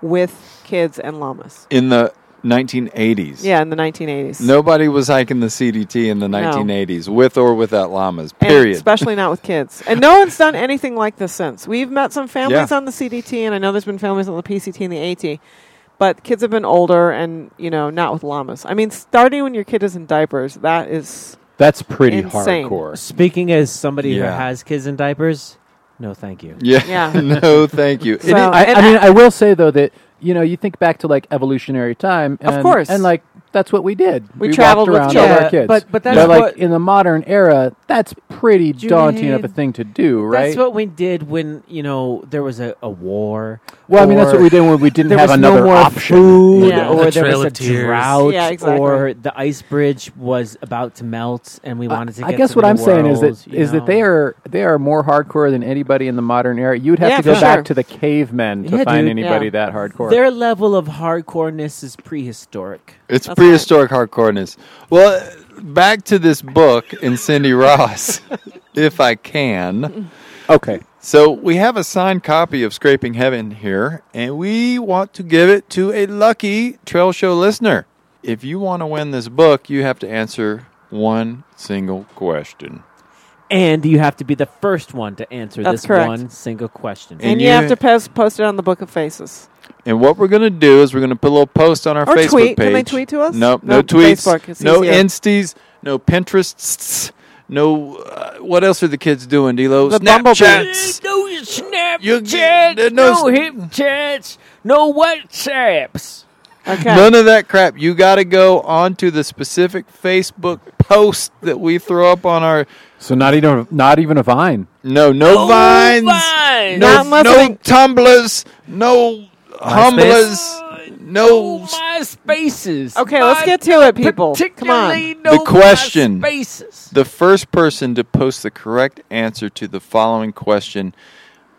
Speaker 1: with kids and llamas.
Speaker 2: In the 1980s.
Speaker 1: Yeah, in the 1980s.
Speaker 2: Nobody was hiking the CDT in the 1980s, with or without llamas. Period.
Speaker 1: And especially not with kids. And no one's done anything like this since. We've met some families
Speaker 2: Yeah.
Speaker 1: on the CDT, and I know there's been families on the PCT and the AT, but kids have been older and, you know, not with llamas. I mean, starting when your kid is in diapers, that is.
Speaker 8: That's pretty
Speaker 1: insane.
Speaker 4: Speaking as somebody who
Speaker 8: Yeah.
Speaker 4: has kids in diapers, no, thank you.
Speaker 2: Yeah.
Speaker 1: Yeah.
Speaker 2: no, thank you. It is-
Speaker 8: I, I mean, I will say though that you know you think back to like evolutionary time, and,
Speaker 1: Of course.
Speaker 8: and like that's what we did.
Speaker 1: We
Speaker 8: walked
Speaker 1: traveled with
Speaker 8: around
Speaker 1: children.
Speaker 8: our kids,
Speaker 1: But- but that's
Speaker 8: like
Speaker 1: what-
Speaker 8: in the modern era, that's pretty daunting of a
Speaker 4: Julian,
Speaker 8: thing to do, right?
Speaker 4: That's what we did when you know there was a, a war.
Speaker 8: Well, I mean, that's
Speaker 4: or
Speaker 8: what we did when we didn't
Speaker 4: there
Speaker 8: have
Speaker 4: was
Speaker 8: another
Speaker 4: no more
Speaker 8: option.
Speaker 4: Food,
Speaker 8: Yeah.
Speaker 4: Or
Speaker 8: The
Speaker 4: there
Speaker 8: Trail
Speaker 4: was a
Speaker 8: of Tears.
Speaker 4: drought,
Speaker 8: Yeah, exactly.
Speaker 4: or the ice bridge was about to melt, and we wanted to. Get
Speaker 8: I guess
Speaker 4: to
Speaker 8: what
Speaker 4: the
Speaker 8: I'm saying is
Speaker 4: world,
Speaker 8: that
Speaker 4: you
Speaker 8: is
Speaker 4: know?
Speaker 8: that they are they are more hardcore than anybody in the modern era. You'd have
Speaker 4: Yeah,
Speaker 8: to go
Speaker 4: for
Speaker 8: back
Speaker 4: sure.
Speaker 8: to the cavemen to
Speaker 4: Yeah,
Speaker 8: find
Speaker 4: dude.
Speaker 8: anybody
Speaker 4: Yeah.
Speaker 8: that hardcore.
Speaker 4: Their level of hardcoreness is prehistoric.
Speaker 2: It's prehistoric hardcoreness. Well, back to this book and Cindy Ross, if I can.
Speaker 8: Okay.
Speaker 2: So we have a signed copy of Scraping Heaven here, and we want to give it to a lucky Trail Show listener. If you want to win this book, you have to answer one single question.
Speaker 4: And you have to be the first one to answer
Speaker 1: That's
Speaker 4: this
Speaker 1: correct.
Speaker 4: one single question.
Speaker 1: And, you, have to post, post it on the Book of Faces.
Speaker 2: And what we're going to do is we're going to put a little post on our
Speaker 1: Or
Speaker 2: Facebook
Speaker 1: tweet.
Speaker 2: page.
Speaker 1: Can they tweet to us?
Speaker 2: Nope, no,
Speaker 1: No,
Speaker 2: tweets.
Speaker 1: Facebook is
Speaker 2: no
Speaker 1: easier.
Speaker 2: insties. No Pinterests. No. Uh, what else are the kids doing, D'Lo?
Speaker 4: The
Speaker 2: Snapchats.
Speaker 4: No Snapchats,
Speaker 2: no
Speaker 4: no hip chats, no WhatsApps.
Speaker 1: Okay. Oh,
Speaker 2: None of that crap. You got to go onto the specific Facebook post that we throw up on our.
Speaker 8: So not even not even a vine.
Speaker 2: No, no
Speaker 11: Oh,
Speaker 2: vines.
Speaker 4: vines.
Speaker 2: No,
Speaker 4: Not much
Speaker 2: no
Speaker 4: of
Speaker 2: tumblers. No humblers. No.
Speaker 4: My spaces.
Speaker 1: Okay, let's get to it, people. Come on.
Speaker 2: the question
Speaker 4: spaces.
Speaker 2: the first person to post the correct answer to the following question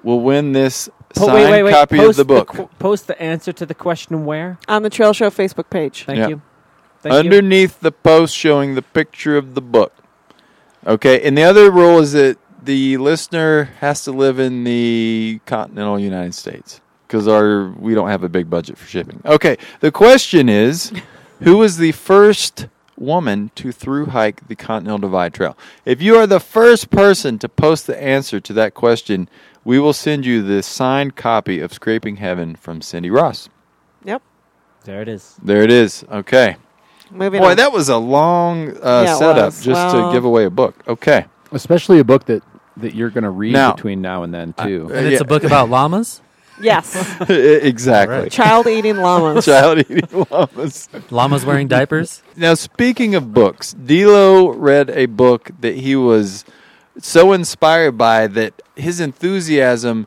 Speaker 2: will win this
Speaker 4: Po-
Speaker 2: signed copy of
Speaker 4: Post
Speaker 2: the book
Speaker 4: qu- post the answer to the question where?
Speaker 1: On the Trail Show Facebook page.
Speaker 4: Thank
Speaker 2: Yeah.
Speaker 4: you. Thank you.
Speaker 2: underneath the post showing the picture of the book okay and the other rule is that the listener has to live in the continental united states because our we don't have a big budget for shipping okay the question is who was the first woman to through hike the continental divide trail if you are the first person to post the answer to that question we will send you the signed copy of scraping heaven from cindy ross
Speaker 1: Yep.
Speaker 4: There it is.
Speaker 2: there it is okay
Speaker 1: Moving
Speaker 2: Boy,
Speaker 1: on.
Speaker 2: that was a long uh,
Speaker 1: Yeah, it
Speaker 2: setup
Speaker 1: was.
Speaker 2: just
Speaker 1: Well-
Speaker 2: to give away a book. Okay.
Speaker 8: Especially a book that that you're going to read
Speaker 2: Now-
Speaker 8: between now and then too.
Speaker 2: And it's a yeah. book
Speaker 9: about llamas.
Speaker 1: Yes.
Speaker 2: exactly.
Speaker 1: Child eating llamas.
Speaker 2: Child eating llamas.
Speaker 9: Llamas wearing diapers.
Speaker 2: Now, speaking of books, D'Lo read a book that he was so inspired by that his enthusiasm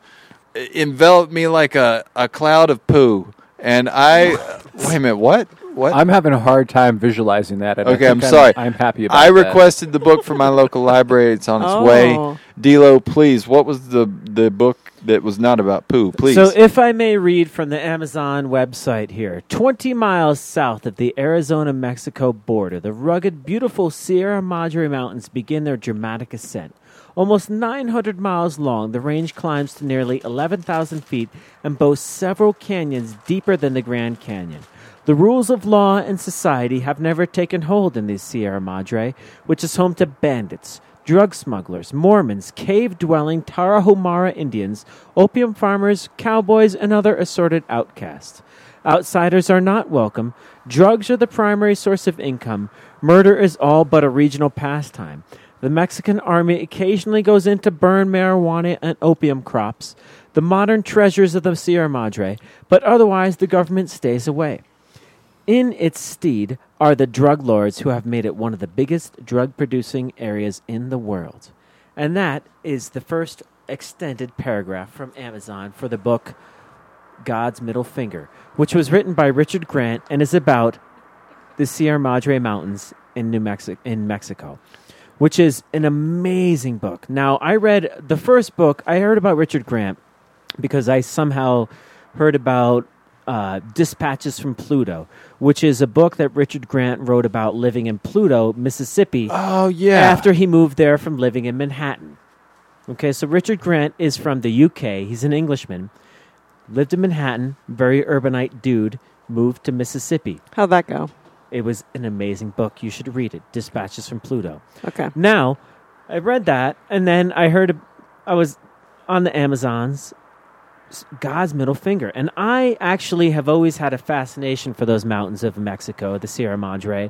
Speaker 2: eh, enveloped me like a, a cloud of poo. And I, wait a minute, what? What?
Speaker 8: I'm having a hard time visualizing that. and I
Speaker 2: Okay, I'm
Speaker 8: think
Speaker 2: sorry.
Speaker 8: I'm happy about
Speaker 2: I
Speaker 8: that.
Speaker 2: requested the book from my local library. It's on its way.
Speaker 4: Oh.
Speaker 2: D'Lo, please. What was the the book that was not about poo? Please.
Speaker 4: So, if I may read from the Amazon website here 20 miles south of the Arizona Mexico border, the rugged, beautiful Sierra Madre Mountains begin their dramatic ascent. Almost 900 miles long, the range climbs to nearly 11,000 feet and boasts several canyons deeper than the Grand Canyon. The rules of law and society have never taken hold in the Sierra Madre, which is home to bandits, drug smugglers, Mormons, cave dwelling Tarahumara Indians, opium farmers, cowboys, and other assorted outcasts. Outsiders are not welcome. Drugs are the primary source of income. Murder is all but a regional pastime. The Mexican army occasionally goes in to burn marijuana and opium crops, the modern treasures of the Sierra Madre, but otherwise the government stays away. In its stead are the drug lords who have made it one of the biggest drug producing areas in the world. And that is the first extended paragraph from Amazon for the book God's Middle Finger, which was written by Richard Grant and is about the Sierra Madre Mountains in New Mexico in Mexico, which is an amazing book. Now, I read the first book. I heard about Richard Grant because I somehow heard about uh, Dispatches from Pluto, which is a book that Richard Grant wrote about living in Pluto, Mississippi.
Speaker 2: Oh, yeah.
Speaker 4: After he moved there from living in Manhattan. Okay, so Richard Grant is from the UK. He's an Englishman. Lived in Manhattan, very urbanite dude, moved to Mississippi.
Speaker 1: How'd that go?
Speaker 4: It was an amazing book. You should read it. Dispatches from Pluto.
Speaker 1: Okay.
Speaker 4: Now, I read that and then I heard I was on the Amazons God's middle finger. And I actually have always had a fascination for those mountains of Mexico, the Sierra Madre,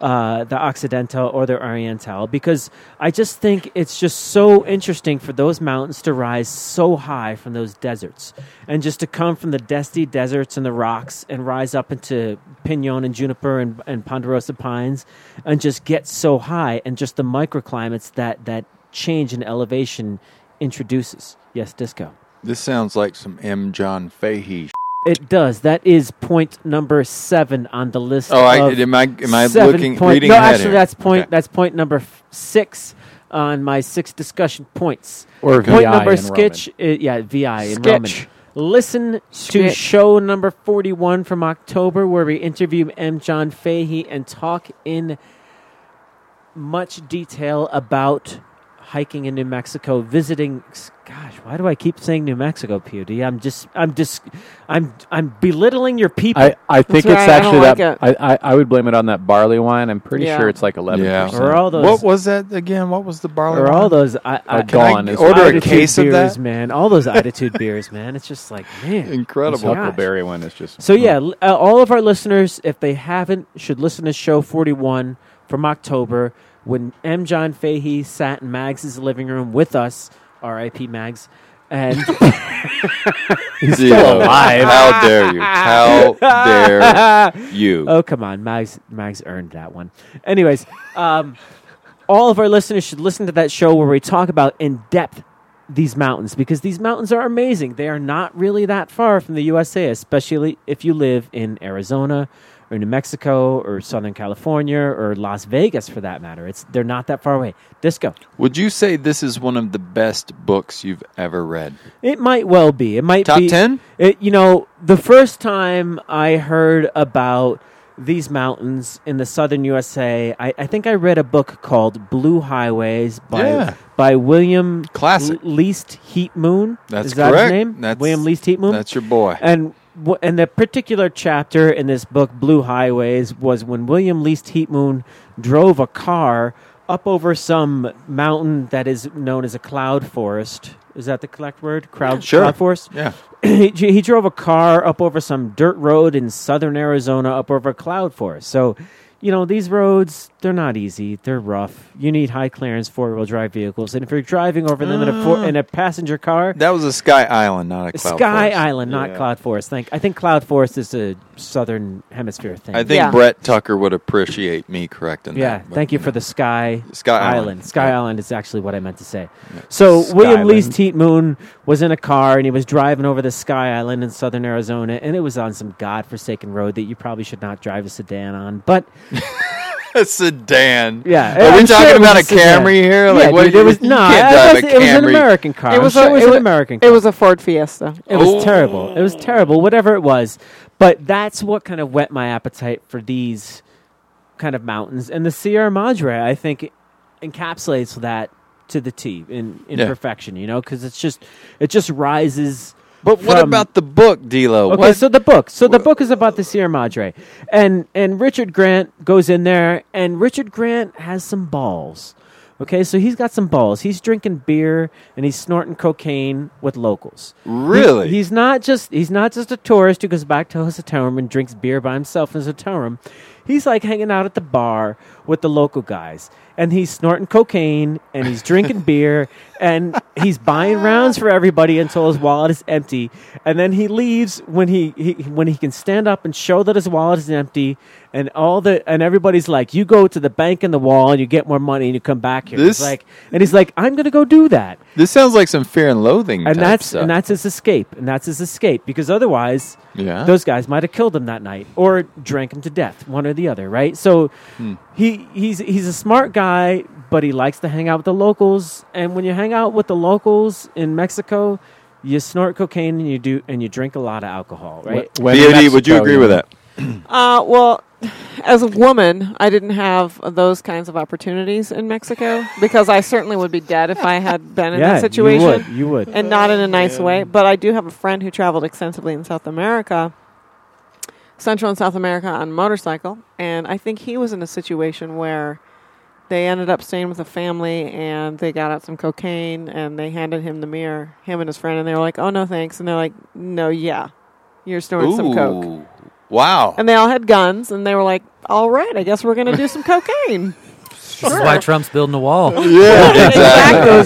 Speaker 4: uh, the Occidental, or the Oriental, because I just think it's just so interesting for those mountains to rise so high from those deserts and just to come from the dusty deserts and the rocks and rise up into pinon and juniper and, and ponderosa pines and just get so high and just the microclimates that, that change in elevation introduces. Yes, disco.
Speaker 2: This sounds like some M. John Fahey.
Speaker 4: It does. That is point number seven on the list.
Speaker 2: Oh, I-
Speaker 4: of
Speaker 2: am I- am I
Speaker 4: seven
Speaker 2: looking-
Speaker 4: point-
Speaker 2: reading
Speaker 4: No,
Speaker 2: ahead
Speaker 4: actually,
Speaker 2: here?
Speaker 4: that's point.
Speaker 2: Okay.
Speaker 4: That's point number f- six on my six discussion points.
Speaker 8: Or
Speaker 4: point
Speaker 8: VI
Speaker 4: number
Speaker 8: in
Speaker 4: sketch. Uh, yeah, vi in
Speaker 8: Sketch.
Speaker 4: Roman. Listen to
Speaker 8: Sketch.
Speaker 4: show number forty-one from October, where we interview M. John Fahey and talk in much detail about hiking in New Mexico, visiting. Gosh, why do I keep saying New Mexico, POD? I'm just, I'm just, I'm, I'm belittling your people.
Speaker 8: I, I think it's actually that. I, I, I would blame it on that barley wine. I'm pretty
Speaker 4: Yeah.
Speaker 8: sure it's like 11%.
Speaker 4: Or all those.
Speaker 2: What was that again? What was the barley?
Speaker 4: Or all
Speaker 2: wine?
Speaker 4: those I, I,
Speaker 2: Are gone. Is- order a
Speaker 4: Attitude
Speaker 2: case of
Speaker 4: beers,
Speaker 2: that?
Speaker 4: man. All those attitude beers, man. It's just like man,
Speaker 2: Incredible.
Speaker 4: gosh.
Speaker 8: Huckleberry one is just- mm.
Speaker 4: So yeah, l- uh, all of our listeners, if they haven't, should listen to show forty-one from October when M. John Fahey sat in Mags' living room with us. R.I.P. Mags. And
Speaker 2: He's still alive. How dare you. How dare you.
Speaker 4: Oh come on, Mags. Mags earned that one. Anyways, um, all of our listeners should listen to that show where we talk about in depth these mountains because these mountains are amazing. They are not really that far from the USA, especially if you live in Arizona or New Mexico or Southern California or Las Vegas for that matter. It's they're not that far away. Disco.
Speaker 2: Would you say this is one of the best books you've ever read?
Speaker 4: It might well be. It might
Speaker 2: Top
Speaker 4: be
Speaker 2: 10?
Speaker 4: It, you know, the first time I heard about these mountains in the southern USA, I, I think I read a book called Blue Highways by
Speaker 2: Yeah.
Speaker 4: by William
Speaker 2: Classic.
Speaker 4: L- Least Heat Moon.
Speaker 2: That's
Speaker 4: Is that
Speaker 2: correct.
Speaker 4: his name?
Speaker 2: That's-
Speaker 4: William Least Heat Moon.
Speaker 2: that's your boy.
Speaker 4: And wh- and the particular chapter in this book, Blue Highways, was when William Least Heat Moon drove a car up over some mountain that is known as a cloud forest. Is that the correct word? Crowd,
Speaker 2: Sure.
Speaker 4: cloud forest.
Speaker 2: Yeah.
Speaker 4: he, he drove a car up over some dirt road in southern Arizona, up over a cloud forest. So, you know, these roads, they're not easy. They're rough. You need high clearance four wheel drive vehicles. And if you're driving over them in, a four, in a passenger car,
Speaker 2: Ah. That was a Sky Island, not a Cloud
Speaker 4: Sky
Speaker 2: Forest.
Speaker 4: Island, not
Speaker 2: Yeah.
Speaker 4: Cloud Forest. Think, I think Cloud Forest is a southern hemisphere thing.
Speaker 2: I think Brett Tucker would appreciate me correcting
Speaker 4: Yeah,
Speaker 2: that. but-
Speaker 4: thank you for the Sky,
Speaker 2: Sky Island.
Speaker 4: Sky Island is actually what I meant to say. So William
Speaker 2: Skyland.
Speaker 4: Lee's Teat Moon was in a car and he was driving over the Sky Island in southern Arizona, and it was on some godforsaken road that you probably should not drive a sedan on. But
Speaker 2: a sedan.
Speaker 4: Yeah,
Speaker 2: Are we
Speaker 4: I'm
Speaker 2: talking
Speaker 4: sure it
Speaker 2: about a
Speaker 4: was a sedan.
Speaker 2: Camry here?
Speaker 4: Yeah,
Speaker 2: Like, what
Speaker 4: dude, it was-
Speaker 2: you
Speaker 4: no,
Speaker 2: can't
Speaker 4: it
Speaker 2: drive
Speaker 4: was-
Speaker 2: a
Speaker 4: it was an
Speaker 2: Camry.
Speaker 4: American car. I'm sure it was an American Oh.
Speaker 1: It was a Ford Fiesta.
Speaker 4: It
Speaker 2: Oh.
Speaker 4: was terrible. It was terrible, whatever it was. But that's what kind of whet my appetite for these kind of mountains. And the Sierra Madre, I think, encapsulates that to the T in, in
Speaker 2: Yeah.
Speaker 4: perfection, you know, because it's just, it just rises.
Speaker 2: But what
Speaker 4: from-
Speaker 2: about the book, D'Lo?
Speaker 4: Okay,
Speaker 2: What-
Speaker 4: so the book. So the book is about the Sierra Madre, and and Richard Grant goes in there, and Richard Grant has some balls. Okay, so he's got some balls. He's drinking beer and he's snorting cocaine with locals.
Speaker 2: Really?
Speaker 4: He- he's not just he's not just a tourist who goes back to his hotel room and drinks beer by himself in his hotel room. He's like hanging out at the bar with the local guys, and he's snorting cocaine and he's drinking beer and he's buying rounds for everybody until his wallet is empty. And then he leaves when he, he when he can stand up and show that his wallet is empty. And all the and everybody's like, "You go to the bank in the wall and you get more money and you come back here." He's
Speaker 2: This-
Speaker 4: like, and he's like, "I'm gonna go do that."
Speaker 2: This sounds like some fear and loathing.
Speaker 4: and
Speaker 2: type
Speaker 4: that's
Speaker 2: stuff.
Speaker 4: and that's his escape and that's his escape because otherwise
Speaker 2: Yeah.
Speaker 4: those guys might have killed him that night or drank him to death one or the other right so
Speaker 2: Hmm.
Speaker 4: he he's he's a smart guy but he likes to hang out with the locals and when you hang out with the locals in Mexico you snort cocaine and you do and you drink a lot of alcohol right
Speaker 2: Wh- when in VOD, would you Mexico, agree yeah. with that?
Speaker 1: Uh, well, as a woman, I didn't have those kinds of opportunities in Mexico because I certainly would be dead if I had been in
Speaker 4: Yeah,
Speaker 1: that
Speaker 4: you
Speaker 1: situation.
Speaker 4: would, you would.
Speaker 1: and not in a nice
Speaker 4: Yeah.
Speaker 1: way. But I do have a friend who traveled extensively in South America, Central and South America, on motorcycle, and I think he was in a situation where they ended up staying with a family and they got out some cocaine and they handed him the mirror, him and his friend, and they were like, "Oh no, thanks," and they're like, "No, yeah, you're snorting some coke."
Speaker 2: Ooh. Wow.
Speaker 1: And they all had guns, and they were like, "All right, I guess we're going to do some cocaine."
Speaker 9: This is why Trump's building a wall.
Speaker 4: Those-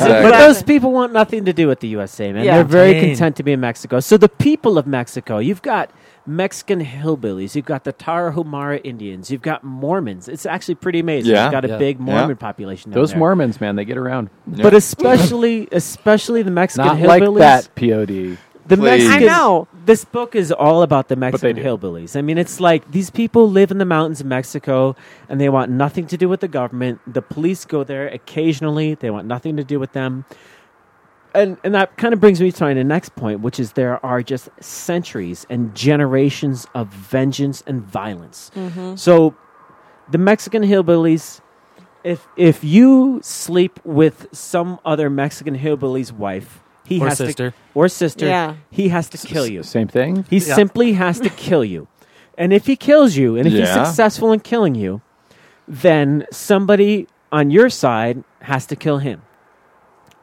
Speaker 4: But those people want nothing to do with the USA, man.
Speaker 9: Yeah.
Speaker 4: They're very
Speaker 9: Dang.
Speaker 4: content to be in Mexico. So the people of Mexico, you've got Mexican hillbillies, you've got the Tarahumara Indians, you've got Mormons. It's actually pretty amazing.
Speaker 8: Yeah.
Speaker 4: You've got a
Speaker 8: Yeah.
Speaker 4: big Mormon
Speaker 8: Yeah.
Speaker 4: population. down
Speaker 8: Those
Speaker 4: there.
Speaker 8: Mormons, man, they get around.
Speaker 4: but especially, especially the
Speaker 8: not
Speaker 4: Mexican
Speaker 8: like
Speaker 4: hillbillies.
Speaker 8: that. Pod.
Speaker 4: The
Speaker 8: Please.
Speaker 4: Mexicans.
Speaker 8: I know.
Speaker 4: This book is all about the
Speaker 8: they
Speaker 4: Mexican
Speaker 8: do.
Speaker 4: hillbillies. I mean, it's like these people live in the mountains of Mexico and they want nothing to do with the government. The police go there occasionally, they want nothing to do with them. And, and that kind of brings me to my next point, which is there are just centuries and generations of vengeance and violence.
Speaker 8: Mm-hmm.
Speaker 7: Mhm.
Speaker 4: So the Mexican hillbillies, if if you sleep with some other Mexican hillbilly's wife, he
Speaker 9: Or
Speaker 4: has
Speaker 9: sister.
Speaker 4: to or sister,
Speaker 9: Yeah.
Speaker 4: he has to kill you.
Speaker 8: Same thing.
Speaker 4: He
Speaker 8: Yeah.
Speaker 4: simply has to kill you. And if he kills you, and if he's
Speaker 8: Yeah.
Speaker 4: successful in killing you, then somebody on your side has to kill him.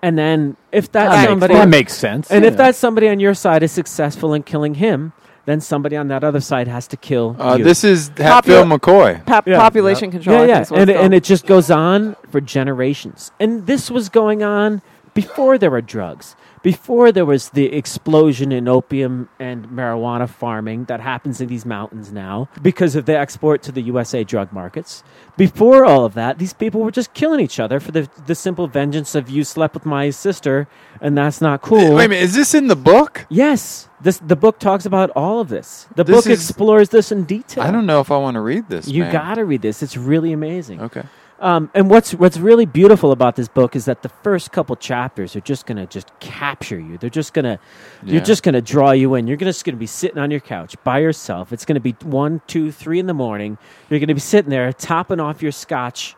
Speaker 4: And then if
Speaker 8: That
Speaker 4: that,
Speaker 8: makes-
Speaker 4: somebody
Speaker 8: that makes sense.
Speaker 4: And if
Speaker 8: Yeah.
Speaker 4: that somebody on your side is successful in killing him, then somebody on that other side has to kill
Speaker 2: Uh,
Speaker 4: you.
Speaker 2: this is ha- Phil McCoy.
Speaker 1: Pop- population control, I
Speaker 4: Yeah, yeah.
Speaker 1: think's what
Speaker 4: And,
Speaker 1: it's
Speaker 4: and it just goes on for generations. And this was going on before there were drugs, before there was the explosion in opium and marijuana farming that happens in these mountains now because of the export to the USA drug markets. Before all of that, these people were just killing each other for the, the simple vengeance of you slept with my sister and that's not cool.
Speaker 2: Wait a minute, is this in the book?
Speaker 4: Yes. This, the book talks about all of this. The
Speaker 2: This
Speaker 4: book
Speaker 2: is-
Speaker 4: explores this in detail.
Speaker 2: I don't know if I want to read this.
Speaker 4: You
Speaker 2: man.
Speaker 4: got to read this. It's really amazing.
Speaker 2: Okay.
Speaker 4: Um, and what's what's really beautiful about this book is that the first couple chapters are just gonna just capture you. They're just gonna
Speaker 9: Yeah.
Speaker 4: you're just gonna draw you in. You're gonna, just gonna be sitting on your couch by yourself. It's gonna be one, two, three in the morning. You're gonna be sitting there topping off your scotch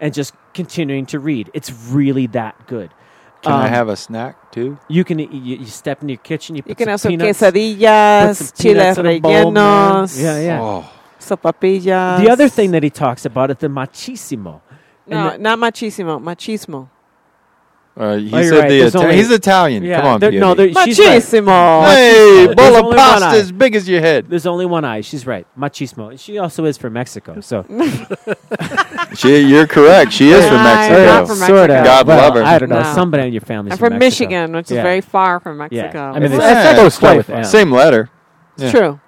Speaker 4: and just continuing to read. It's really that good.
Speaker 2: Can I
Speaker 4: Um,
Speaker 2: have a snack too?
Speaker 4: You can you, you step in your kitchen. You, put
Speaker 1: can
Speaker 4: some
Speaker 1: have some
Speaker 4: peanuts-
Speaker 1: quesadillas,
Speaker 4: put some
Speaker 1: chile
Speaker 4: peanuts in a bowl, man.
Speaker 1: rellenos. uh,
Speaker 4: Yeah, yeah.
Speaker 1: Oh. Sopapillas.
Speaker 4: The other thing that he talks about is the machismo.
Speaker 1: No,
Speaker 4: And the-
Speaker 1: not machismo, machismo.
Speaker 2: Uh, he
Speaker 4: Oh, you're
Speaker 2: said
Speaker 4: right,
Speaker 2: the
Speaker 4: there's
Speaker 2: Ita-
Speaker 4: only-
Speaker 2: he's Italian.
Speaker 4: Yeah,
Speaker 2: Come on,
Speaker 4: there-
Speaker 2: P.O.D.
Speaker 4: no, there- she's right.
Speaker 1: Machismo.
Speaker 2: Hey, bowl
Speaker 4: Machismo. There's
Speaker 2: of
Speaker 4: only one
Speaker 2: pasta
Speaker 4: eye.
Speaker 2: as big as your head.
Speaker 4: There's only one eye. She's right. Machismo. And She also is from Mexico. So
Speaker 2: She, you're correct. She is from
Speaker 1: I'm
Speaker 2: Mexico.
Speaker 1: not from Mexico. Sorta.
Speaker 2: God
Speaker 1: Well,
Speaker 2: love her.
Speaker 4: I don't know. Somebody in your family.
Speaker 1: I'm from Michigan, which is very far from Mexico.
Speaker 4: I mean,
Speaker 1: It's
Speaker 4: it's,
Speaker 1: like-
Speaker 4: it's
Speaker 2: Yeah.
Speaker 4: like
Speaker 2: Start with
Speaker 4: Clay-
Speaker 2: M. Same letter.
Speaker 1: It's Yeah. true.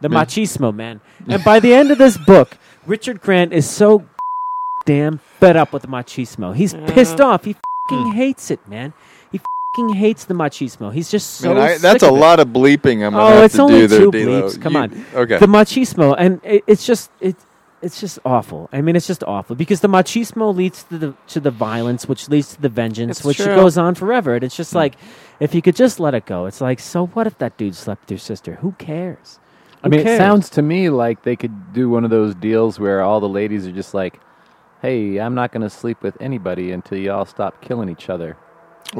Speaker 4: The
Speaker 2: Yeah.
Speaker 4: machismo, man. And by the end of this book, Richard Grant is so damn fed up with the machismo. He's pissed off. He fucking hates it, man. He fucking hates the machismo. He's just so.
Speaker 2: Man, I-
Speaker 4: sick
Speaker 2: that's a
Speaker 4: of it.
Speaker 2: lot of bleeping I'm gonna
Speaker 4: oh,
Speaker 2: have
Speaker 4: it's
Speaker 2: to
Speaker 4: only
Speaker 2: do there,
Speaker 4: two
Speaker 2: D-Lo.
Speaker 4: bleeps. Come
Speaker 2: You-
Speaker 4: on.
Speaker 2: okay.
Speaker 4: The machismo, and it, it's just it, it's just awful. I mean, it's just awful because the machismo leads to the to the violence, which leads to the vengeance,
Speaker 1: It's
Speaker 4: which
Speaker 1: true. Hmm.
Speaker 4: goes on forever. And it's just like, if you could just let it go, it's like, so what if that dude slept with your sister? Who cares?
Speaker 8: I
Speaker 4: Who
Speaker 8: mean, it
Speaker 4: cares?
Speaker 8: sounds to me like they could do one of those deals where all the ladies are just like, "Hey, I'm not going to sleep with anybody until you all stop killing each other."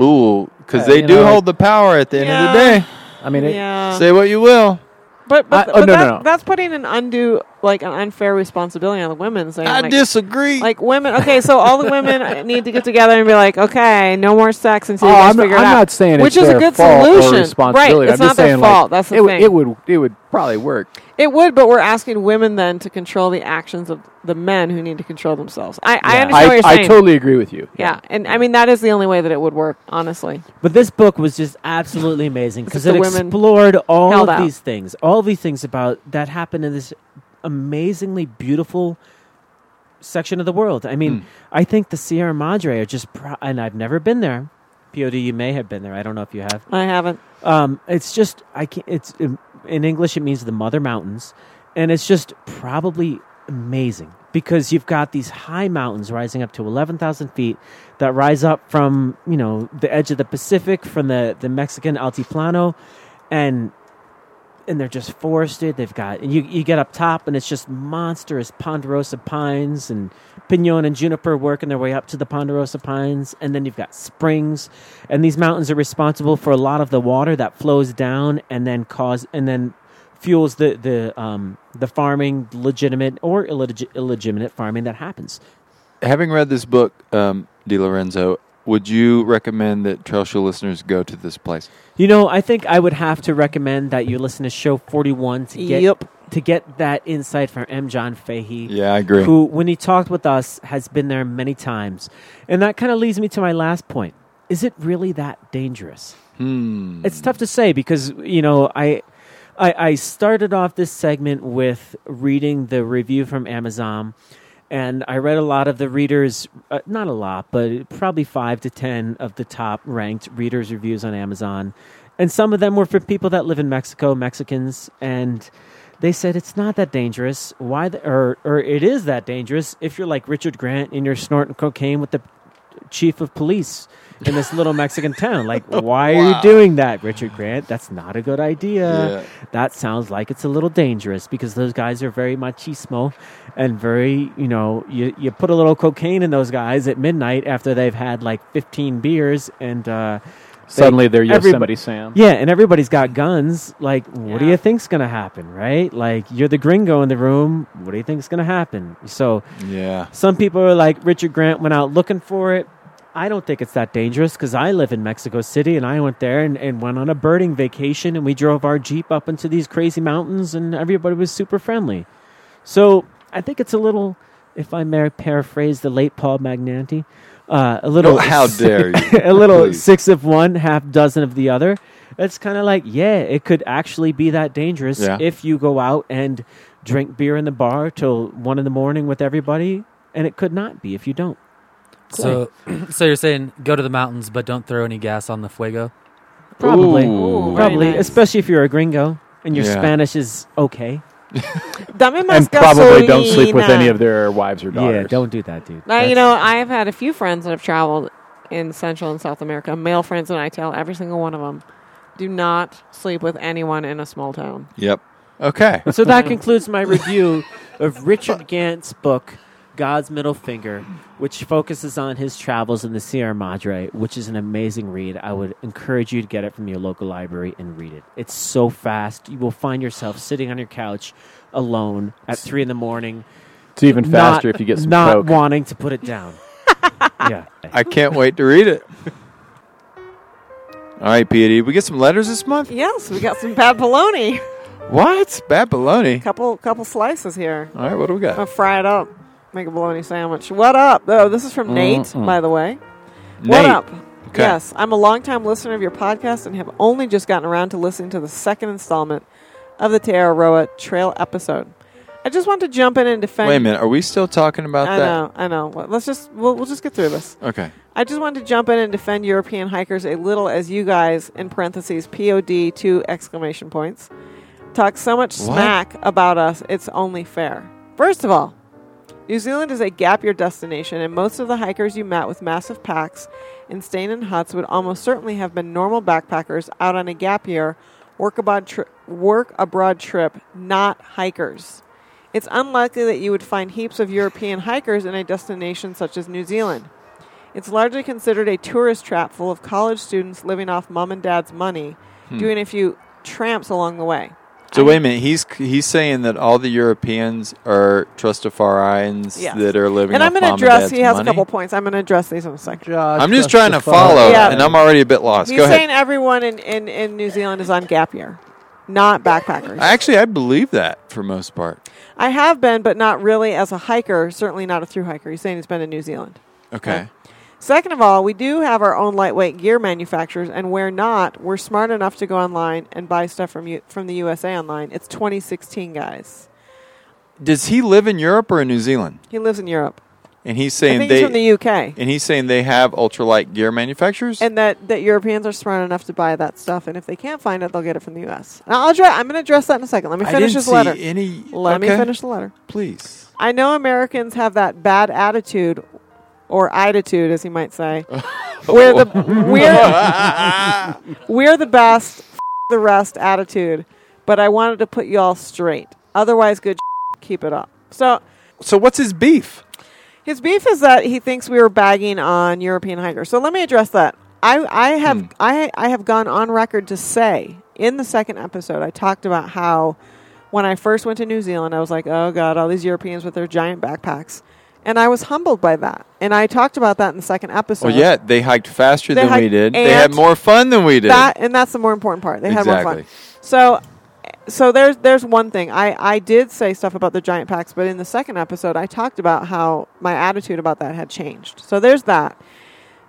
Speaker 2: Ooh, because
Speaker 8: Uh,
Speaker 2: they
Speaker 8: you
Speaker 2: do
Speaker 8: know,
Speaker 2: hold the power at the end of the
Speaker 1: Yeah.
Speaker 2: day.
Speaker 8: I mean, it-
Speaker 1: Yeah.
Speaker 2: say what you will.
Speaker 1: But, but,
Speaker 8: I- oh,
Speaker 1: but
Speaker 8: no,
Speaker 1: that,
Speaker 8: no, no.
Speaker 1: that's putting an undue like an unfair responsibility on the women. Saying,
Speaker 2: I
Speaker 1: like-
Speaker 2: disagree.
Speaker 1: Like women, okay, so all the women need to get together and be like, okay, no more sex until
Speaker 8: Oh,
Speaker 1: you guys
Speaker 8: I'm,
Speaker 1: figure
Speaker 8: I'm
Speaker 1: it out.
Speaker 8: not saying
Speaker 1: which
Speaker 8: it's
Speaker 1: is
Speaker 8: their
Speaker 1: a good
Speaker 8: fault or
Speaker 1: solution,
Speaker 8: responsibility.
Speaker 1: right? It's
Speaker 8: I'm
Speaker 1: not
Speaker 8: just
Speaker 1: their
Speaker 8: saying, like,
Speaker 1: fault. That's the
Speaker 8: it, w-
Speaker 1: thing.
Speaker 8: It would it would probably work.
Speaker 1: It would, but we're asking women then to control the actions of the men who need to control themselves. I, I
Speaker 4: Yeah.
Speaker 1: understand
Speaker 4: I-
Speaker 1: what you're
Speaker 4: I
Speaker 1: saying.
Speaker 4: totally agree with you.
Speaker 1: Yeah. and I mean that is the only way that it would work, honestly.
Speaker 4: But this book was just absolutely amazing because
Speaker 1: just
Speaker 4: it
Speaker 1: the women
Speaker 4: explored all
Speaker 1: held
Speaker 4: of
Speaker 1: out.
Speaker 4: these things, all of these things about that happened in this amazingly beautiful section of the world. I mean, I think the Sierra Madre are just, pro- and I've never been there. POD, you may have been there. I don't know if you have.
Speaker 1: I haven't.
Speaker 4: Um, it's just I can't. It's in in English, it means the Mother Mountains, and it's just probably amazing because you've got these high mountains rising up to eleven thousand feet that rise up from you know the edge of the Pacific, from the the Mexican Altiplano, and and they're just forested. They've got and you you get up top and it's just monstrous ponderosa pines and pinon and juniper working their way up to the ponderosa pines, and then you've got springs, and these mountains are responsible for a lot of the water that flows down and then cause and then fuels the the um, the farming, legitimate or illegit illegitimate farming that happens.
Speaker 2: Having read this book, um, Di Lorenzo, would you recommend that Trail Show listeners go to this place?
Speaker 4: You know, I think I would have to recommend that you listen to show 41 to get
Speaker 1: Yep.
Speaker 4: to get that insight from M. John Fahey.
Speaker 2: Yeah, I agree.
Speaker 4: Who, when he talked with us, has been there many times, and that kind of leads me to my last point: Is it really that dangerous?
Speaker 2: Hmm.
Speaker 4: It's tough to say because you know I, I I started off this segment with reading the review from Amazon, and I read a lot of the readers, uh, not a lot, but probably five to ten of the top ranked readers' reviews on Amazon, and some of them were for people that live in Mexico, Mexicans, and they said it's not that dangerous. Why the, or or it is that dangerous if you're like Richard Grant and you're snorting cocaine with the chief of police in this little Mexican town. Like, why are you doing that, Richard Grant? That's not a good idea.
Speaker 12: Yeah.
Speaker 4: That sounds like it's a little dangerous because those guys are very machismo and very, you know, you, you put a little cocaine in those guys at midnight after they've had like 15 beers and, uh, they-
Speaker 8: Suddenly they're
Speaker 4: everybo-
Speaker 8: Yosemite Sam.
Speaker 4: Yeah, and everybody's got guns. Like, what do you think's going to happen, right? Like, you're the gringo in the room. What do you think's going to happen? So,
Speaker 2: Yeah.
Speaker 4: some people are like, Richard Grant went out looking for it. I don't think it's that dangerous because I live in Mexico City and I went there and, and went on a birding vacation and we drove our Jeep up into these crazy mountains and everybody was super friendly. So I think it's a little, if I may paraphrase the late Paul Magnanti, uh, a little.
Speaker 2: No, Oh, how dare you.
Speaker 4: a little
Speaker 2: Please.
Speaker 4: six of one, half dozen of the other. It's kind of like, yeah, it could actually be that dangerous
Speaker 2: Yeah.
Speaker 4: if you go out and drink beer in the bar till one in the morning with everybody, and it could not be if you don't.
Speaker 9: So, so you're saying go to the mountains, but don't throw any gas on the fuego.
Speaker 4: Probably,
Speaker 9: Ooh.
Speaker 4: probably,
Speaker 9: Very nice.
Speaker 4: especially if you're a gringo and your
Speaker 9: Yeah.
Speaker 4: Spanish is okay.
Speaker 1: Dame más
Speaker 8: And probably don't sleep with
Speaker 1: gasolina.
Speaker 8: any of their wives or daughters.
Speaker 4: Yeah, don't do that, dude.
Speaker 1: Now, you know, I've had a few friends that have traveled in Central and South America, male friends, and I tell every single one of them, do not sleep with anyone in a small town.
Speaker 2: Yep. Okay.
Speaker 4: So that concludes my review of Richard Gant's book, God's Middle Finger, which focuses on his travels in the Sierra Madre, which is an amazing read. I would encourage you to get it from your local library and read it. It's so fast. You will find yourself sitting on your couch alone at three in the morning.
Speaker 8: It's even
Speaker 4: not-
Speaker 8: faster if you get some
Speaker 4: Not
Speaker 8: coke.
Speaker 4: wanting to put it down. yeah.
Speaker 2: I can't wait to read it. All right, PD, we get some letters this month.
Speaker 1: Yes, we got some bad bologna.
Speaker 2: What? Bad baloney.
Speaker 1: couple couple slices here.
Speaker 2: All right, what do we got?
Speaker 1: I'll fry it up. Make a bologna sandwich. What up? Oh, this is from Nate,
Speaker 2: Mm-mm.
Speaker 1: by the way. What
Speaker 2: Nate.
Speaker 1: up?
Speaker 2: Okay.
Speaker 1: Yes, I'm a longtime listener of your podcast and have only just gotten around to listening to the second installment of the Tararoa Trail episode. I just want to jump in and defend.
Speaker 2: Wait a minute. Are we still talking about
Speaker 1: I
Speaker 2: that?
Speaker 1: know, I know. Well, Let's just we'll, we'll just get through this.
Speaker 2: Okay.
Speaker 1: I just wanted to jump in and defend European hikers a little as you guys in parentheses POD two exclamation points talk so much
Speaker 7: What?
Speaker 1: smack about us. It's only fair. First of all, New Zealand is a gap year destination, and most of the hikers you met with massive packs and staying in huts would almost certainly have been normal backpackers out on a gap year work abroad, tri- work abroad trip, not hikers. It's unlikely that you would find heaps of European hikers in a destination such as New Zealand. It's largely considered a tourist trap full of college students living off mom and dad's money,
Speaker 7: Hmm.
Speaker 1: doing a few tramps along the way.
Speaker 2: So wait a minute. He's he's saying that all the Europeans are Trustafarians
Speaker 1: Yes.
Speaker 2: that are living.
Speaker 1: and I'm
Speaker 2: going
Speaker 1: gonna
Speaker 2: to
Speaker 1: address. He has
Speaker 2: money.
Speaker 1: a couple points. I'm going to address these in a second.
Speaker 2: I'm just trying to follow,
Speaker 1: Yeah.
Speaker 2: and I'm already a bit lost.
Speaker 1: He's
Speaker 2: Go ahead.
Speaker 1: saying everyone in, in, in New Zealand is on gap year, not backpackers.
Speaker 2: Actually, I believe that for most part.
Speaker 1: I have been, but not really as a hiker. Certainly not a through hiker. He's saying he's been in New Zealand.
Speaker 2: Okay.
Speaker 1: Second of all, we do have our own lightweight gear manufacturers, and where not, we're smart enough to go online and buy stuff from U- from the USA online. It's 2016, guys.
Speaker 2: Does he live in Europe or in New Zealand?
Speaker 1: He lives in Europe,
Speaker 2: And he's saying
Speaker 1: think
Speaker 2: they
Speaker 1: he's from the UK.
Speaker 2: And he's saying they have ultralight gear manufacturers.
Speaker 1: and that, that Europeans are smart enough to buy that stuff, and if they can't find it, they'll get it from the US. Now, I'll address, I'm going to address that in a second. Let me
Speaker 2: I
Speaker 1: finish
Speaker 2: didn't
Speaker 1: this
Speaker 2: see
Speaker 1: letter.
Speaker 2: any-
Speaker 1: Let me
Speaker 2: okay.
Speaker 1: finish the letter.
Speaker 2: Please.
Speaker 1: I know Americans have that bad attitude, or attitude, as he might say. we're the we're we're the best, f- the rest attitude. But I wanted to put you all straight. Otherwise, good. Keep it up. So,
Speaker 2: so what's his beef?
Speaker 1: His beef is that he thinks we were bagging on European hikers. So let me address that. I, I have
Speaker 2: Hmm.
Speaker 1: I, I have gone on record to say in the second episode I talked about how when I first went to New Zealand I was like oh god all these Europeans with their giant backpacks and I was humbled by that and I talked about that in the second episode.
Speaker 2: well, yeah, they hiked faster
Speaker 1: They
Speaker 2: than we
Speaker 1: hiked
Speaker 2: did. They had
Speaker 1: and
Speaker 2: more fun than we did.
Speaker 1: That and that's the more important part. They had more fun.
Speaker 2: Exactly.
Speaker 1: So so there's there's one thing. I, I did say stuff about the giant packs, but in the second episode I talked about how my attitude about that had changed. So there's that.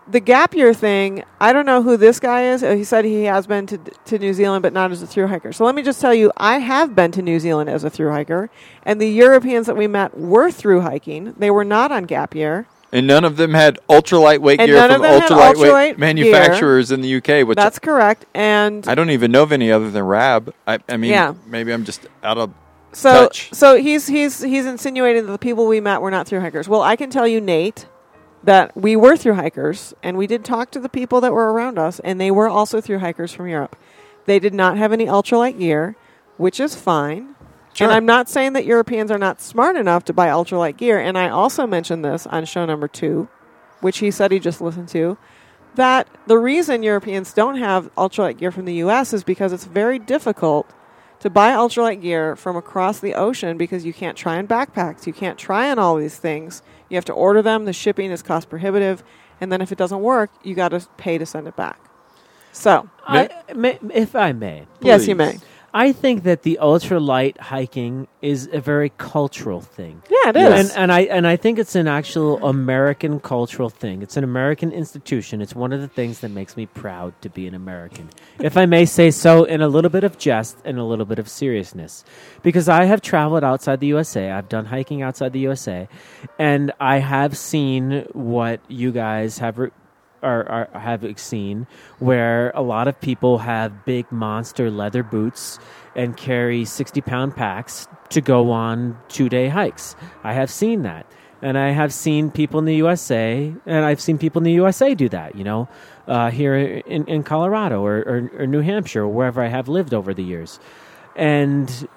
Speaker 1: The gap year thing, I don't know who this guy is. Uh, He said he has been to, to New Zealand, but not as a through hiker. So let me just tell you, I have been to New Zealand as a through hiker, and the Europeans that we met were through hiking. They were not on gap year.
Speaker 2: and none of them had ultralight
Speaker 1: And
Speaker 2: gear
Speaker 1: none
Speaker 2: from
Speaker 1: of them had
Speaker 2: ultralight
Speaker 1: ultralight gear.
Speaker 2: manufacturers in the UK, which
Speaker 1: That's correct. And
Speaker 2: I don't even know of any other than Rab. I, I mean,
Speaker 1: Yeah.
Speaker 2: maybe I'm just out of
Speaker 1: So
Speaker 2: touch.
Speaker 1: so he's he's he's insinuating that the people we met were not through hikers. Well, I can tell you, Nate, that we were through hikers, and we did talk to the people that were around us, and they were also through hikers from Europe. They did not have any ultralight gear, which is fine.
Speaker 7: Sure.
Speaker 1: And I'm not saying that Europeans are not smart enough to buy ultralight gear. And I also mentioned this on show number two, which he said he just listened to, that the reason Europeans don't have ultralight gear from the U.S. is because it's very difficult to buy ultralight gear from across the ocean because you can't try on backpacks. You can't try on all these things. You have to order them. The shipping is cost prohibitive. And then if it doesn't work, you got to pay to send it back. So,
Speaker 4: I, may, if I may.
Speaker 1: Yes, you may.
Speaker 4: I think that the ultralight hiking is a very cultural thing.
Speaker 1: Yeah, it Yes. is.
Speaker 4: And, and I and I think it's an actual American cultural thing. It's an American institution. It's one of the things that makes me proud to be an American, if I may say so, in a little bit of jest and a little bit of seriousness, because I have traveled outside the USA. I've done hiking outside the USA, and I have seen what you guys have. Re- are, are have seen where a lot of people have big monster leather boots and carry 60 pound packs to go on two day hikes. I have seen that. And I have seen people in the USA, and I've seen people in the USA do that, you know, uh, here in, in Colorado or, or, or New Hampshire or wherever I have lived over the years. And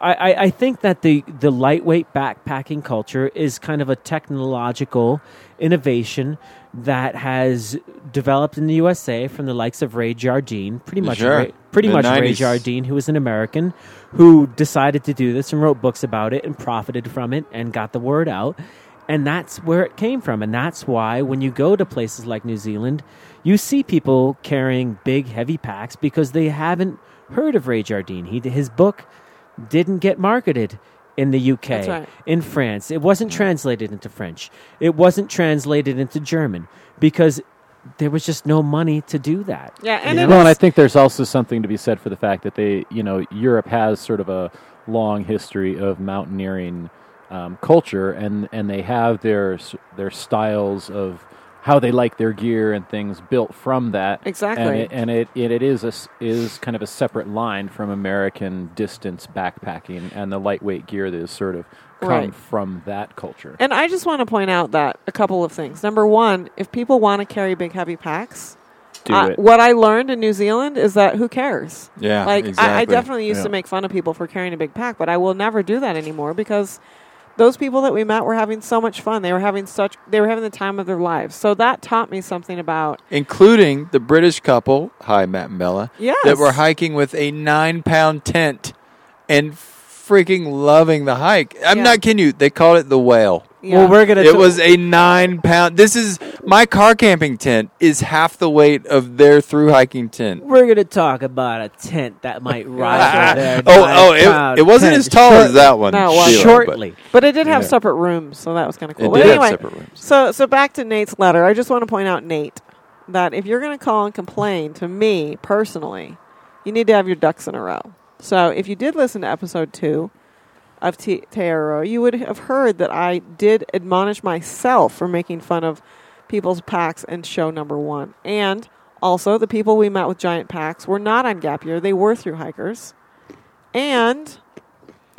Speaker 4: I, I, I think that the, the lightweight backpacking culture is kind of a technological innovation that has developed in the USA from the likes of Ray Jardine, pretty much
Speaker 2: Sure.
Speaker 4: Ray, pretty
Speaker 2: The
Speaker 4: much Ray
Speaker 2: 90s.
Speaker 4: Jardine, who was an American who decided to do this and wrote books about it and profited from it and got the word out. And that's where it came from. And that's why when you go to places like New Zealand, you see people carrying big, heavy packs because they haven't heard of Ray Jardine. He, his book didn't get marketed in the UK,
Speaker 1: That's right.
Speaker 4: in France. It wasn't translated into French. It wasn't translated into German because there was just no money to do that.
Speaker 1: Yeah,
Speaker 4: You know?
Speaker 8: well, and I think there's also something to be said for the fact that they, you know, Europe has sort of a long history of mountaineering um, culture, and and they have their s- their styles of how they like their gear and things built from that.
Speaker 1: Exactly.
Speaker 8: and it and it, it, it is a s is kind of a separate line from American distance backpacking and the lightweight gear that is sort of come
Speaker 1: Right.
Speaker 8: from that culture.
Speaker 1: And I just want to point out that a couple of things. Number one, if people want to carry big, heavy packs,
Speaker 8: Do
Speaker 1: I-
Speaker 8: it.
Speaker 1: what I learned in New Zealand is that who cares?
Speaker 2: Yeah,
Speaker 1: like I, I
Speaker 2: exactly.
Speaker 1: definitely used
Speaker 2: Yeah.
Speaker 1: to make fun of people for carrying a big pack, but I will never do that anymore because those people that we met were having so much fun. They were having such they were having the time of their lives. So that taught me something about
Speaker 2: including the British couple, hi Matt and Bella,
Speaker 1: Yes.
Speaker 2: that were hiking with a nine pound tent and freaking loving the hike. I'm not kidding you. They called it the whale.
Speaker 1: Yeah. Well, we're gonna
Speaker 2: It
Speaker 1: t-
Speaker 2: was a nine pound. This is my car camping tent is half the weight of their through hiking tent.
Speaker 12: We're gonna talk about a tent that might rise over there.
Speaker 2: Oh,
Speaker 12: Nice
Speaker 2: oh, it-
Speaker 12: crowd.
Speaker 2: it wasn't
Speaker 12: Tent
Speaker 2: as tall as
Speaker 12: shortly.
Speaker 2: that one.
Speaker 1: No, it wasn't.
Speaker 2: Sheila, but- Shortly.
Speaker 1: But it did have
Speaker 2: Yeah.
Speaker 1: separate rooms, so that was kind of cool.
Speaker 2: It
Speaker 1: But
Speaker 2: did have
Speaker 1: anyway,
Speaker 2: separate rooms.
Speaker 1: So, so back to Nate's letter. I just want to point out, Nate, that if you're going to call and complain to me personally, you need to have your ducks in a row. So, if you did listen to episode two of T- TRO, you would have heard that I did admonish myself for making fun of people's packs in show number one. And also, the people we met with giant packs were not on Gap Year, they were through hikers. And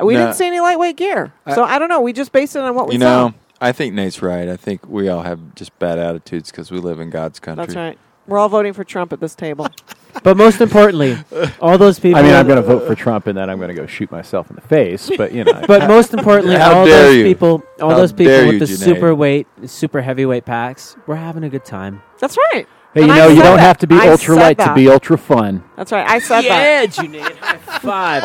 Speaker 1: we
Speaker 2: No.
Speaker 1: didn't see any lightweight gear. so I don't know. We just based it on what Oh, we
Speaker 2: You know,
Speaker 1: saw.
Speaker 2: I think Nate's right. I think we all have just bad attitudes because we live in God's country.
Speaker 1: That's right. We're all voting for Trump at this table.
Speaker 4: But most importantly, all those people.
Speaker 8: I mean, I'm going to vote for Trump, and then I'm going to go shoot myself in the face. But you know,
Speaker 4: But most importantly, all those people, all those people with the super
Speaker 8: super.
Speaker 4: weight, super heavyweight packs, we're having a good time.
Speaker 1: That's right.
Speaker 8: Hey,
Speaker 1: And
Speaker 8: you
Speaker 1: I
Speaker 8: know, you
Speaker 1: said
Speaker 8: don't
Speaker 1: that.
Speaker 8: have to be
Speaker 1: I
Speaker 8: ultra
Speaker 1: said
Speaker 8: light to
Speaker 1: that.
Speaker 8: be ultra fun.
Speaker 1: That's right. I said
Speaker 12: yeah,
Speaker 1: that.
Speaker 12: that. Yeah, Junaid, high five.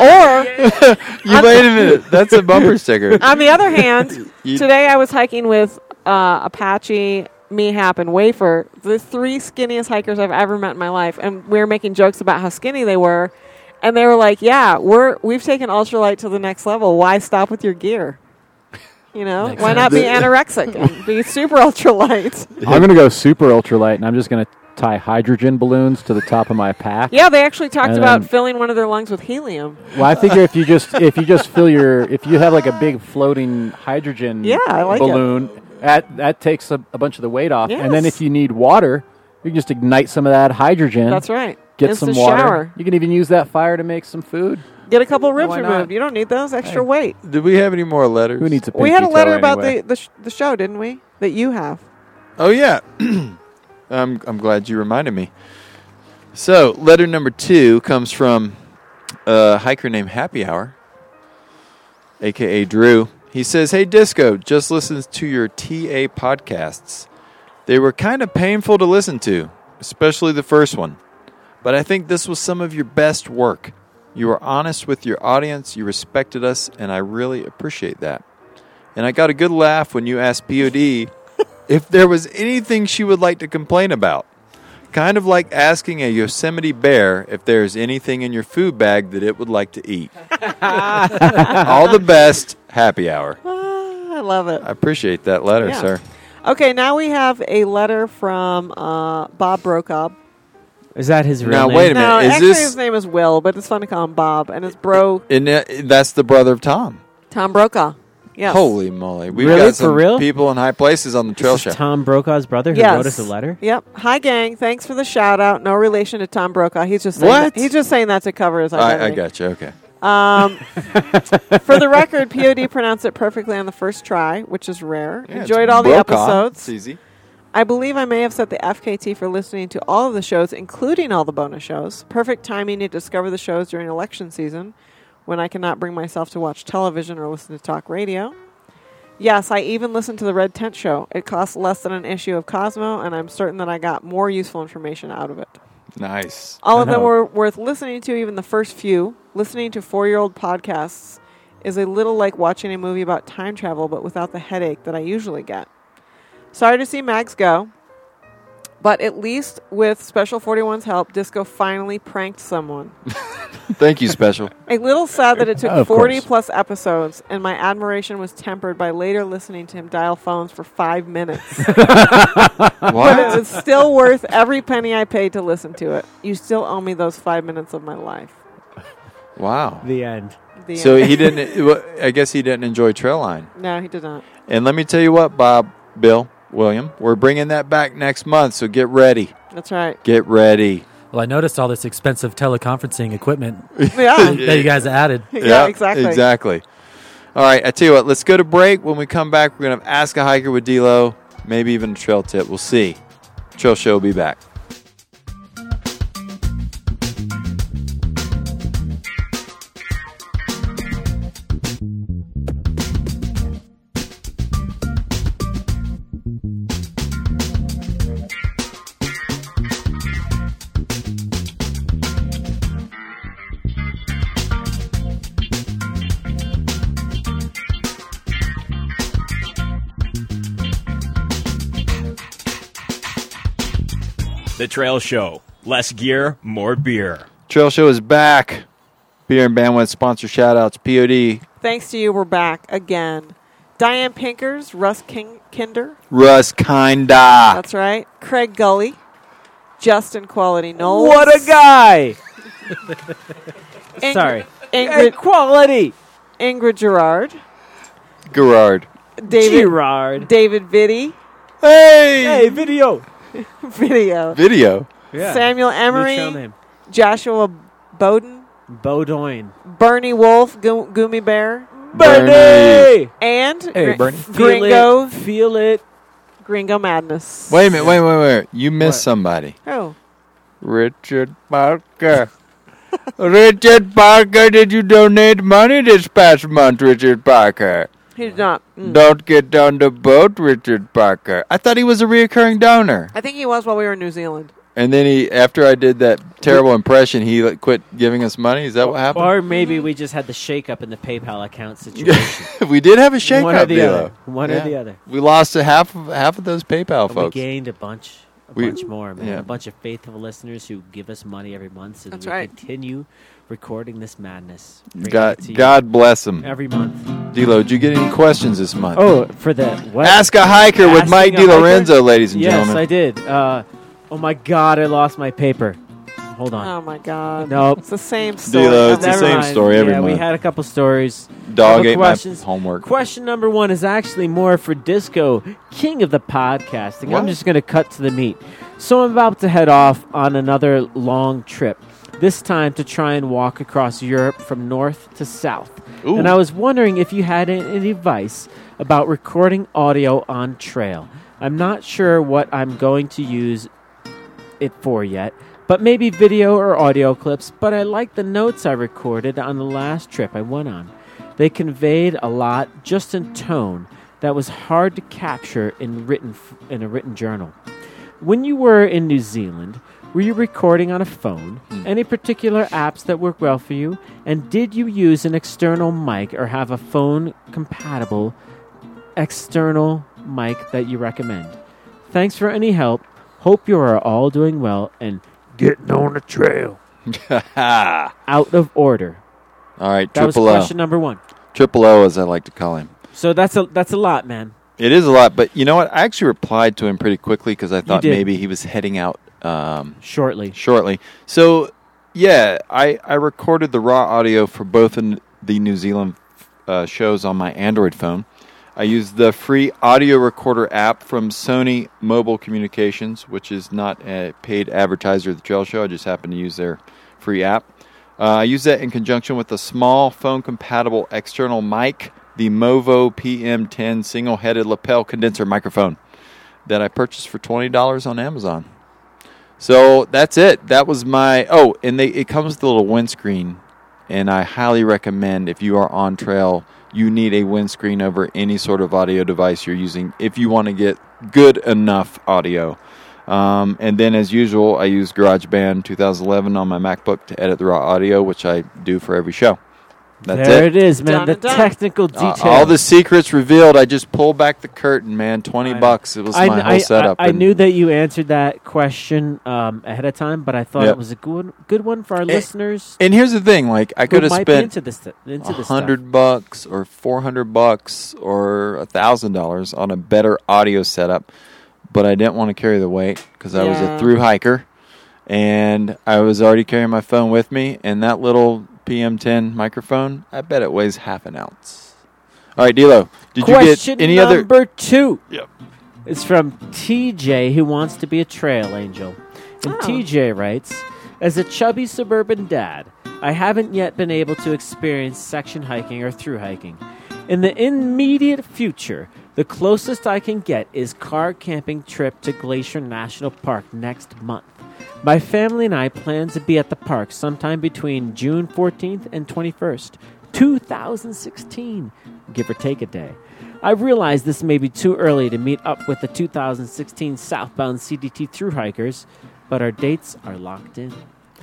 Speaker 1: Or
Speaker 2: You wait a minute. That's a bumper sticker.
Speaker 1: on the other hand,
Speaker 2: You-
Speaker 1: today I was hiking with uh, Apache, Mehap, and Wafer, the three skinniest hikers I've ever met in my life, and we were making jokes about how skinny they were, and they were like, "Yeah, we're we've taken ultralight to the next level. Why stop with your gear? You know,
Speaker 12: Makes
Speaker 1: why
Speaker 12: sense.
Speaker 1: not be
Speaker 12: The-
Speaker 1: anorexic and be super ultralight?"
Speaker 8: I'm going to go super ultralight, and I'm just going to tie hydrogen balloons to the top of my pack.
Speaker 1: Yeah, they actually talked
Speaker 8: And
Speaker 1: about
Speaker 8: then-
Speaker 1: filling one of their lungs with helium.
Speaker 8: Well, I figure if you just if you just fill your if you have like a big floating hydrogen
Speaker 1: Yeah, I like it.
Speaker 8: balloon, that that takes a, a bunch of the weight off, and then
Speaker 1: Yes.
Speaker 8: if you need water, you can just ignite some of that hydrogen.
Speaker 1: That's right.
Speaker 8: Get
Speaker 1: Instant
Speaker 8: some water.
Speaker 1: shower.
Speaker 8: You can even use that fire to make some food.
Speaker 1: Get a couple ribs
Speaker 8: Why not?
Speaker 1: removed. You don't need those extra weight.
Speaker 2: Did we have any more letters? Who needs a
Speaker 1: We had a letter about the the, sh- the show, didn't we? That you have.
Speaker 2: Oh yeah. I'm I'm glad you reminded me. So letter number two comes from a hiker named Happy Hour, aka Drew. He says, "Hey Disco, just listens to your TA podcasts. They were kind of painful to listen to, especially the first one, but I think this was some of your best work. You were honest with your audience, you respected us, and I really appreciate that. And I got a good laugh when you asked POD if there was anything she would like to complain about. Kind of like asking a Yosemite bear if there is anything in your food bag that it would like to eat. All the best, happy hour.
Speaker 1: I love it.
Speaker 2: I appreciate that letter,
Speaker 1: Yeah.
Speaker 2: sir.
Speaker 1: Okay, now we have a letter from uh, Bob Brokaw.
Speaker 4: Is that his real
Speaker 2: Now,
Speaker 4: name?
Speaker 2: wait a
Speaker 1: No,
Speaker 2: minute. Is
Speaker 1: actually
Speaker 2: this-
Speaker 1: his name is Will, but it's fun to call him Bob, and it's Bro
Speaker 2: And that- that's the brother of Tom.
Speaker 1: Tom Brokaw. Yes.
Speaker 2: Holy moly. We've
Speaker 4: Really?
Speaker 2: got
Speaker 4: For
Speaker 2: some
Speaker 4: real?
Speaker 2: people in high places on the trail
Speaker 4: This
Speaker 2: show.
Speaker 4: is Tom Brokaw's brother who
Speaker 1: Yes.
Speaker 4: wrote us a letter.
Speaker 1: Yep. Hi, gang. Thanks for the shout out. No relation to Tom Brokaw. He's just saying
Speaker 2: What?
Speaker 1: That, he's just saying that to cover his identity.
Speaker 2: I, I got you. Okay.
Speaker 1: Um, for the record, POD pronounced it perfectly on the first try, which is rare.
Speaker 2: Yeah, it's
Speaker 1: Enjoyed all the
Speaker 2: Brokaw.
Speaker 1: episodes.
Speaker 2: It's easy.
Speaker 1: I believe I may have set the FKT for listening to all of the shows, including all the bonus shows. Perfect timing to discover the shows during election season when I cannot bring myself to watch television or listen to talk radio. Yes, I even listened to the Red Tent show. It cost less than an issue of Cosmo, and I'm certain that I got more useful information out of it.
Speaker 2: Nice.
Speaker 1: All of them were worth listening to, even the first few. Listening to four year old podcasts is a little like watching a movie about time travel, but without the headache that I usually get. Sorry to see Mags go, but at least with Special 41's help, Disco finally pranked someone.
Speaker 2: Thank you, special.
Speaker 1: A little sad that it took
Speaker 2: Oh, of
Speaker 1: 40
Speaker 2: course.
Speaker 1: plus episodes, and my admiration was tempered by later listening to him dial phones for five minutes. But it was still worth every penny I paid to listen to it. You still owe me those five minutes of my life.
Speaker 2: Wow.
Speaker 4: The end.
Speaker 1: The
Speaker 2: so
Speaker 1: end.
Speaker 2: he didn't. well, I guess he didn't enjoy trail line.
Speaker 1: No, he did not.
Speaker 2: And let me tell you what, Bob, Bill, William, we're bringing that back next month. So get ready.
Speaker 1: That's right.
Speaker 2: Get ready.
Speaker 9: Well, I noticed all this expensive teleconferencing equipment
Speaker 1: Yeah.
Speaker 9: that you guys added.
Speaker 2: Yep, Exactly. All right. I tell you what. Let's go to break. When we come back, we're gonna have ask a hiker with D'Lo. Maybe even a trail tip. We'll see. Trail show will be back.
Speaker 5: The Trail Show. Less gear, more beer.
Speaker 2: Trail Show is back. Beer and Bandwidth sponsor shoutouts. POD,
Speaker 1: Thanks to you, we're back again. Diane Pinkers, Russ King- Kinder.
Speaker 2: Russ Kinda.
Speaker 1: That's right. Craig Gully, Justin Quality Knowles.
Speaker 4: What a guy! Sorry.
Speaker 1: Ingrid
Speaker 4: Quality.
Speaker 1: Ingrid Gerard.
Speaker 2: Gerard.
Speaker 1: David
Speaker 4: Gerard.
Speaker 1: David Vitti.
Speaker 2: Hey.
Speaker 4: Hey, video.
Speaker 1: video.
Speaker 2: Video.
Speaker 4: Yeah.
Speaker 1: Samuel
Speaker 4: New show
Speaker 1: Emery.
Speaker 4: name.
Speaker 1: Joshua Bowden.
Speaker 4: Bowdoin.
Speaker 1: Bernie Wolf. Go- Goomy Bear.
Speaker 2: Bernie!
Speaker 1: And
Speaker 2: Hey,
Speaker 1: Gr-
Speaker 2: Bernie.
Speaker 1: Gringo.
Speaker 4: Feel it.
Speaker 1: Gringo Madness.
Speaker 2: Wait a minute, wait, wait, wait. You missed somebody.
Speaker 1: Oh.
Speaker 2: Richard Parker. Richard Parker, did you donate money this past month, Richard Parker?
Speaker 1: He did not.
Speaker 4: Hmm.
Speaker 1: Mm.
Speaker 2: Don't get on the boat, Richard Parker. I thought he was a reoccurring donor.
Speaker 1: I think he was while we were in New Zealand.
Speaker 2: And then he, after I did that terrible impression, he like, quit giving us money. Is that what happened?
Speaker 4: Or maybe we just had the shakeup in the PayPal account situation.
Speaker 2: we did have a shakeup.
Speaker 4: One or the
Speaker 2: deal.
Speaker 4: other. One or
Speaker 2: Yeah.
Speaker 4: the other.
Speaker 2: We lost a half of half of those PayPal
Speaker 4: But we
Speaker 2: folks.
Speaker 4: gained a bunch, a
Speaker 2: We-
Speaker 4: bunch more, man.
Speaker 2: yeah.
Speaker 4: A bunch of faithful listeners who give us money every month, so
Speaker 1: That's
Speaker 4: that we
Speaker 1: right.
Speaker 4: continue recording this madness. bringing it to
Speaker 2: God,
Speaker 4: you
Speaker 2: God bless them.
Speaker 4: Every month.
Speaker 2: D'Lo, did you get any questions this month?
Speaker 4: Oh, for the what?
Speaker 2: Ask a hiker with
Speaker 4: Asking
Speaker 2: Mike
Speaker 4: a
Speaker 2: DiLorenzo,
Speaker 4: hiker?
Speaker 2: ladies and
Speaker 4: yes,
Speaker 2: gentlemen.
Speaker 4: I did. Uh, oh my God, I lost my paper. Hold on.
Speaker 1: Oh my God.
Speaker 4: Nope.
Speaker 1: It's the same story.
Speaker 2: D'Lo, it's the
Speaker 4: Never
Speaker 2: same
Speaker 4: mind.
Speaker 2: story every
Speaker 4: yeah, we
Speaker 2: month.
Speaker 4: had a couple stories.
Speaker 2: Dog
Speaker 4: Couple
Speaker 2: ate my
Speaker 4: questions.
Speaker 2: homework.
Speaker 4: Question number one is actually more for Disco, king of the podcasting.
Speaker 2: What?
Speaker 4: I'm just going to cut to the meat. So I'm about to head off on another long trip. This time to try and walk across Europe from north to south.
Speaker 12: Ooh.
Speaker 4: And I was wondering if you had any advice about recording audio on trail. I'm not sure what I'm going to use it for yet, but maybe video or audio clips. But I like the notes I recorded on the last trip I went on. They conveyed a lot just in tone that was hard to capture in written f- in a written journal. When you were in New Zealand, were you recording on a phone?
Speaker 2: Hmm.
Speaker 4: Any particular apps that work well for you? And did you use an external mic or have a phone compatible external mic that you recommend? Thanks for any help. Hope you are all doing well and getting on the trail. Out of order.
Speaker 2: All right,
Speaker 4: That was
Speaker 2: Triple O.
Speaker 4: question number one.
Speaker 2: Triple O, as I like to call him.
Speaker 4: So that's a that's a lot, man.
Speaker 2: It is a lot, but you know what? I actually replied to him pretty quickly because I thought
Speaker 4: did.
Speaker 2: maybe he was heading out um,
Speaker 4: shortly.
Speaker 2: Shortly. So, yeah, I, I recorded the raw audio for both in the New Zealand uh, shows on my Android phone. I used the free audio recorder app from Sony Mobile Communications, which is not a paid advertiser of the Trail Show. I just happened to use their free app. Uh, I use that in conjunction with a small phone compatible external mic, the Movo PM10 single headed lapel condenser microphone that I purchased for $20 on Amazon. So that's it. That was my oh, and they it comes with a little windscreen, and I highly recommend if you are on trail, you need a windscreen over any sort of audio device you're using if you want to get good enough audio. Um, and then, as usual, I use GarageBand 2011 on my MacBook to edit the raw audio, which I do for every show. That's
Speaker 4: there
Speaker 2: it.
Speaker 4: it is, man.
Speaker 1: Done
Speaker 4: the
Speaker 1: and done.
Speaker 4: technical
Speaker 2: Uh,
Speaker 4: detail.
Speaker 2: all the secrets revealed. I just pulled back the curtain, man. Twenty
Speaker 4: I-
Speaker 2: bucks. It was
Speaker 4: I,
Speaker 2: my
Speaker 4: I-
Speaker 2: whole setup.
Speaker 4: I, I
Speaker 2: and-
Speaker 4: knew that you answered that question um, ahead of time, but I thought
Speaker 2: Yep.
Speaker 4: it was a good good one for our listeners.
Speaker 2: And here's the thing: like I
Speaker 4: who
Speaker 2: could have
Speaker 4: might be
Speaker 2: spent
Speaker 4: into this th- into
Speaker 2: a
Speaker 4: this
Speaker 2: hundred bucks or four hundred bucks or a thousand dollars on a better audio setup, but I didn't want to carry the weight because I was a
Speaker 1: Yeah.
Speaker 2: through hiker, and I was already carrying my phone with me, and that little PM10 microphone, I bet it weighs half an ounce. All right, D'Lo, did
Speaker 4: question
Speaker 2: you get any other?
Speaker 4: number two?
Speaker 2: Yep.
Speaker 4: It's from TJ, who wants to be a trail angel. And TJ writes As a chubby suburban dad, I haven't yet been able to experience section hiking or through hiking. In the immediate future, the closest I can get is car camping trip to Glacier National Park next month. My family and I plan to be at the park sometime between June 14th and 21st, 2016, give or take a day. I realize this may be too early to meet up with the 2016 southbound CDT through hikers, but our dates are locked in.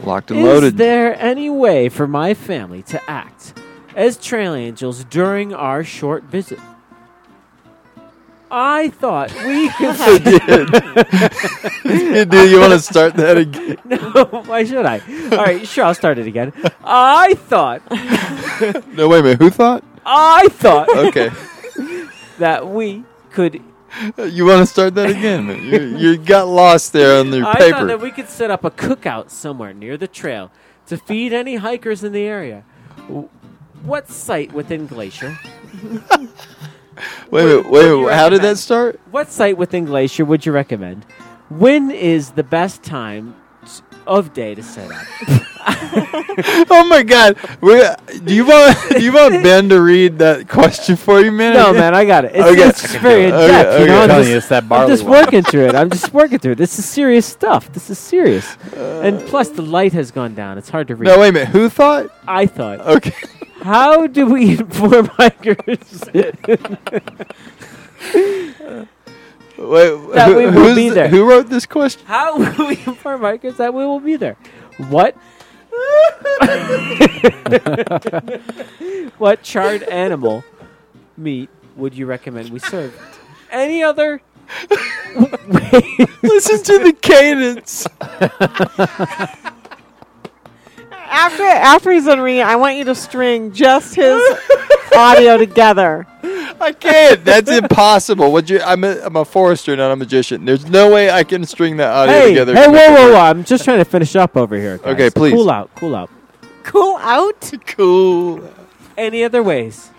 Speaker 2: Locked and
Speaker 4: Is
Speaker 2: loaded.
Speaker 4: there any way for my family to act as trail angels during our short visit? I thought we could.
Speaker 2: They did. Do you want to start that again?
Speaker 4: No, why should I? All right, sure, I'll start it again. I thought.
Speaker 2: No, wait a minute. Who thought?
Speaker 4: I thought.
Speaker 2: Okay.
Speaker 4: that we could.
Speaker 2: You want to start that again? You, you got lost there on your
Speaker 4: I
Speaker 2: paper.
Speaker 4: thought that we could set up a cookout somewhere near the trail to feed any hikers in the area. W- What site within Glacier?
Speaker 2: wait a minute. Wait a minute. How did that start?
Speaker 4: What site within Glacier would you recommend? When is the best time t- of day to set up?
Speaker 2: oh my god. We, do you want do you want Ben to read that question for you, man?
Speaker 4: No, man, I got it. It's, it's very in depth. you know? I'm just, I'm just working through it. I'm just working through it. This is serious stuff. This is serious. and plus, the light has gone down. It's hard to read.
Speaker 2: Uh, No, wait a minute. Who thought?
Speaker 4: I thought.
Speaker 2: Okay.
Speaker 4: How do we inform hikers?
Speaker 2: Wait,
Speaker 4: that we will
Speaker 2: who's
Speaker 4: be
Speaker 2: the-
Speaker 4: there.
Speaker 2: who wrote this question?
Speaker 4: How will we inform Rikers that we will be there? What? what charred animal meat would you recommend we serve? Any other?
Speaker 2: Listen to the cadence.
Speaker 1: After after he's done reading, I want you to string just his audio together.
Speaker 2: I can't. That's impossible. What you I'm a, I'm a forester, not a magician. There's no way I can string that audio
Speaker 4: hey,
Speaker 2: together.
Speaker 4: hey, whoa, whoa, whoa! I'm just trying to finish up over here. guys.
Speaker 2: Okay, please.
Speaker 4: cool out, cool out.
Speaker 1: Cool out.
Speaker 2: Cool.
Speaker 4: Any other ways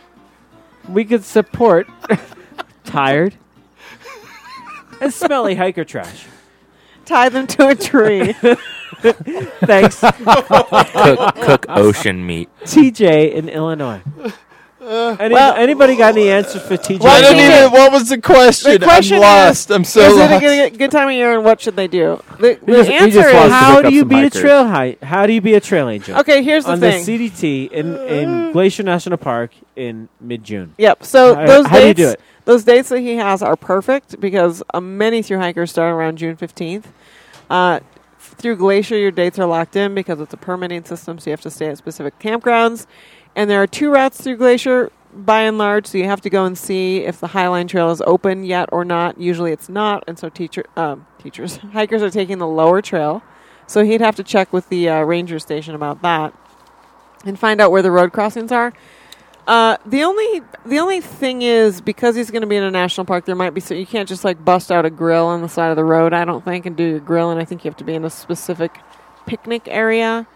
Speaker 4: we could support tired and smelly hiker trash?
Speaker 1: Tie them to a tree.
Speaker 4: Thanks.
Speaker 10: cook, cook ocean meat.
Speaker 4: TJ in Illinois.
Speaker 2: Uh,
Speaker 4: Any, anybody got any answers for TJ?
Speaker 2: I don't even. What was the question?
Speaker 1: The question
Speaker 2: I'm lost.
Speaker 1: Is,
Speaker 2: I'm so
Speaker 1: Is
Speaker 2: lost.
Speaker 1: it a good, good time of year, and what should they do? The, the
Speaker 4: just- he just
Speaker 1: answer
Speaker 4: wants
Speaker 1: is
Speaker 4: to How do you be a trail hi- How do you be a trail angel?
Speaker 1: Okay, here's the
Speaker 4: on
Speaker 1: thing.
Speaker 4: the CDT in, in Glacier National Park in mid June.
Speaker 1: Yep. So
Speaker 4: How-
Speaker 1: those
Speaker 4: how do you
Speaker 1: dates,
Speaker 4: do it?
Speaker 1: those dates that he has are perfect because uh, many through hikers start around June fifteenth. Uh, through Glacier, your dates are locked in because it's a permitting system, so you have to stay at specific campgrounds. And there are two routes through Glacier by and large, so you have to go and see if the Highline Trail is open yet or not. Usually, it's not, and so teacher, um, teachers, hikers are taking the lower trail. So he'd have to check with the uh, ranger station about that and find out where the road crossings are. Uh, the only the only thing is because he's going to be in a national park, there might be so you can't just like bust out a grill on the side of the road. I don't think and do your grill, and I think you have to be in a specific picnic area.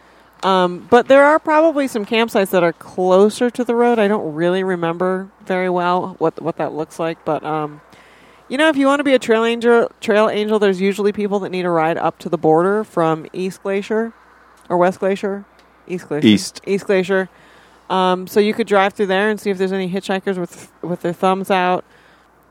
Speaker 1: Um, but there are probably some campsites that are closer to the road. I don't really remember very well what what that looks like, but um, you know, if you want to be a trail angel, trail angel, there's usually people that need a ride up to the border from East Glacier or West Glacier, East Glacier,
Speaker 2: East.
Speaker 1: East Glacier. Um, so you could drive through there and see if there's any hitchhikers with with their thumbs out.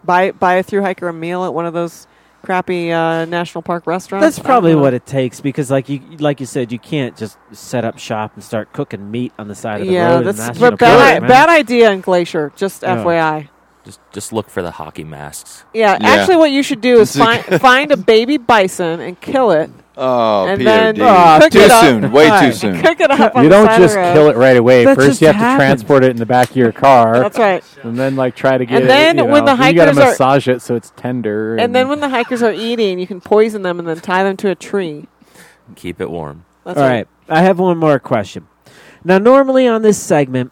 Speaker 1: Buy buy a through hiker a meal at one of those crappy uh, national park restaurants.
Speaker 4: That's
Speaker 1: I don't
Speaker 4: probably
Speaker 1: know.
Speaker 4: what it takes because, like you, like you said, you can't just set up shop and start cooking meat on the side of
Speaker 1: Uh,
Speaker 4: the
Speaker 1: yeah,
Speaker 4: road. in
Speaker 1: that's
Speaker 4: National
Speaker 1: but bad,
Speaker 4: Park,
Speaker 1: I-
Speaker 4: man.
Speaker 1: bad idea in Glacier. Just
Speaker 4: Yeah.
Speaker 1: FYI.
Speaker 10: Just just look for the hockey masks.
Speaker 1: Yeah,
Speaker 10: Yeah.
Speaker 1: actually, what you should do is
Speaker 10: It's a-
Speaker 1: find find a baby bison and kill it.
Speaker 2: Oh,
Speaker 1: and
Speaker 2: POD.
Speaker 1: then
Speaker 2: Ah,
Speaker 1: cook
Speaker 2: too
Speaker 1: it up.
Speaker 2: soon. Way too
Speaker 1: Right.
Speaker 2: soon.
Speaker 1: Cook it up. on
Speaker 8: you
Speaker 1: the
Speaker 8: don't
Speaker 1: side
Speaker 8: just
Speaker 1: of the road.
Speaker 8: kill it right away.
Speaker 1: That
Speaker 8: First,
Speaker 1: just
Speaker 8: you have
Speaker 1: happened.
Speaker 8: to transport it in the back of your car.
Speaker 1: That's right.
Speaker 8: And then, like, try to get
Speaker 1: And then
Speaker 8: it. You know,
Speaker 1: when the
Speaker 8: you gotta
Speaker 1: hikers are-
Speaker 8: massage it so it's tender.
Speaker 1: And then when the hikers are eating, you can poison them and then tie them to a tree.
Speaker 10: Keep it warm.
Speaker 1: That's
Speaker 4: All right. I have one more question. Now, normally on this segment,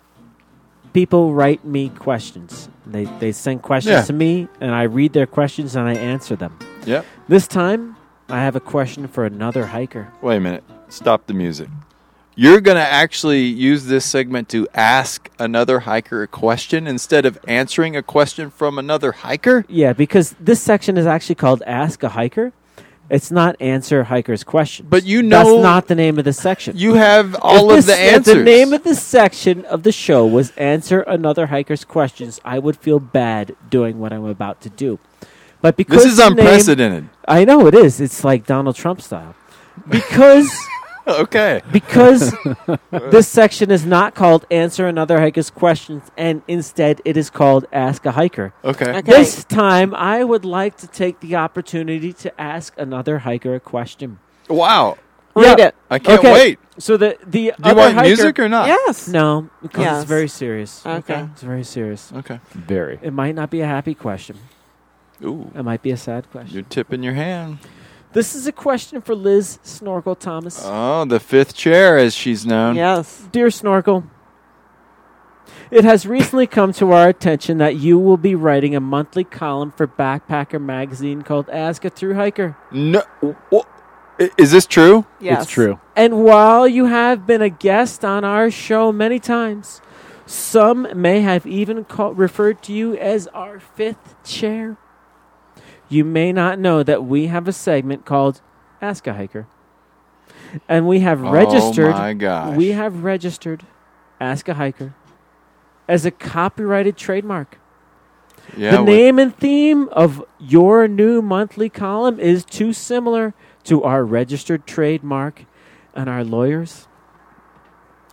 Speaker 4: people write me questions. They, they send questions
Speaker 2: Yeah.
Speaker 4: to me, and I read their questions and I answer them.
Speaker 2: Yep.
Speaker 4: This time, I have a question for another hiker.
Speaker 2: Wait a minute. Stop the music. You're going to actually use this segment to ask another hiker a question instead of answering a question from another hiker?
Speaker 4: Yeah, because this section is actually called Ask a Hiker. It's not answer hiker's question. But
Speaker 2: you know-
Speaker 4: that's not the name of the section.
Speaker 2: You have all
Speaker 4: If
Speaker 2: of
Speaker 4: this-
Speaker 2: the
Speaker 4: if
Speaker 2: answers.
Speaker 4: The name of the section of the show was answer another hiker's questions. I would feel bad doing what I'm about to do, but because
Speaker 2: is
Speaker 4: the name-
Speaker 2: unprecedented.
Speaker 4: I know it is. It's like Donald Trump style, because
Speaker 2: okay,
Speaker 4: because this section is not called answer another hiker's questions, and instead it is called ask a hiker.
Speaker 2: Okay. Okay.
Speaker 4: This time, I would like to take the opportunity to ask another hiker a question.
Speaker 2: Wow.
Speaker 1: Read
Speaker 4: Yeah.
Speaker 1: it.
Speaker 2: I can't
Speaker 4: Okay.
Speaker 2: wait.
Speaker 4: So the the
Speaker 2: Do you want music or not?
Speaker 1: Yes.
Speaker 4: No, because
Speaker 1: Yes.
Speaker 4: it's very serious.
Speaker 1: Okay.
Speaker 4: it's very serious.
Speaker 2: Okay,
Speaker 8: very.
Speaker 4: It might not be a happy question,
Speaker 2: Ooh.
Speaker 4: That might be a sad question.
Speaker 2: You're tipping your hand.
Speaker 4: This is a question for Liz Snorkel Thomas.
Speaker 2: Oh, the fifth chair, as she's known.
Speaker 1: Yes.
Speaker 4: Dear Snorkel, it has recently come to our attention that you will be writing a monthly column for Backpacker magazine called Ask a True Hiker.
Speaker 2: No. wha- i- Is this true?
Speaker 4: Yes. And while you have been a guest on our show many times, some may have even call, referred to you as our fifth chair. You may not know that we have a segment called Ask a Hiker. And we have
Speaker 2: Oh
Speaker 4: registered
Speaker 2: my gosh.
Speaker 4: we have registered Ask a Hiker as a copyrighted trademark.
Speaker 2: Yeah.
Speaker 4: the
Speaker 2: wh-
Speaker 4: name and theme of your new monthly column is too similar to our registered trademark and our lawyers.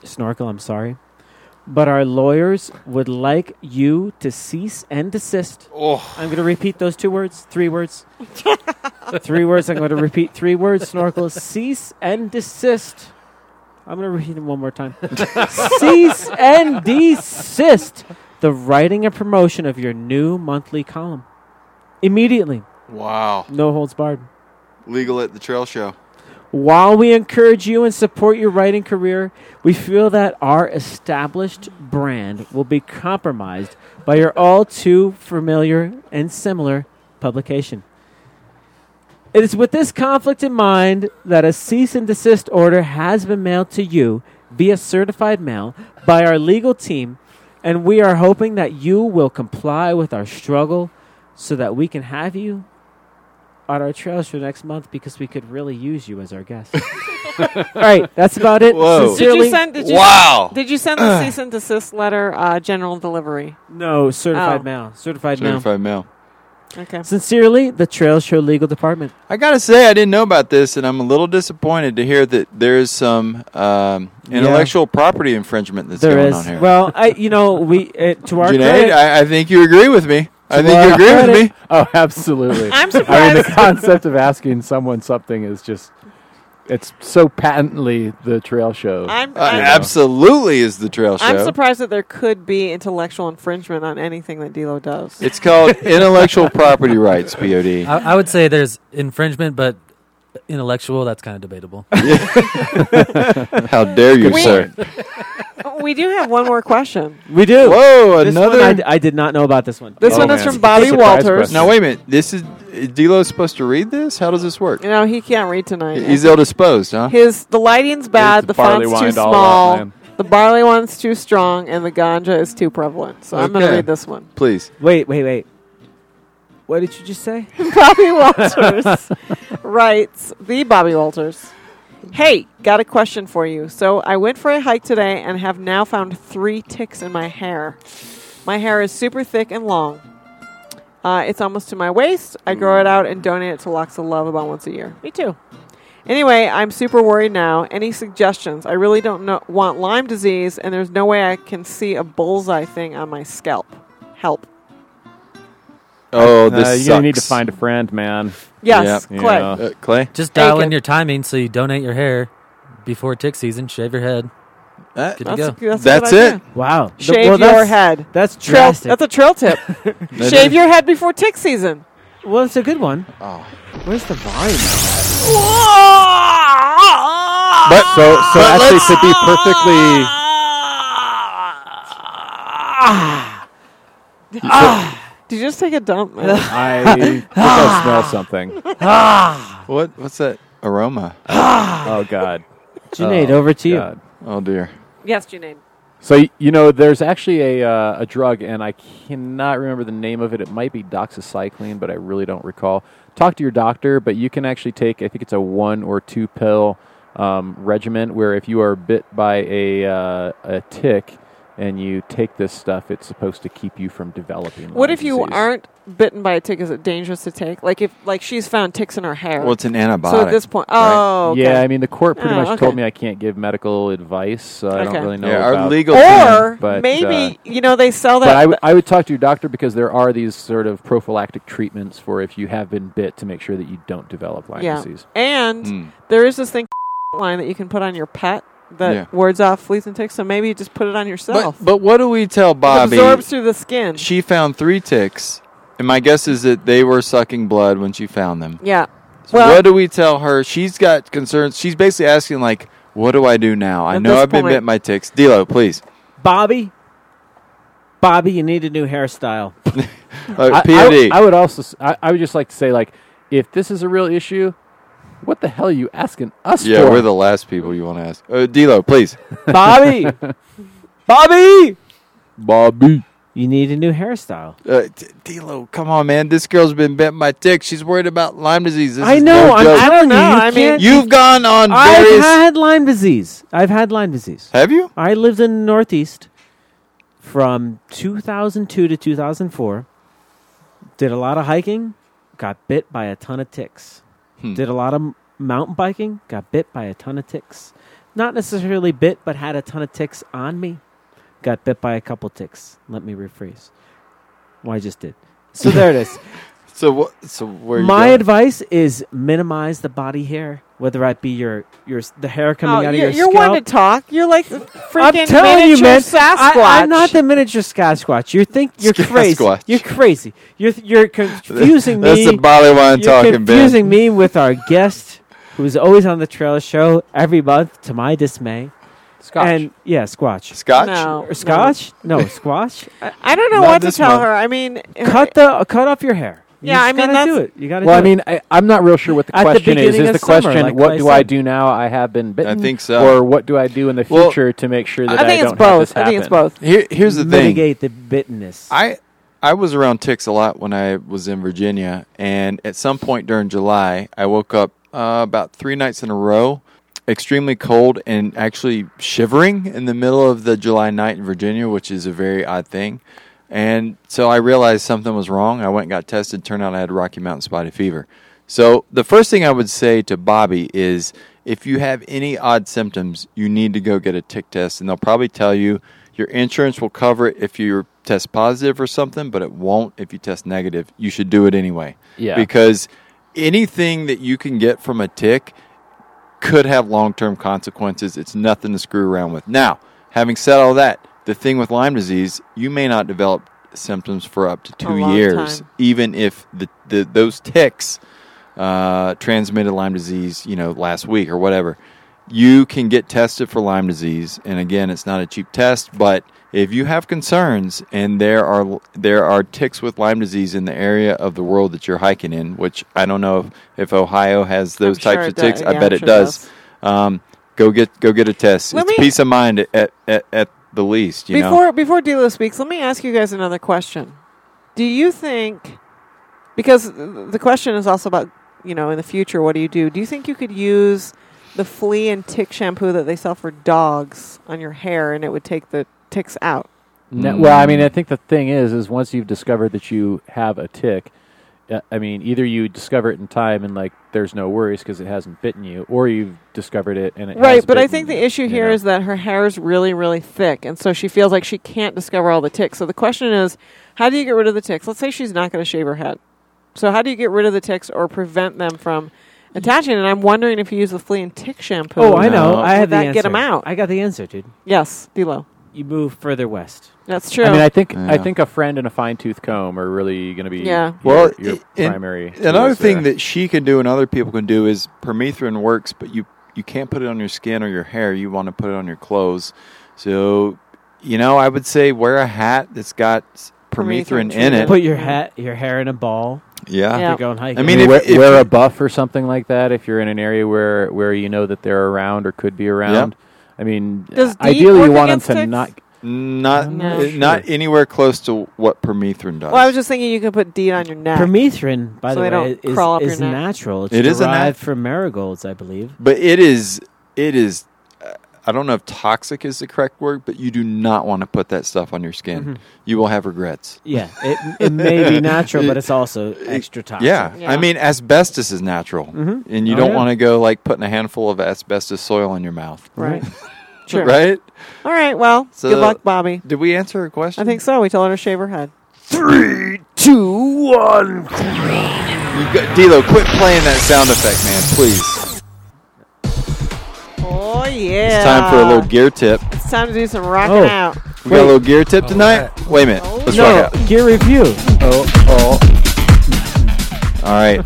Speaker 4: Snorkel, I'm sorry. But our lawyers would like you to cease and desist. I'm going to repeat those two words, three words. three words. I'm going to repeat three words, Snorkel. Cease and desist. I'm going to repeat them one more time. Cease and desist the writing and promotion of your new monthly column. Immediately.
Speaker 2: Wow.
Speaker 4: No holds barred.
Speaker 2: Legal at the trail show.
Speaker 4: While we encourage you and support your writing career, we feel that our established brand will be compromised by your all too familiar and similar publication. It is with this conflict in mind that a cease and desist order has been mailed to you via certified mail by our legal team, and we are hoping that you will comply with our struggle so that we can have you on our trails for next month because we could really use you as our guest. All right, that's about it.
Speaker 2: Whoa.
Speaker 1: Did
Speaker 4: Sincerely,
Speaker 1: you send? Did you
Speaker 2: Oh. Wow.
Speaker 1: Did you send the cease and desist letter uh, general delivery?
Speaker 4: No, certified
Speaker 1: Oh.
Speaker 4: mail. Certified,
Speaker 2: Certified mail.
Speaker 1: Okay.
Speaker 4: mail. Sincerely, the Trail Show Legal Department.
Speaker 2: I gotta say, I didn't know about this, and I'm a little disappointed to hear that there's some um, intellectual property infringement that's
Speaker 4: There
Speaker 2: going
Speaker 4: is.
Speaker 2: on here.
Speaker 4: Well, I, you know, we uh, to our
Speaker 2: Junaid,
Speaker 4: credit,
Speaker 2: I, I think you agree with me. I think
Speaker 8: Well,
Speaker 2: you agree with me.
Speaker 8: Oh, absolutely.
Speaker 1: I'm
Speaker 8: I mean, the
Speaker 1: surprised.
Speaker 8: concept of asking someone something is just. It's so patently the trail show.
Speaker 1: I'm-
Speaker 8: you
Speaker 2: Uh,
Speaker 8: know.
Speaker 2: absolutely is the trail show.
Speaker 1: I'm surprised that there could be intellectual infringement on anything that Dilo does.
Speaker 2: It's called intellectual property rights, POD.
Speaker 9: I, I would say there's infringement, but intellectual, that's kind of debatable.
Speaker 2: How dare you,
Speaker 1: We-
Speaker 2: sir?
Speaker 1: we do have one more question.
Speaker 4: we do.
Speaker 2: Whoa,
Speaker 4: This
Speaker 2: another-
Speaker 4: one I, d- I did not know about this one.
Speaker 2: Oh,
Speaker 1: This
Speaker 4: one
Speaker 1: one is from Bobby Walters.
Speaker 2: Now wait a minute. This is D'Lo supposed to read this? How does this work?
Speaker 1: No, he can't read tonight.
Speaker 2: He's ill disposed, huh?
Speaker 1: His the lighting's bad, the,
Speaker 2: barley
Speaker 1: font's too
Speaker 2: wine all up,
Speaker 1: small,
Speaker 2: man.
Speaker 1: the barley one's too strong, and the ganja is too prevalent. So I'm going to
Speaker 2: Okay.
Speaker 1: read this one.
Speaker 2: Please.
Speaker 4: Wait, wait, wait. What did you just say?
Speaker 1: Bobby Walters writes, the Bobby Walters. Hey, got a question for you. So I went for a hike today and have now found three ticks in my hair. My hair is super thick and long. Uh, it's almost to my waist. I grow it out and donate it to Locks of Love about once a year. Me too. Anyway, I'm super worried now. Any suggestions? I really don't know, want Lyme disease, and there's no way I can see a bullseye thing on my scalp. Help.
Speaker 2: Oh,
Speaker 8: Uh,
Speaker 2: this
Speaker 8: you need to
Speaker 2: sucks.
Speaker 8: find a friend, man.
Speaker 1: Yes,
Speaker 8: Yeah.
Speaker 1: Clay.
Speaker 2: Uh, Clay.
Speaker 9: Just dial
Speaker 1: Aiken.
Speaker 9: in your timing so you donate your hair before tick season. Shave your head.
Speaker 2: That-
Speaker 9: Good to
Speaker 1: That's,
Speaker 9: go.
Speaker 1: a, that's, a
Speaker 2: That's
Speaker 1: good
Speaker 2: it.
Speaker 1: idea.
Speaker 4: Wow. Th-
Speaker 1: Shave
Speaker 4: well,
Speaker 1: your
Speaker 4: that's-
Speaker 1: head.
Speaker 4: That's
Speaker 1: Trail,
Speaker 4: drastic.
Speaker 1: that's a trail tip. Shave your head before tick season.
Speaker 4: well, it's a good one.
Speaker 2: Oh.
Speaker 4: Where's the volume?
Speaker 8: But so so actually to be perfectly
Speaker 1: Ah. Did you just take a dump? Man?
Speaker 8: I think I smell
Speaker 4: Ah.
Speaker 8: something.
Speaker 2: What? What's that aroma?
Speaker 1: Ah.
Speaker 8: Oh god.
Speaker 4: Junaid, over to you.
Speaker 8: God.
Speaker 2: Oh dear.
Speaker 1: yes, Junaid.
Speaker 8: So y- you know there's actually a uh, a drug and I cannot remember the name of it. It might be doxycycline, but I really don't recall. Talk to your doctor, but you can actually take I think it's a one or two pill um, regimen where if you are bit by a uh, a tick and you take this stuff, it's supposed to keep you from developing.
Speaker 1: What
Speaker 8: Lyme
Speaker 1: if you
Speaker 8: disease.
Speaker 1: aren't bitten by a tick? Is it dangerous to take? Like if like she's found ticks in her hair.
Speaker 2: Well, it's an antibiotic.
Speaker 1: so at this point, oh, okay.
Speaker 8: Yeah, I mean the court pretty
Speaker 1: Oh,
Speaker 8: much
Speaker 1: okay.
Speaker 8: told me I can't give medical advice, so I
Speaker 1: Okay.
Speaker 8: don't really know.
Speaker 2: yeah,
Speaker 8: about-
Speaker 2: our legal
Speaker 1: or
Speaker 8: team, but, uh,
Speaker 1: maybe you know they sell
Speaker 8: But I,
Speaker 1: that.
Speaker 8: w- I would talk to your doctor because there are these sort of prophylactic treatments for if you have been bit to make sure that you don't develop Lyme
Speaker 1: yeah,
Speaker 8: disease.
Speaker 1: and
Speaker 2: Mm.
Speaker 1: there is this thing line that you can put on your pet that
Speaker 2: Yeah.
Speaker 1: wards off fleas and ticks. So maybe you just put it on
Speaker 2: But,
Speaker 1: yourself.
Speaker 2: but what do we tell
Speaker 1: it
Speaker 2: Bobby?
Speaker 1: absorbs through the skin.
Speaker 2: She found three ticks. And my guess is that they were sucking blood when she found them.
Speaker 1: Yeah.
Speaker 2: So what do we tell her? She's got concerns. She's basically asking, like, what do I do now? I
Speaker 4: At
Speaker 2: know
Speaker 4: this
Speaker 2: I've been
Speaker 4: point-
Speaker 2: bit by ticks. Dilo, please.
Speaker 4: Bobby, Bobby, you need a new hairstyle.
Speaker 8: I- I, would- I would also. s- I, I would just like to say, like, if this is a real issue, what the hell are you asking us
Speaker 2: yeah,
Speaker 8: for?
Speaker 2: we're the last people you want to ask. Uh, Dilo, please.
Speaker 4: Bobby! Bobby,
Speaker 2: Bobby.
Speaker 4: you need a new hairstyle.
Speaker 2: Uh, D- Dilo, come on, man. This girl's been bit by ticks. She's worried about Lyme disease. This
Speaker 4: I
Speaker 2: is
Speaker 4: know,
Speaker 2: No
Speaker 4: I'm
Speaker 2: joke.
Speaker 4: telling you, I don't know, you I mean- can't-
Speaker 2: you've gone on
Speaker 4: I've
Speaker 2: various.
Speaker 4: had Lyme disease. I've had Lyme disease.
Speaker 2: Have you?
Speaker 4: I lived in the Northeast from 2002 to 2004. Did a lot of hiking. Got bit by a ton of ticks.
Speaker 12: Hmm.
Speaker 4: Did a lot of m- mountain biking. Got bit by a ton of ticks. Not necessarily bit, but had a ton of ticks on me. Got bit by a couple ticks. Let me rephrase. Well, I just did. So there it is.
Speaker 2: so what? So where?
Speaker 4: My
Speaker 2: you going?
Speaker 4: advice is minimize the body hair, whether it be your your s- the hair coming
Speaker 1: Oh,
Speaker 4: out of
Speaker 1: you're,
Speaker 4: your
Speaker 1: you're
Speaker 4: scalp.
Speaker 1: one to talk. You're like the freaking
Speaker 4: I'm telling you,
Speaker 1: miniature
Speaker 4: man.
Speaker 1: Sasquatch.
Speaker 4: I, am not the miniature Sasquatch. You think you're
Speaker 2: Sasquatch.
Speaker 4: crazy? You're crazy. You're th- you're confusing
Speaker 2: That's
Speaker 4: me.
Speaker 2: the Bali wine
Speaker 4: you're
Speaker 2: talking, Ben.
Speaker 4: Confusing me with our guest, who's always on the trail show every month. To my dismay,
Speaker 1: Scotch.
Speaker 4: And yeah, Squatch.
Speaker 2: Scotch.
Speaker 1: No, Uh,
Speaker 4: Or Scotch? No, Squatch.
Speaker 1: I, I don't know
Speaker 4: Not
Speaker 1: what to
Speaker 4: this
Speaker 1: tell
Speaker 4: month.
Speaker 1: her. I mean,
Speaker 4: cut the cut off your hair. You
Speaker 1: Yeah,
Speaker 4: just
Speaker 1: I mean,
Speaker 4: gotta
Speaker 1: that's-
Speaker 4: do it. You gotta.
Speaker 8: well, I
Speaker 4: do it.
Speaker 8: mean, I, I'm not real sure what the
Speaker 4: At the
Speaker 8: question is.
Speaker 4: beginning
Speaker 8: Is
Speaker 4: of
Speaker 8: the
Speaker 4: summer,
Speaker 8: question
Speaker 4: like
Speaker 8: what
Speaker 4: I
Speaker 8: do I
Speaker 4: said.
Speaker 8: do now? I have been bitten.
Speaker 2: think so.
Speaker 8: Or what do I do in the
Speaker 2: Well,
Speaker 8: future to make sure that
Speaker 1: I
Speaker 8: I,
Speaker 1: think it's
Speaker 8: don't have this
Speaker 1: both. I think it's
Speaker 8: happen?
Speaker 1: both.
Speaker 2: Here, here's the thing.
Speaker 4: mitigate the bitterness.
Speaker 2: I I was around ticks a lot when I was in Virginia, and at some point during July, I woke up uh, about three nights in a row, extremely cold and actually shivering in the middle of the July night in Virginia, which is a very odd thing. And so I realized something was wrong. I went and got tested. Turned out I had Rocky Mountain spotted fever. So the first thing I would say to Bobby is if you have any odd symptoms, you need to go get a tick test and they'll probably tell you your insurance will cover it if you test positive or something, but it won't if you test negative. You should do it anyway.
Speaker 8: Yeah.
Speaker 2: Because anything that you can get from a tick could have long term consequences. It's nothing to screw around with. Now, having said all that, the thing with Lyme disease, you may not develop symptoms for up to two
Speaker 1: long
Speaker 2: years,
Speaker 1: time.
Speaker 2: even if the, the those ticks uh, transmitted Lyme disease, you know, last week or whatever. You can get tested for Lyme disease, and again, it's not a cheap test, but if you have concerns and there are there are ticks with Lyme disease in the area of the world that you're hiking in, which I don't know if, if Ohio has those
Speaker 1: sure
Speaker 2: types
Speaker 1: it
Speaker 2: of ticks,
Speaker 1: does.
Speaker 2: I
Speaker 1: Yeah,
Speaker 2: bet
Speaker 1: I'm
Speaker 2: it
Speaker 1: sure it
Speaker 2: does. Um, go get go get a test.
Speaker 1: Let
Speaker 2: it's
Speaker 1: me-
Speaker 2: peace of mind at, at, at the least. You
Speaker 1: before
Speaker 2: know,
Speaker 1: before Dilo speaks, let me ask you guys another question. Do you think because th- the question is also about you know in the future what do you do? Do you think you could use the flea and tick shampoo that they sell for dogs on your hair and it would take the ticks out?
Speaker 8: No, well, I mean, I think the thing is, is once you've discovered that you have a tick, uh, I mean, either you discover it in time and like there's no worries because it hasn't bitten you, or you've discovered it and it
Speaker 1: Right,
Speaker 8: has
Speaker 1: but I
Speaker 8: bitten
Speaker 1: think
Speaker 8: you,
Speaker 1: the issue
Speaker 8: you
Speaker 1: here
Speaker 8: know.
Speaker 1: is that her hair is really, really thick, and so she feels like she can't discover all the ticks. So the question is, how do you get rid of the ticks? Let's say she's not going to shave her head. So how do you get rid of the ticks or prevent them from attaching? And I'm wondering if you use the flea and tick shampoo.
Speaker 4: Oh, I know.
Speaker 2: No.
Speaker 4: I have
Speaker 1: Would
Speaker 4: the
Speaker 1: that
Speaker 4: answer.
Speaker 1: get 'em out?
Speaker 4: I got the answer, dude.
Speaker 1: Yes, Dilo.
Speaker 4: You move further west.
Speaker 1: That's true.
Speaker 8: I mean, I think I
Speaker 2: Yeah.
Speaker 8: think a friend and a fine tooth comb are really going to be
Speaker 1: Yeah.
Speaker 8: your,
Speaker 2: Well,
Speaker 8: your
Speaker 2: i- and
Speaker 8: primary.
Speaker 2: Another
Speaker 8: tools
Speaker 2: thing
Speaker 8: there.
Speaker 2: that she can do and other people can do is permethrin works, but you you can't put it on your skin or your hair. You want to put it on your clothes. So, you know, I would say wear a hat that's got s- permethrin,
Speaker 1: Permethrin
Speaker 2: in it.
Speaker 4: Put your hat, your hair in a ball.
Speaker 2: yeah.
Speaker 1: Yeah.
Speaker 4: You're going hiking.
Speaker 2: I
Speaker 8: I
Speaker 2: mean,
Speaker 8: mean,
Speaker 2: if-
Speaker 8: wear,
Speaker 2: if
Speaker 8: wear
Speaker 2: you-
Speaker 8: a buff or something like that if you're in an area where where you know that they're around or could be around. I mean,
Speaker 1: Does DEET
Speaker 8: ideally you
Speaker 1: work
Speaker 8: want them
Speaker 1: against
Speaker 8: to
Speaker 1: ticks?
Speaker 8: not.
Speaker 2: Not
Speaker 1: No.
Speaker 2: it- not anywhere close to what permethrin does.
Speaker 1: well, I was just thinking you could put D on your neck.
Speaker 4: permethrin, by
Speaker 1: So
Speaker 4: the
Speaker 1: they
Speaker 4: way,
Speaker 1: don't
Speaker 4: is,
Speaker 1: crawl up
Speaker 4: is
Speaker 1: your neck.
Speaker 4: natural. It's
Speaker 2: It is a nat-
Speaker 4: derived from marigolds, I believe.
Speaker 2: but it is it is uh, I don't know if toxic is the correct word, but you do not want to put that stuff on your skin. You will have regrets.
Speaker 4: Mm-hmm. Yeah, it, it may be natural, but it's also extra toxic.
Speaker 2: Yeah.
Speaker 1: Yeah.
Speaker 2: I mean, asbestos is natural, and you
Speaker 4: Oh,
Speaker 2: don't
Speaker 4: yeah.
Speaker 2: want to go like putting a handful of asbestos soil in your mouth,
Speaker 1: right. Sure.
Speaker 2: right?
Speaker 1: All right. Well,
Speaker 2: So-
Speaker 1: good luck, Bobby.
Speaker 2: Did we answer a question?
Speaker 1: I think so. We told her to shave her head.
Speaker 6: Two, one.
Speaker 2: you got, Dilo, quit playing that sound effect, man, please.
Speaker 1: Oh yeah.
Speaker 2: It's time for a little gear tip.
Speaker 1: It's time to do some rocking
Speaker 4: Oh.
Speaker 1: out. Oh.
Speaker 2: We got a little gear tip tonight. Wait a minute, let's
Speaker 4: no
Speaker 2: rock out.
Speaker 4: gear review.
Speaker 8: Oh, oh,
Speaker 2: All right.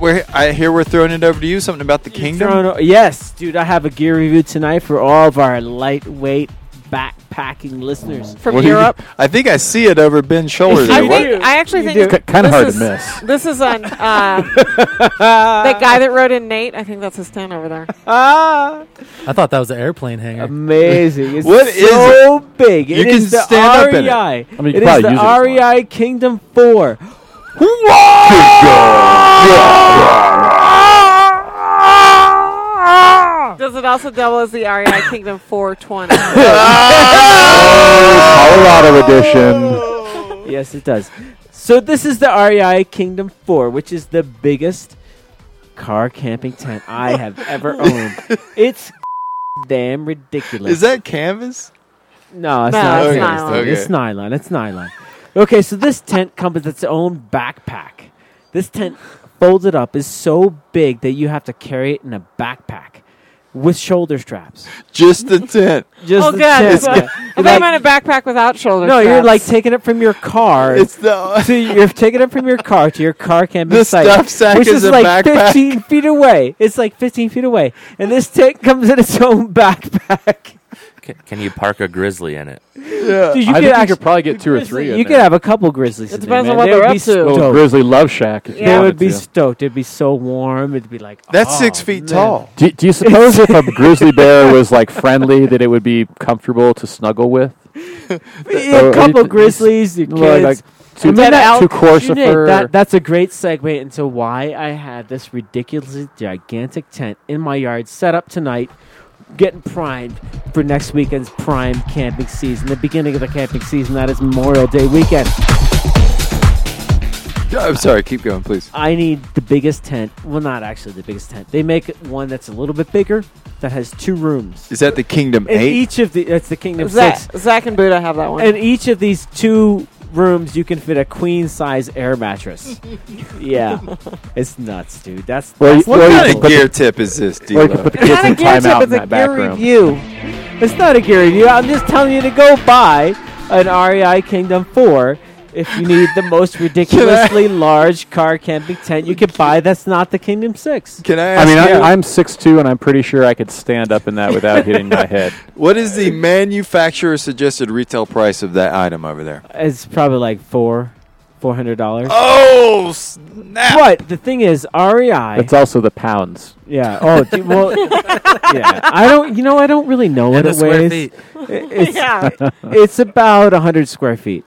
Speaker 2: we're, I hear we're throwing it over to you. Something about the kingdom.
Speaker 4: Throwing- yes, dude, I have a gear review tonight for all of our lightweight backpacking listeners
Speaker 2: What do you- I think I see it over Ben's shoulder.
Speaker 4: I
Speaker 2: there.
Speaker 4: think-
Speaker 2: What-
Speaker 4: I
Speaker 1: actually
Speaker 4: Oh, You
Speaker 1: think
Speaker 2: do. Kinda
Speaker 1: this
Speaker 2: hard to
Speaker 1: is-
Speaker 2: miss.
Speaker 1: This is on uh, that guy that wrote in Nate. I think that's his stand over there.
Speaker 4: Ah,
Speaker 9: I thought that was an airplane hangar.
Speaker 4: Amazing! It's
Speaker 9: What is
Speaker 4: so
Speaker 9: it?
Speaker 4: big.
Speaker 9: You
Speaker 4: It
Speaker 9: can
Speaker 4: is the
Speaker 9: stand up
Speaker 4: REI.
Speaker 9: in it. I mean, you
Speaker 4: it
Speaker 9: could probably
Speaker 4: is
Speaker 9: use
Speaker 4: the
Speaker 9: it if you want.
Speaker 4: REI Kingdom Four.
Speaker 1: Does it also double as the REI Kingdom 420?
Speaker 4: Ah.
Speaker 3: Colorado edition.
Speaker 4: yes, it does. So this is the REI Kingdom 4, which is the biggest car camping tent I have ever owned. It's damn ridiculous.
Speaker 2: Is that canvas?
Speaker 4: No, it's
Speaker 2: No,
Speaker 4: not.
Speaker 2: it's nylon.
Speaker 4: It's, nylon. it's
Speaker 2: Okay.
Speaker 4: nylon. It's nylon. Okay, so this tent comes with its own backpack. This tent folded up is so big that you have to carry it in a backpack with shoulder straps.
Speaker 2: Just the tent.
Speaker 4: Just
Speaker 1: oh,
Speaker 4: the
Speaker 1: good.
Speaker 4: tent.
Speaker 1: So- I
Speaker 4: yeah.
Speaker 1: thought you meant a backpack without shoulder
Speaker 4: No, you're
Speaker 1: straps.
Speaker 4: like taking it from your car.
Speaker 2: It's the
Speaker 4: to, you're taking it from your car to your car camping
Speaker 2: The
Speaker 4: site,
Speaker 2: stuffed sack
Speaker 4: which
Speaker 2: is
Speaker 4: is
Speaker 2: a
Speaker 4: like
Speaker 2: backpack.
Speaker 4: 15 feet away. It's like 15 feet away, and this tent comes in its own backpack.
Speaker 10: Can, can you park a grizzly in it?
Speaker 4: Dude, you
Speaker 8: I
Speaker 4: could
Speaker 8: think you
Speaker 4: actually-
Speaker 8: could probably get two or
Speaker 4: Grizzly-
Speaker 8: three.
Speaker 4: You could have a couple grizzlies.
Speaker 1: It
Speaker 4: in there,
Speaker 1: depends on
Speaker 4: man.
Speaker 1: what
Speaker 4: They
Speaker 1: they're
Speaker 4: would
Speaker 1: up
Speaker 4: be
Speaker 1: to.
Speaker 4: stoked.
Speaker 8: Little grizzly love shack. if you
Speaker 4: They
Speaker 8: wanted
Speaker 4: would be
Speaker 8: to.
Speaker 4: stoked. It'd be so warm. It'd be like
Speaker 2: That's
Speaker 4: oh,
Speaker 2: six feet
Speaker 4: man.
Speaker 2: tall.
Speaker 8: Do, do you suppose if a grizzly bear was like friendly, that it would be comforable to snuggle with?
Speaker 4: Yeah,
Speaker 8: Or
Speaker 4: a couple
Speaker 8: anything-
Speaker 4: grizzlies, your
Speaker 8: Like-
Speaker 4: kids.
Speaker 8: like two-
Speaker 4: And then
Speaker 8: two
Speaker 4: out-
Speaker 8: Corsifer.
Speaker 4: That, that's a great segue into why I had this ridiculously gigantic tent in my yard set up tonight, getting primed for next weekend's prime camping season, the beginning of the camping season. That is Memorial Day weekend.
Speaker 2: I'm sorry. Keep going, please.
Speaker 4: I need the biggest tent. Well, not actually the biggest tent. They make one that's a little bit bigger that has two rooms.
Speaker 2: Is that the Kingdom
Speaker 4: In
Speaker 2: Eight?
Speaker 4: each of the, that's the Kingdom
Speaker 1: Zach,
Speaker 4: Six.
Speaker 1: Zach and Buddha have that one.
Speaker 4: In each of these two rooms, you can fit a queen size air mattress. yeah, it's nuts, dude. That's,
Speaker 8: Well,
Speaker 4: that's
Speaker 8: you-
Speaker 2: What
Speaker 8: well, you
Speaker 2: kind
Speaker 8: can
Speaker 2: of
Speaker 8: put
Speaker 2: gear
Speaker 8: the-
Speaker 2: tip is this, d
Speaker 8: or you can put the
Speaker 4: It's
Speaker 8: kids
Speaker 4: not a
Speaker 8: in
Speaker 4: gear
Speaker 8: timeout
Speaker 4: tip.
Speaker 8: in
Speaker 4: It's a
Speaker 8: that back
Speaker 4: gear
Speaker 8: room.
Speaker 4: review. It's not a gear review. I'm just telling you to go buy an REI Kingdom Four. If you need the most ridiculously large car camping tent you can buy, that's not the Kingdom Six.
Speaker 2: Can I
Speaker 8: I
Speaker 2: ask
Speaker 8: mean,
Speaker 2: you,
Speaker 8: I, I'm six two, and I'm pretty sure I could stand up in that without hitting my head.
Speaker 2: what is the manufacturer suggested retail price of that item over there?
Speaker 4: It's probably like four, four hundred dollars.
Speaker 2: Oh snap!
Speaker 4: But the thing is, REI.
Speaker 8: It's also the pounds.
Speaker 4: Yeah. Oh, dude, well, yeah. I don't. You know, I don't really know what
Speaker 9: the
Speaker 4: it
Speaker 9: square
Speaker 4: weighs.
Speaker 9: feet.
Speaker 4: I- It's,
Speaker 1: Yeah.
Speaker 4: it's about hundred square feet.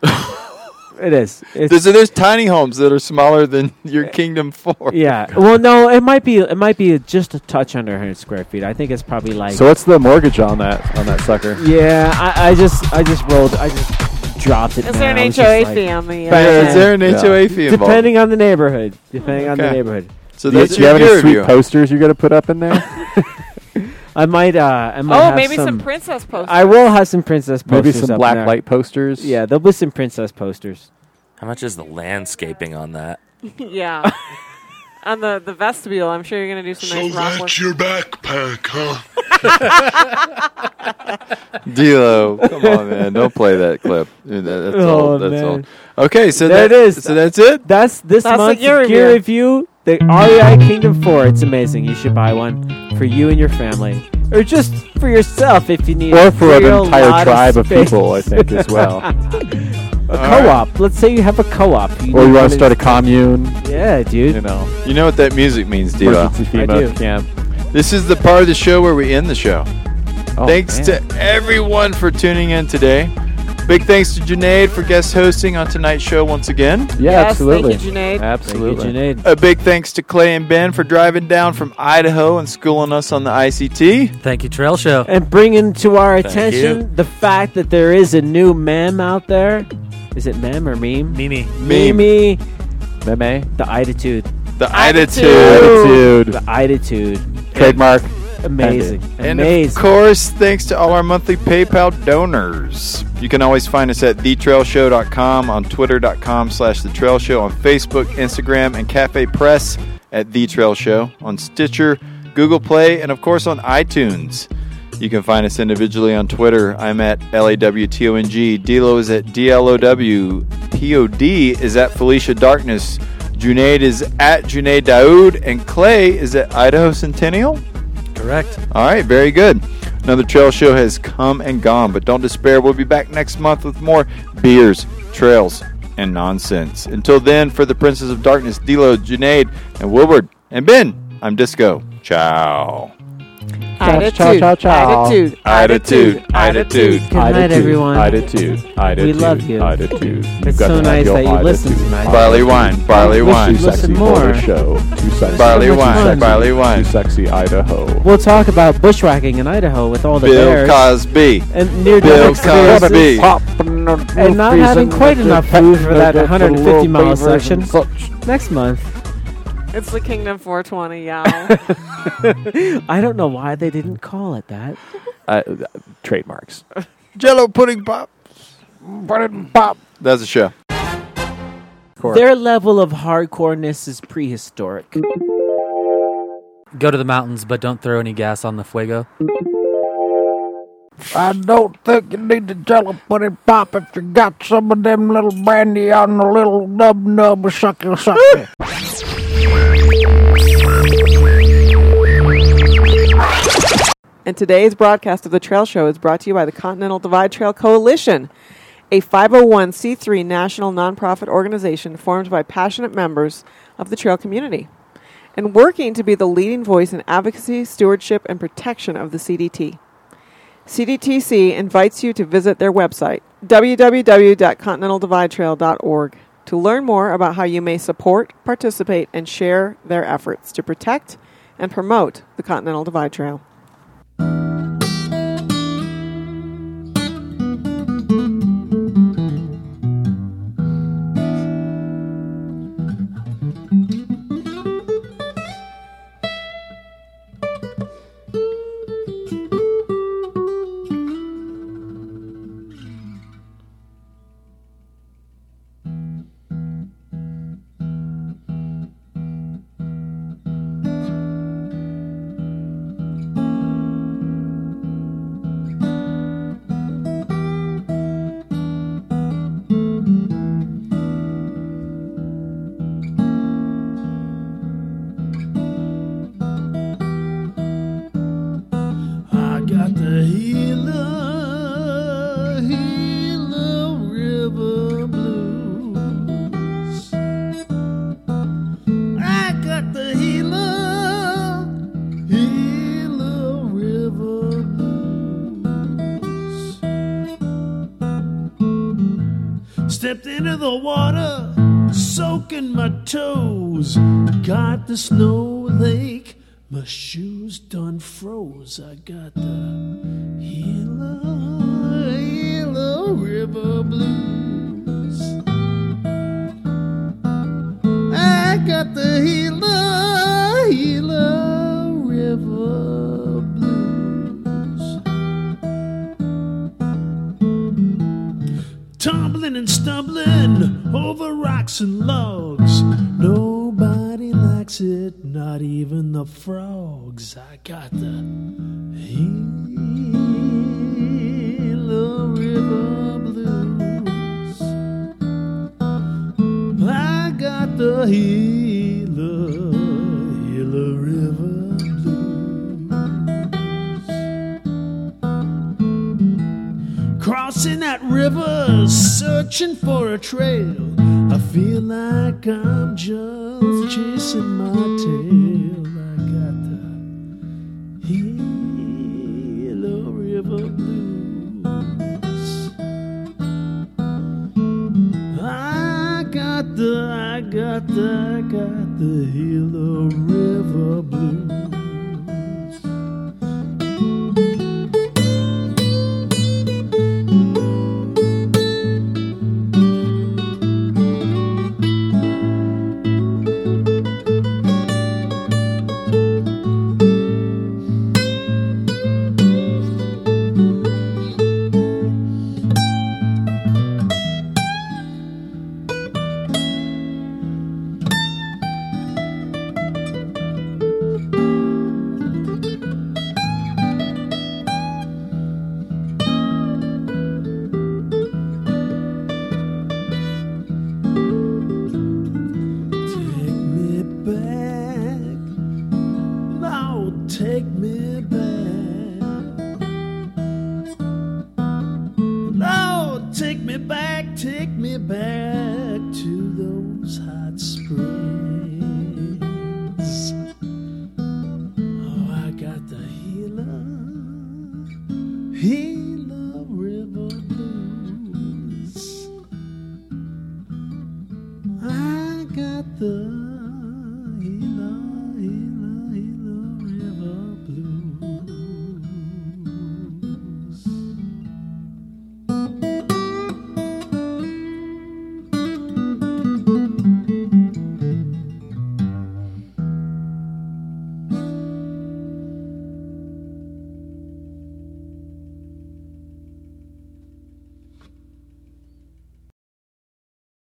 Speaker 4: it is. It's,
Speaker 2: There's, there's tiny homes that are smaller than your Kingdom Four.
Speaker 4: yeah. Well, no, it might be. It might be just a touch under hundred square feet. I think it's probably like.
Speaker 8: So what's the mortgage on that on that sucker?
Speaker 4: yeah. I, I just. I just rolled. I just dropped it.
Speaker 1: Is there
Speaker 4: man. I
Speaker 1: an
Speaker 4: was just
Speaker 1: HOA
Speaker 4: like-
Speaker 1: fee on the? Uh,
Speaker 2: Yeah, is
Speaker 1: tent?
Speaker 2: there an
Speaker 8: Yeah.
Speaker 2: HOA fee involved?
Speaker 4: Depending on the neighborhood. Depending on the
Speaker 2: Okay.
Speaker 4: neighborhood.
Speaker 2: so
Speaker 8: Do you,
Speaker 2: that's
Speaker 8: do you
Speaker 2: your
Speaker 8: have any
Speaker 2: gear
Speaker 8: sweet
Speaker 2: review.
Speaker 8: posters you're going to put up in there?
Speaker 4: I might. Uh, I might
Speaker 1: Oh,
Speaker 4: have
Speaker 1: maybe some,
Speaker 4: some
Speaker 1: princess posters.
Speaker 4: I will have some princess
Speaker 8: Maybe
Speaker 4: posters.
Speaker 8: some
Speaker 4: up
Speaker 8: black
Speaker 4: there.
Speaker 8: light posters.
Speaker 4: Yeah, there'll be some princess posters.
Speaker 10: How much is the landscaping on that?
Speaker 1: yeah. on the, the vestibule, I'm sure you're gonna do some
Speaker 11: So
Speaker 1: nice rock
Speaker 11: that's
Speaker 1: work.
Speaker 11: your backpack, huh?
Speaker 2: D'Lo, come on, man! Don't play that clip. That- That's
Speaker 4: Oh,
Speaker 2: old. That's
Speaker 4: man.
Speaker 2: old. Okay, so
Speaker 4: There
Speaker 2: that,
Speaker 4: it is.
Speaker 2: So that's it.
Speaker 4: That's this
Speaker 1: That's the
Speaker 4: month's
Speaker 1: gear
Speaker 4: gear
Speaker 1: review.
Speaker 4: review. The REI Kingdom 4. It's amazing. You should buy one for you and your family. Or just for yourself if you need
Speaker 8: Or
Speaker 4: a
Speaker 8: for an
Speaker 4: real lot
Speaker 8: entire tribe of
Speaker 4: space.
Speaker 8: people, I think, as well.
Speaker 4: A co op. Let's say you have a co op.
Speaker 8: or you want to start a commune?
Speaker 4: Yeah, dude.
Speaker 8: You know,
Speaker 2: You know what that music means, D'Lo.
Speaker 8: emergency
Speaker 4: I do.
Speaker 8: FEMA camp.
Speaker 2: This is the part of the show where we end the show.
Speaker 8: Oh,
Speaker 2: thanks
Speaker 8: man.
Speaker 2: to everyone for tuning in today. Big thanks to Junaid for guest hosting on tonight's show once again.
Speaker 8: yeah,
Speaker 1: Yes,
Speaker 8: absolutely,
Speaker 1: Thank you, Junaid.
Speaker 8: absolutely.
Speaker 4: Thank you, Junaid.
Speaker 2: A big thanks to Clay and Ben for driving down from Idaho and schooling us on the ICT.
Speaker 9: Thank you, Trail Show.
Speaker 4: And bringing to our
Speaker 10: Thank
Speaker 4: attention
Speaker 10: you.
Speaker 4: the fact that there is a new meme out there. Is it meme or meme?
Speaker 9: Mimi.
Speaker 2: Meme.
Speaker 4: Meme.
Speaker 8: Meme,
Speaker 4: The attitude.
Speaker 2: The
Speaker 1: Attitude.
Speaker 2: attitude.
Speaker 8: attitude,
Speaker 4: The attitude.
Speaker 8: trademark.
Speaker 4: Amazing.
Speaker 2: And of
Speaker 4: Amazing.
Speaker 2: course, thanks to all our monthly PayPal donors. You can always find us at thetrailshow.com, on twitter.com slash the trail show, on Facebook, Instagram, and Cafe Press at The Trail Show, on Stitcher, Google Play, and of course on iTunes. You can find us individually on Twitter. I'm at LAWTONG. Dilo is at DLOW. POD is at Felicia Darkness. Junaid is at Junaid Daoud, and Clay is at Idaho Centennial.
Speaker 9: Correct.
Speaker 2: All right, very good. Another trail show has come and gone, but don't despair. We'll be back next month with more beers, trails, and nonsense. Until then, for the Princess of Darkness, Dilo, Junaid, and Wilbur, and Ben, I'm Disco. Ciao.
Speaker 1: Attitude.
Speaker 8: Ciao, ciao, ciao.
Speaker 1: Attitude.
Speaker 2: Attitude. Attitude.
Speaker 4: Good night, everyone.
Speaker 8: Attitude. Attitude.
Speaker 4: We love you.
Speaker 8: Attitude. You've
Speaker 4: It's
Speaker 8: got
Speaker 4: so
Speaker 8: to have
Speaker 4: nice
Speaker 8: your
Speaker 4: that you
Speaker 8: attitude.
Speaker 4: listened tonight.
Speaker 2: Barley wine. Barley
Speaker 8: Wish you
Speaker 2: wine.
Speaker 8: sexy
Speaker 4: Listen
Speaker 8: for
Speaker 4: more.
Speaker 8: the show. Too sexy.
Speaker 2: Barley
Speaker 8: Too
Speaker 2: wine,
Speaker 8: sexy.
Speaker 2: barley wine.
Speaker 8: Too sexy Idaho.
Speaker 4: We'll talk about bushwhacking in Idaho with all the
Speaker 2: Bill
Speaker 4: bears.
Speaker 2: Cosby.
Speaker 4: And near
Speaker 2: Bill
Speaker 4: death experiences.
Speaker 2: Cosby.
Speaker 4: And not having quite enough food for that 150 mile section. Next month.
Speaker 1: It's the Kingdom 420, y'all.
Speaker 4: I don't know why they didn't call it that.
Speaker 8: Uh, trademarks.
Speaker 2: Jello pudding pop. Pudding pop. That's a show.
Speaker 4: Their level of hardcoreness is prehistoric.
Speaker 9: Go to the mountains, but don't throw any gas on the fuego.
Speaker 3: I don't think you need to tell them put it pop if you got some of them little brandy on the little nub nub sucky sucky.
Speaker 1: And today's broadcast of the Trail Show is brought to you by the Continental Divide Trail Coalition, a 501c3 national nonprofit organization formed by passionate members of the trail community and working to be the leading voice in advocacy, stewardship, and protection of the CDT. CDTC invites you to visit their website, www.continentaldividetrail.org, to learn more about how you may support, participate, and share their efforts to protect and promote the Continental Divide Trail.
Speaker 11: I got the healer, healer river blues. I got the healer, healer river blues. Stepped into the water, soaking my toes. Got the snow lake, my shoes done froze. I got the Gila, Gila River Blues. I got the Gila, Gila River Blues. tumbling and stumbling over rocks and logs. Nobody likes it, not even the frogs. I got the Gila River Blues. I got the Gila, Gila River crossing that river, searching for a trail. I feel like I'm just chasing my tail. I got the Gila River blues. I got the, I got the, I got the Gila River blues. Thank me back, take me back. Oh,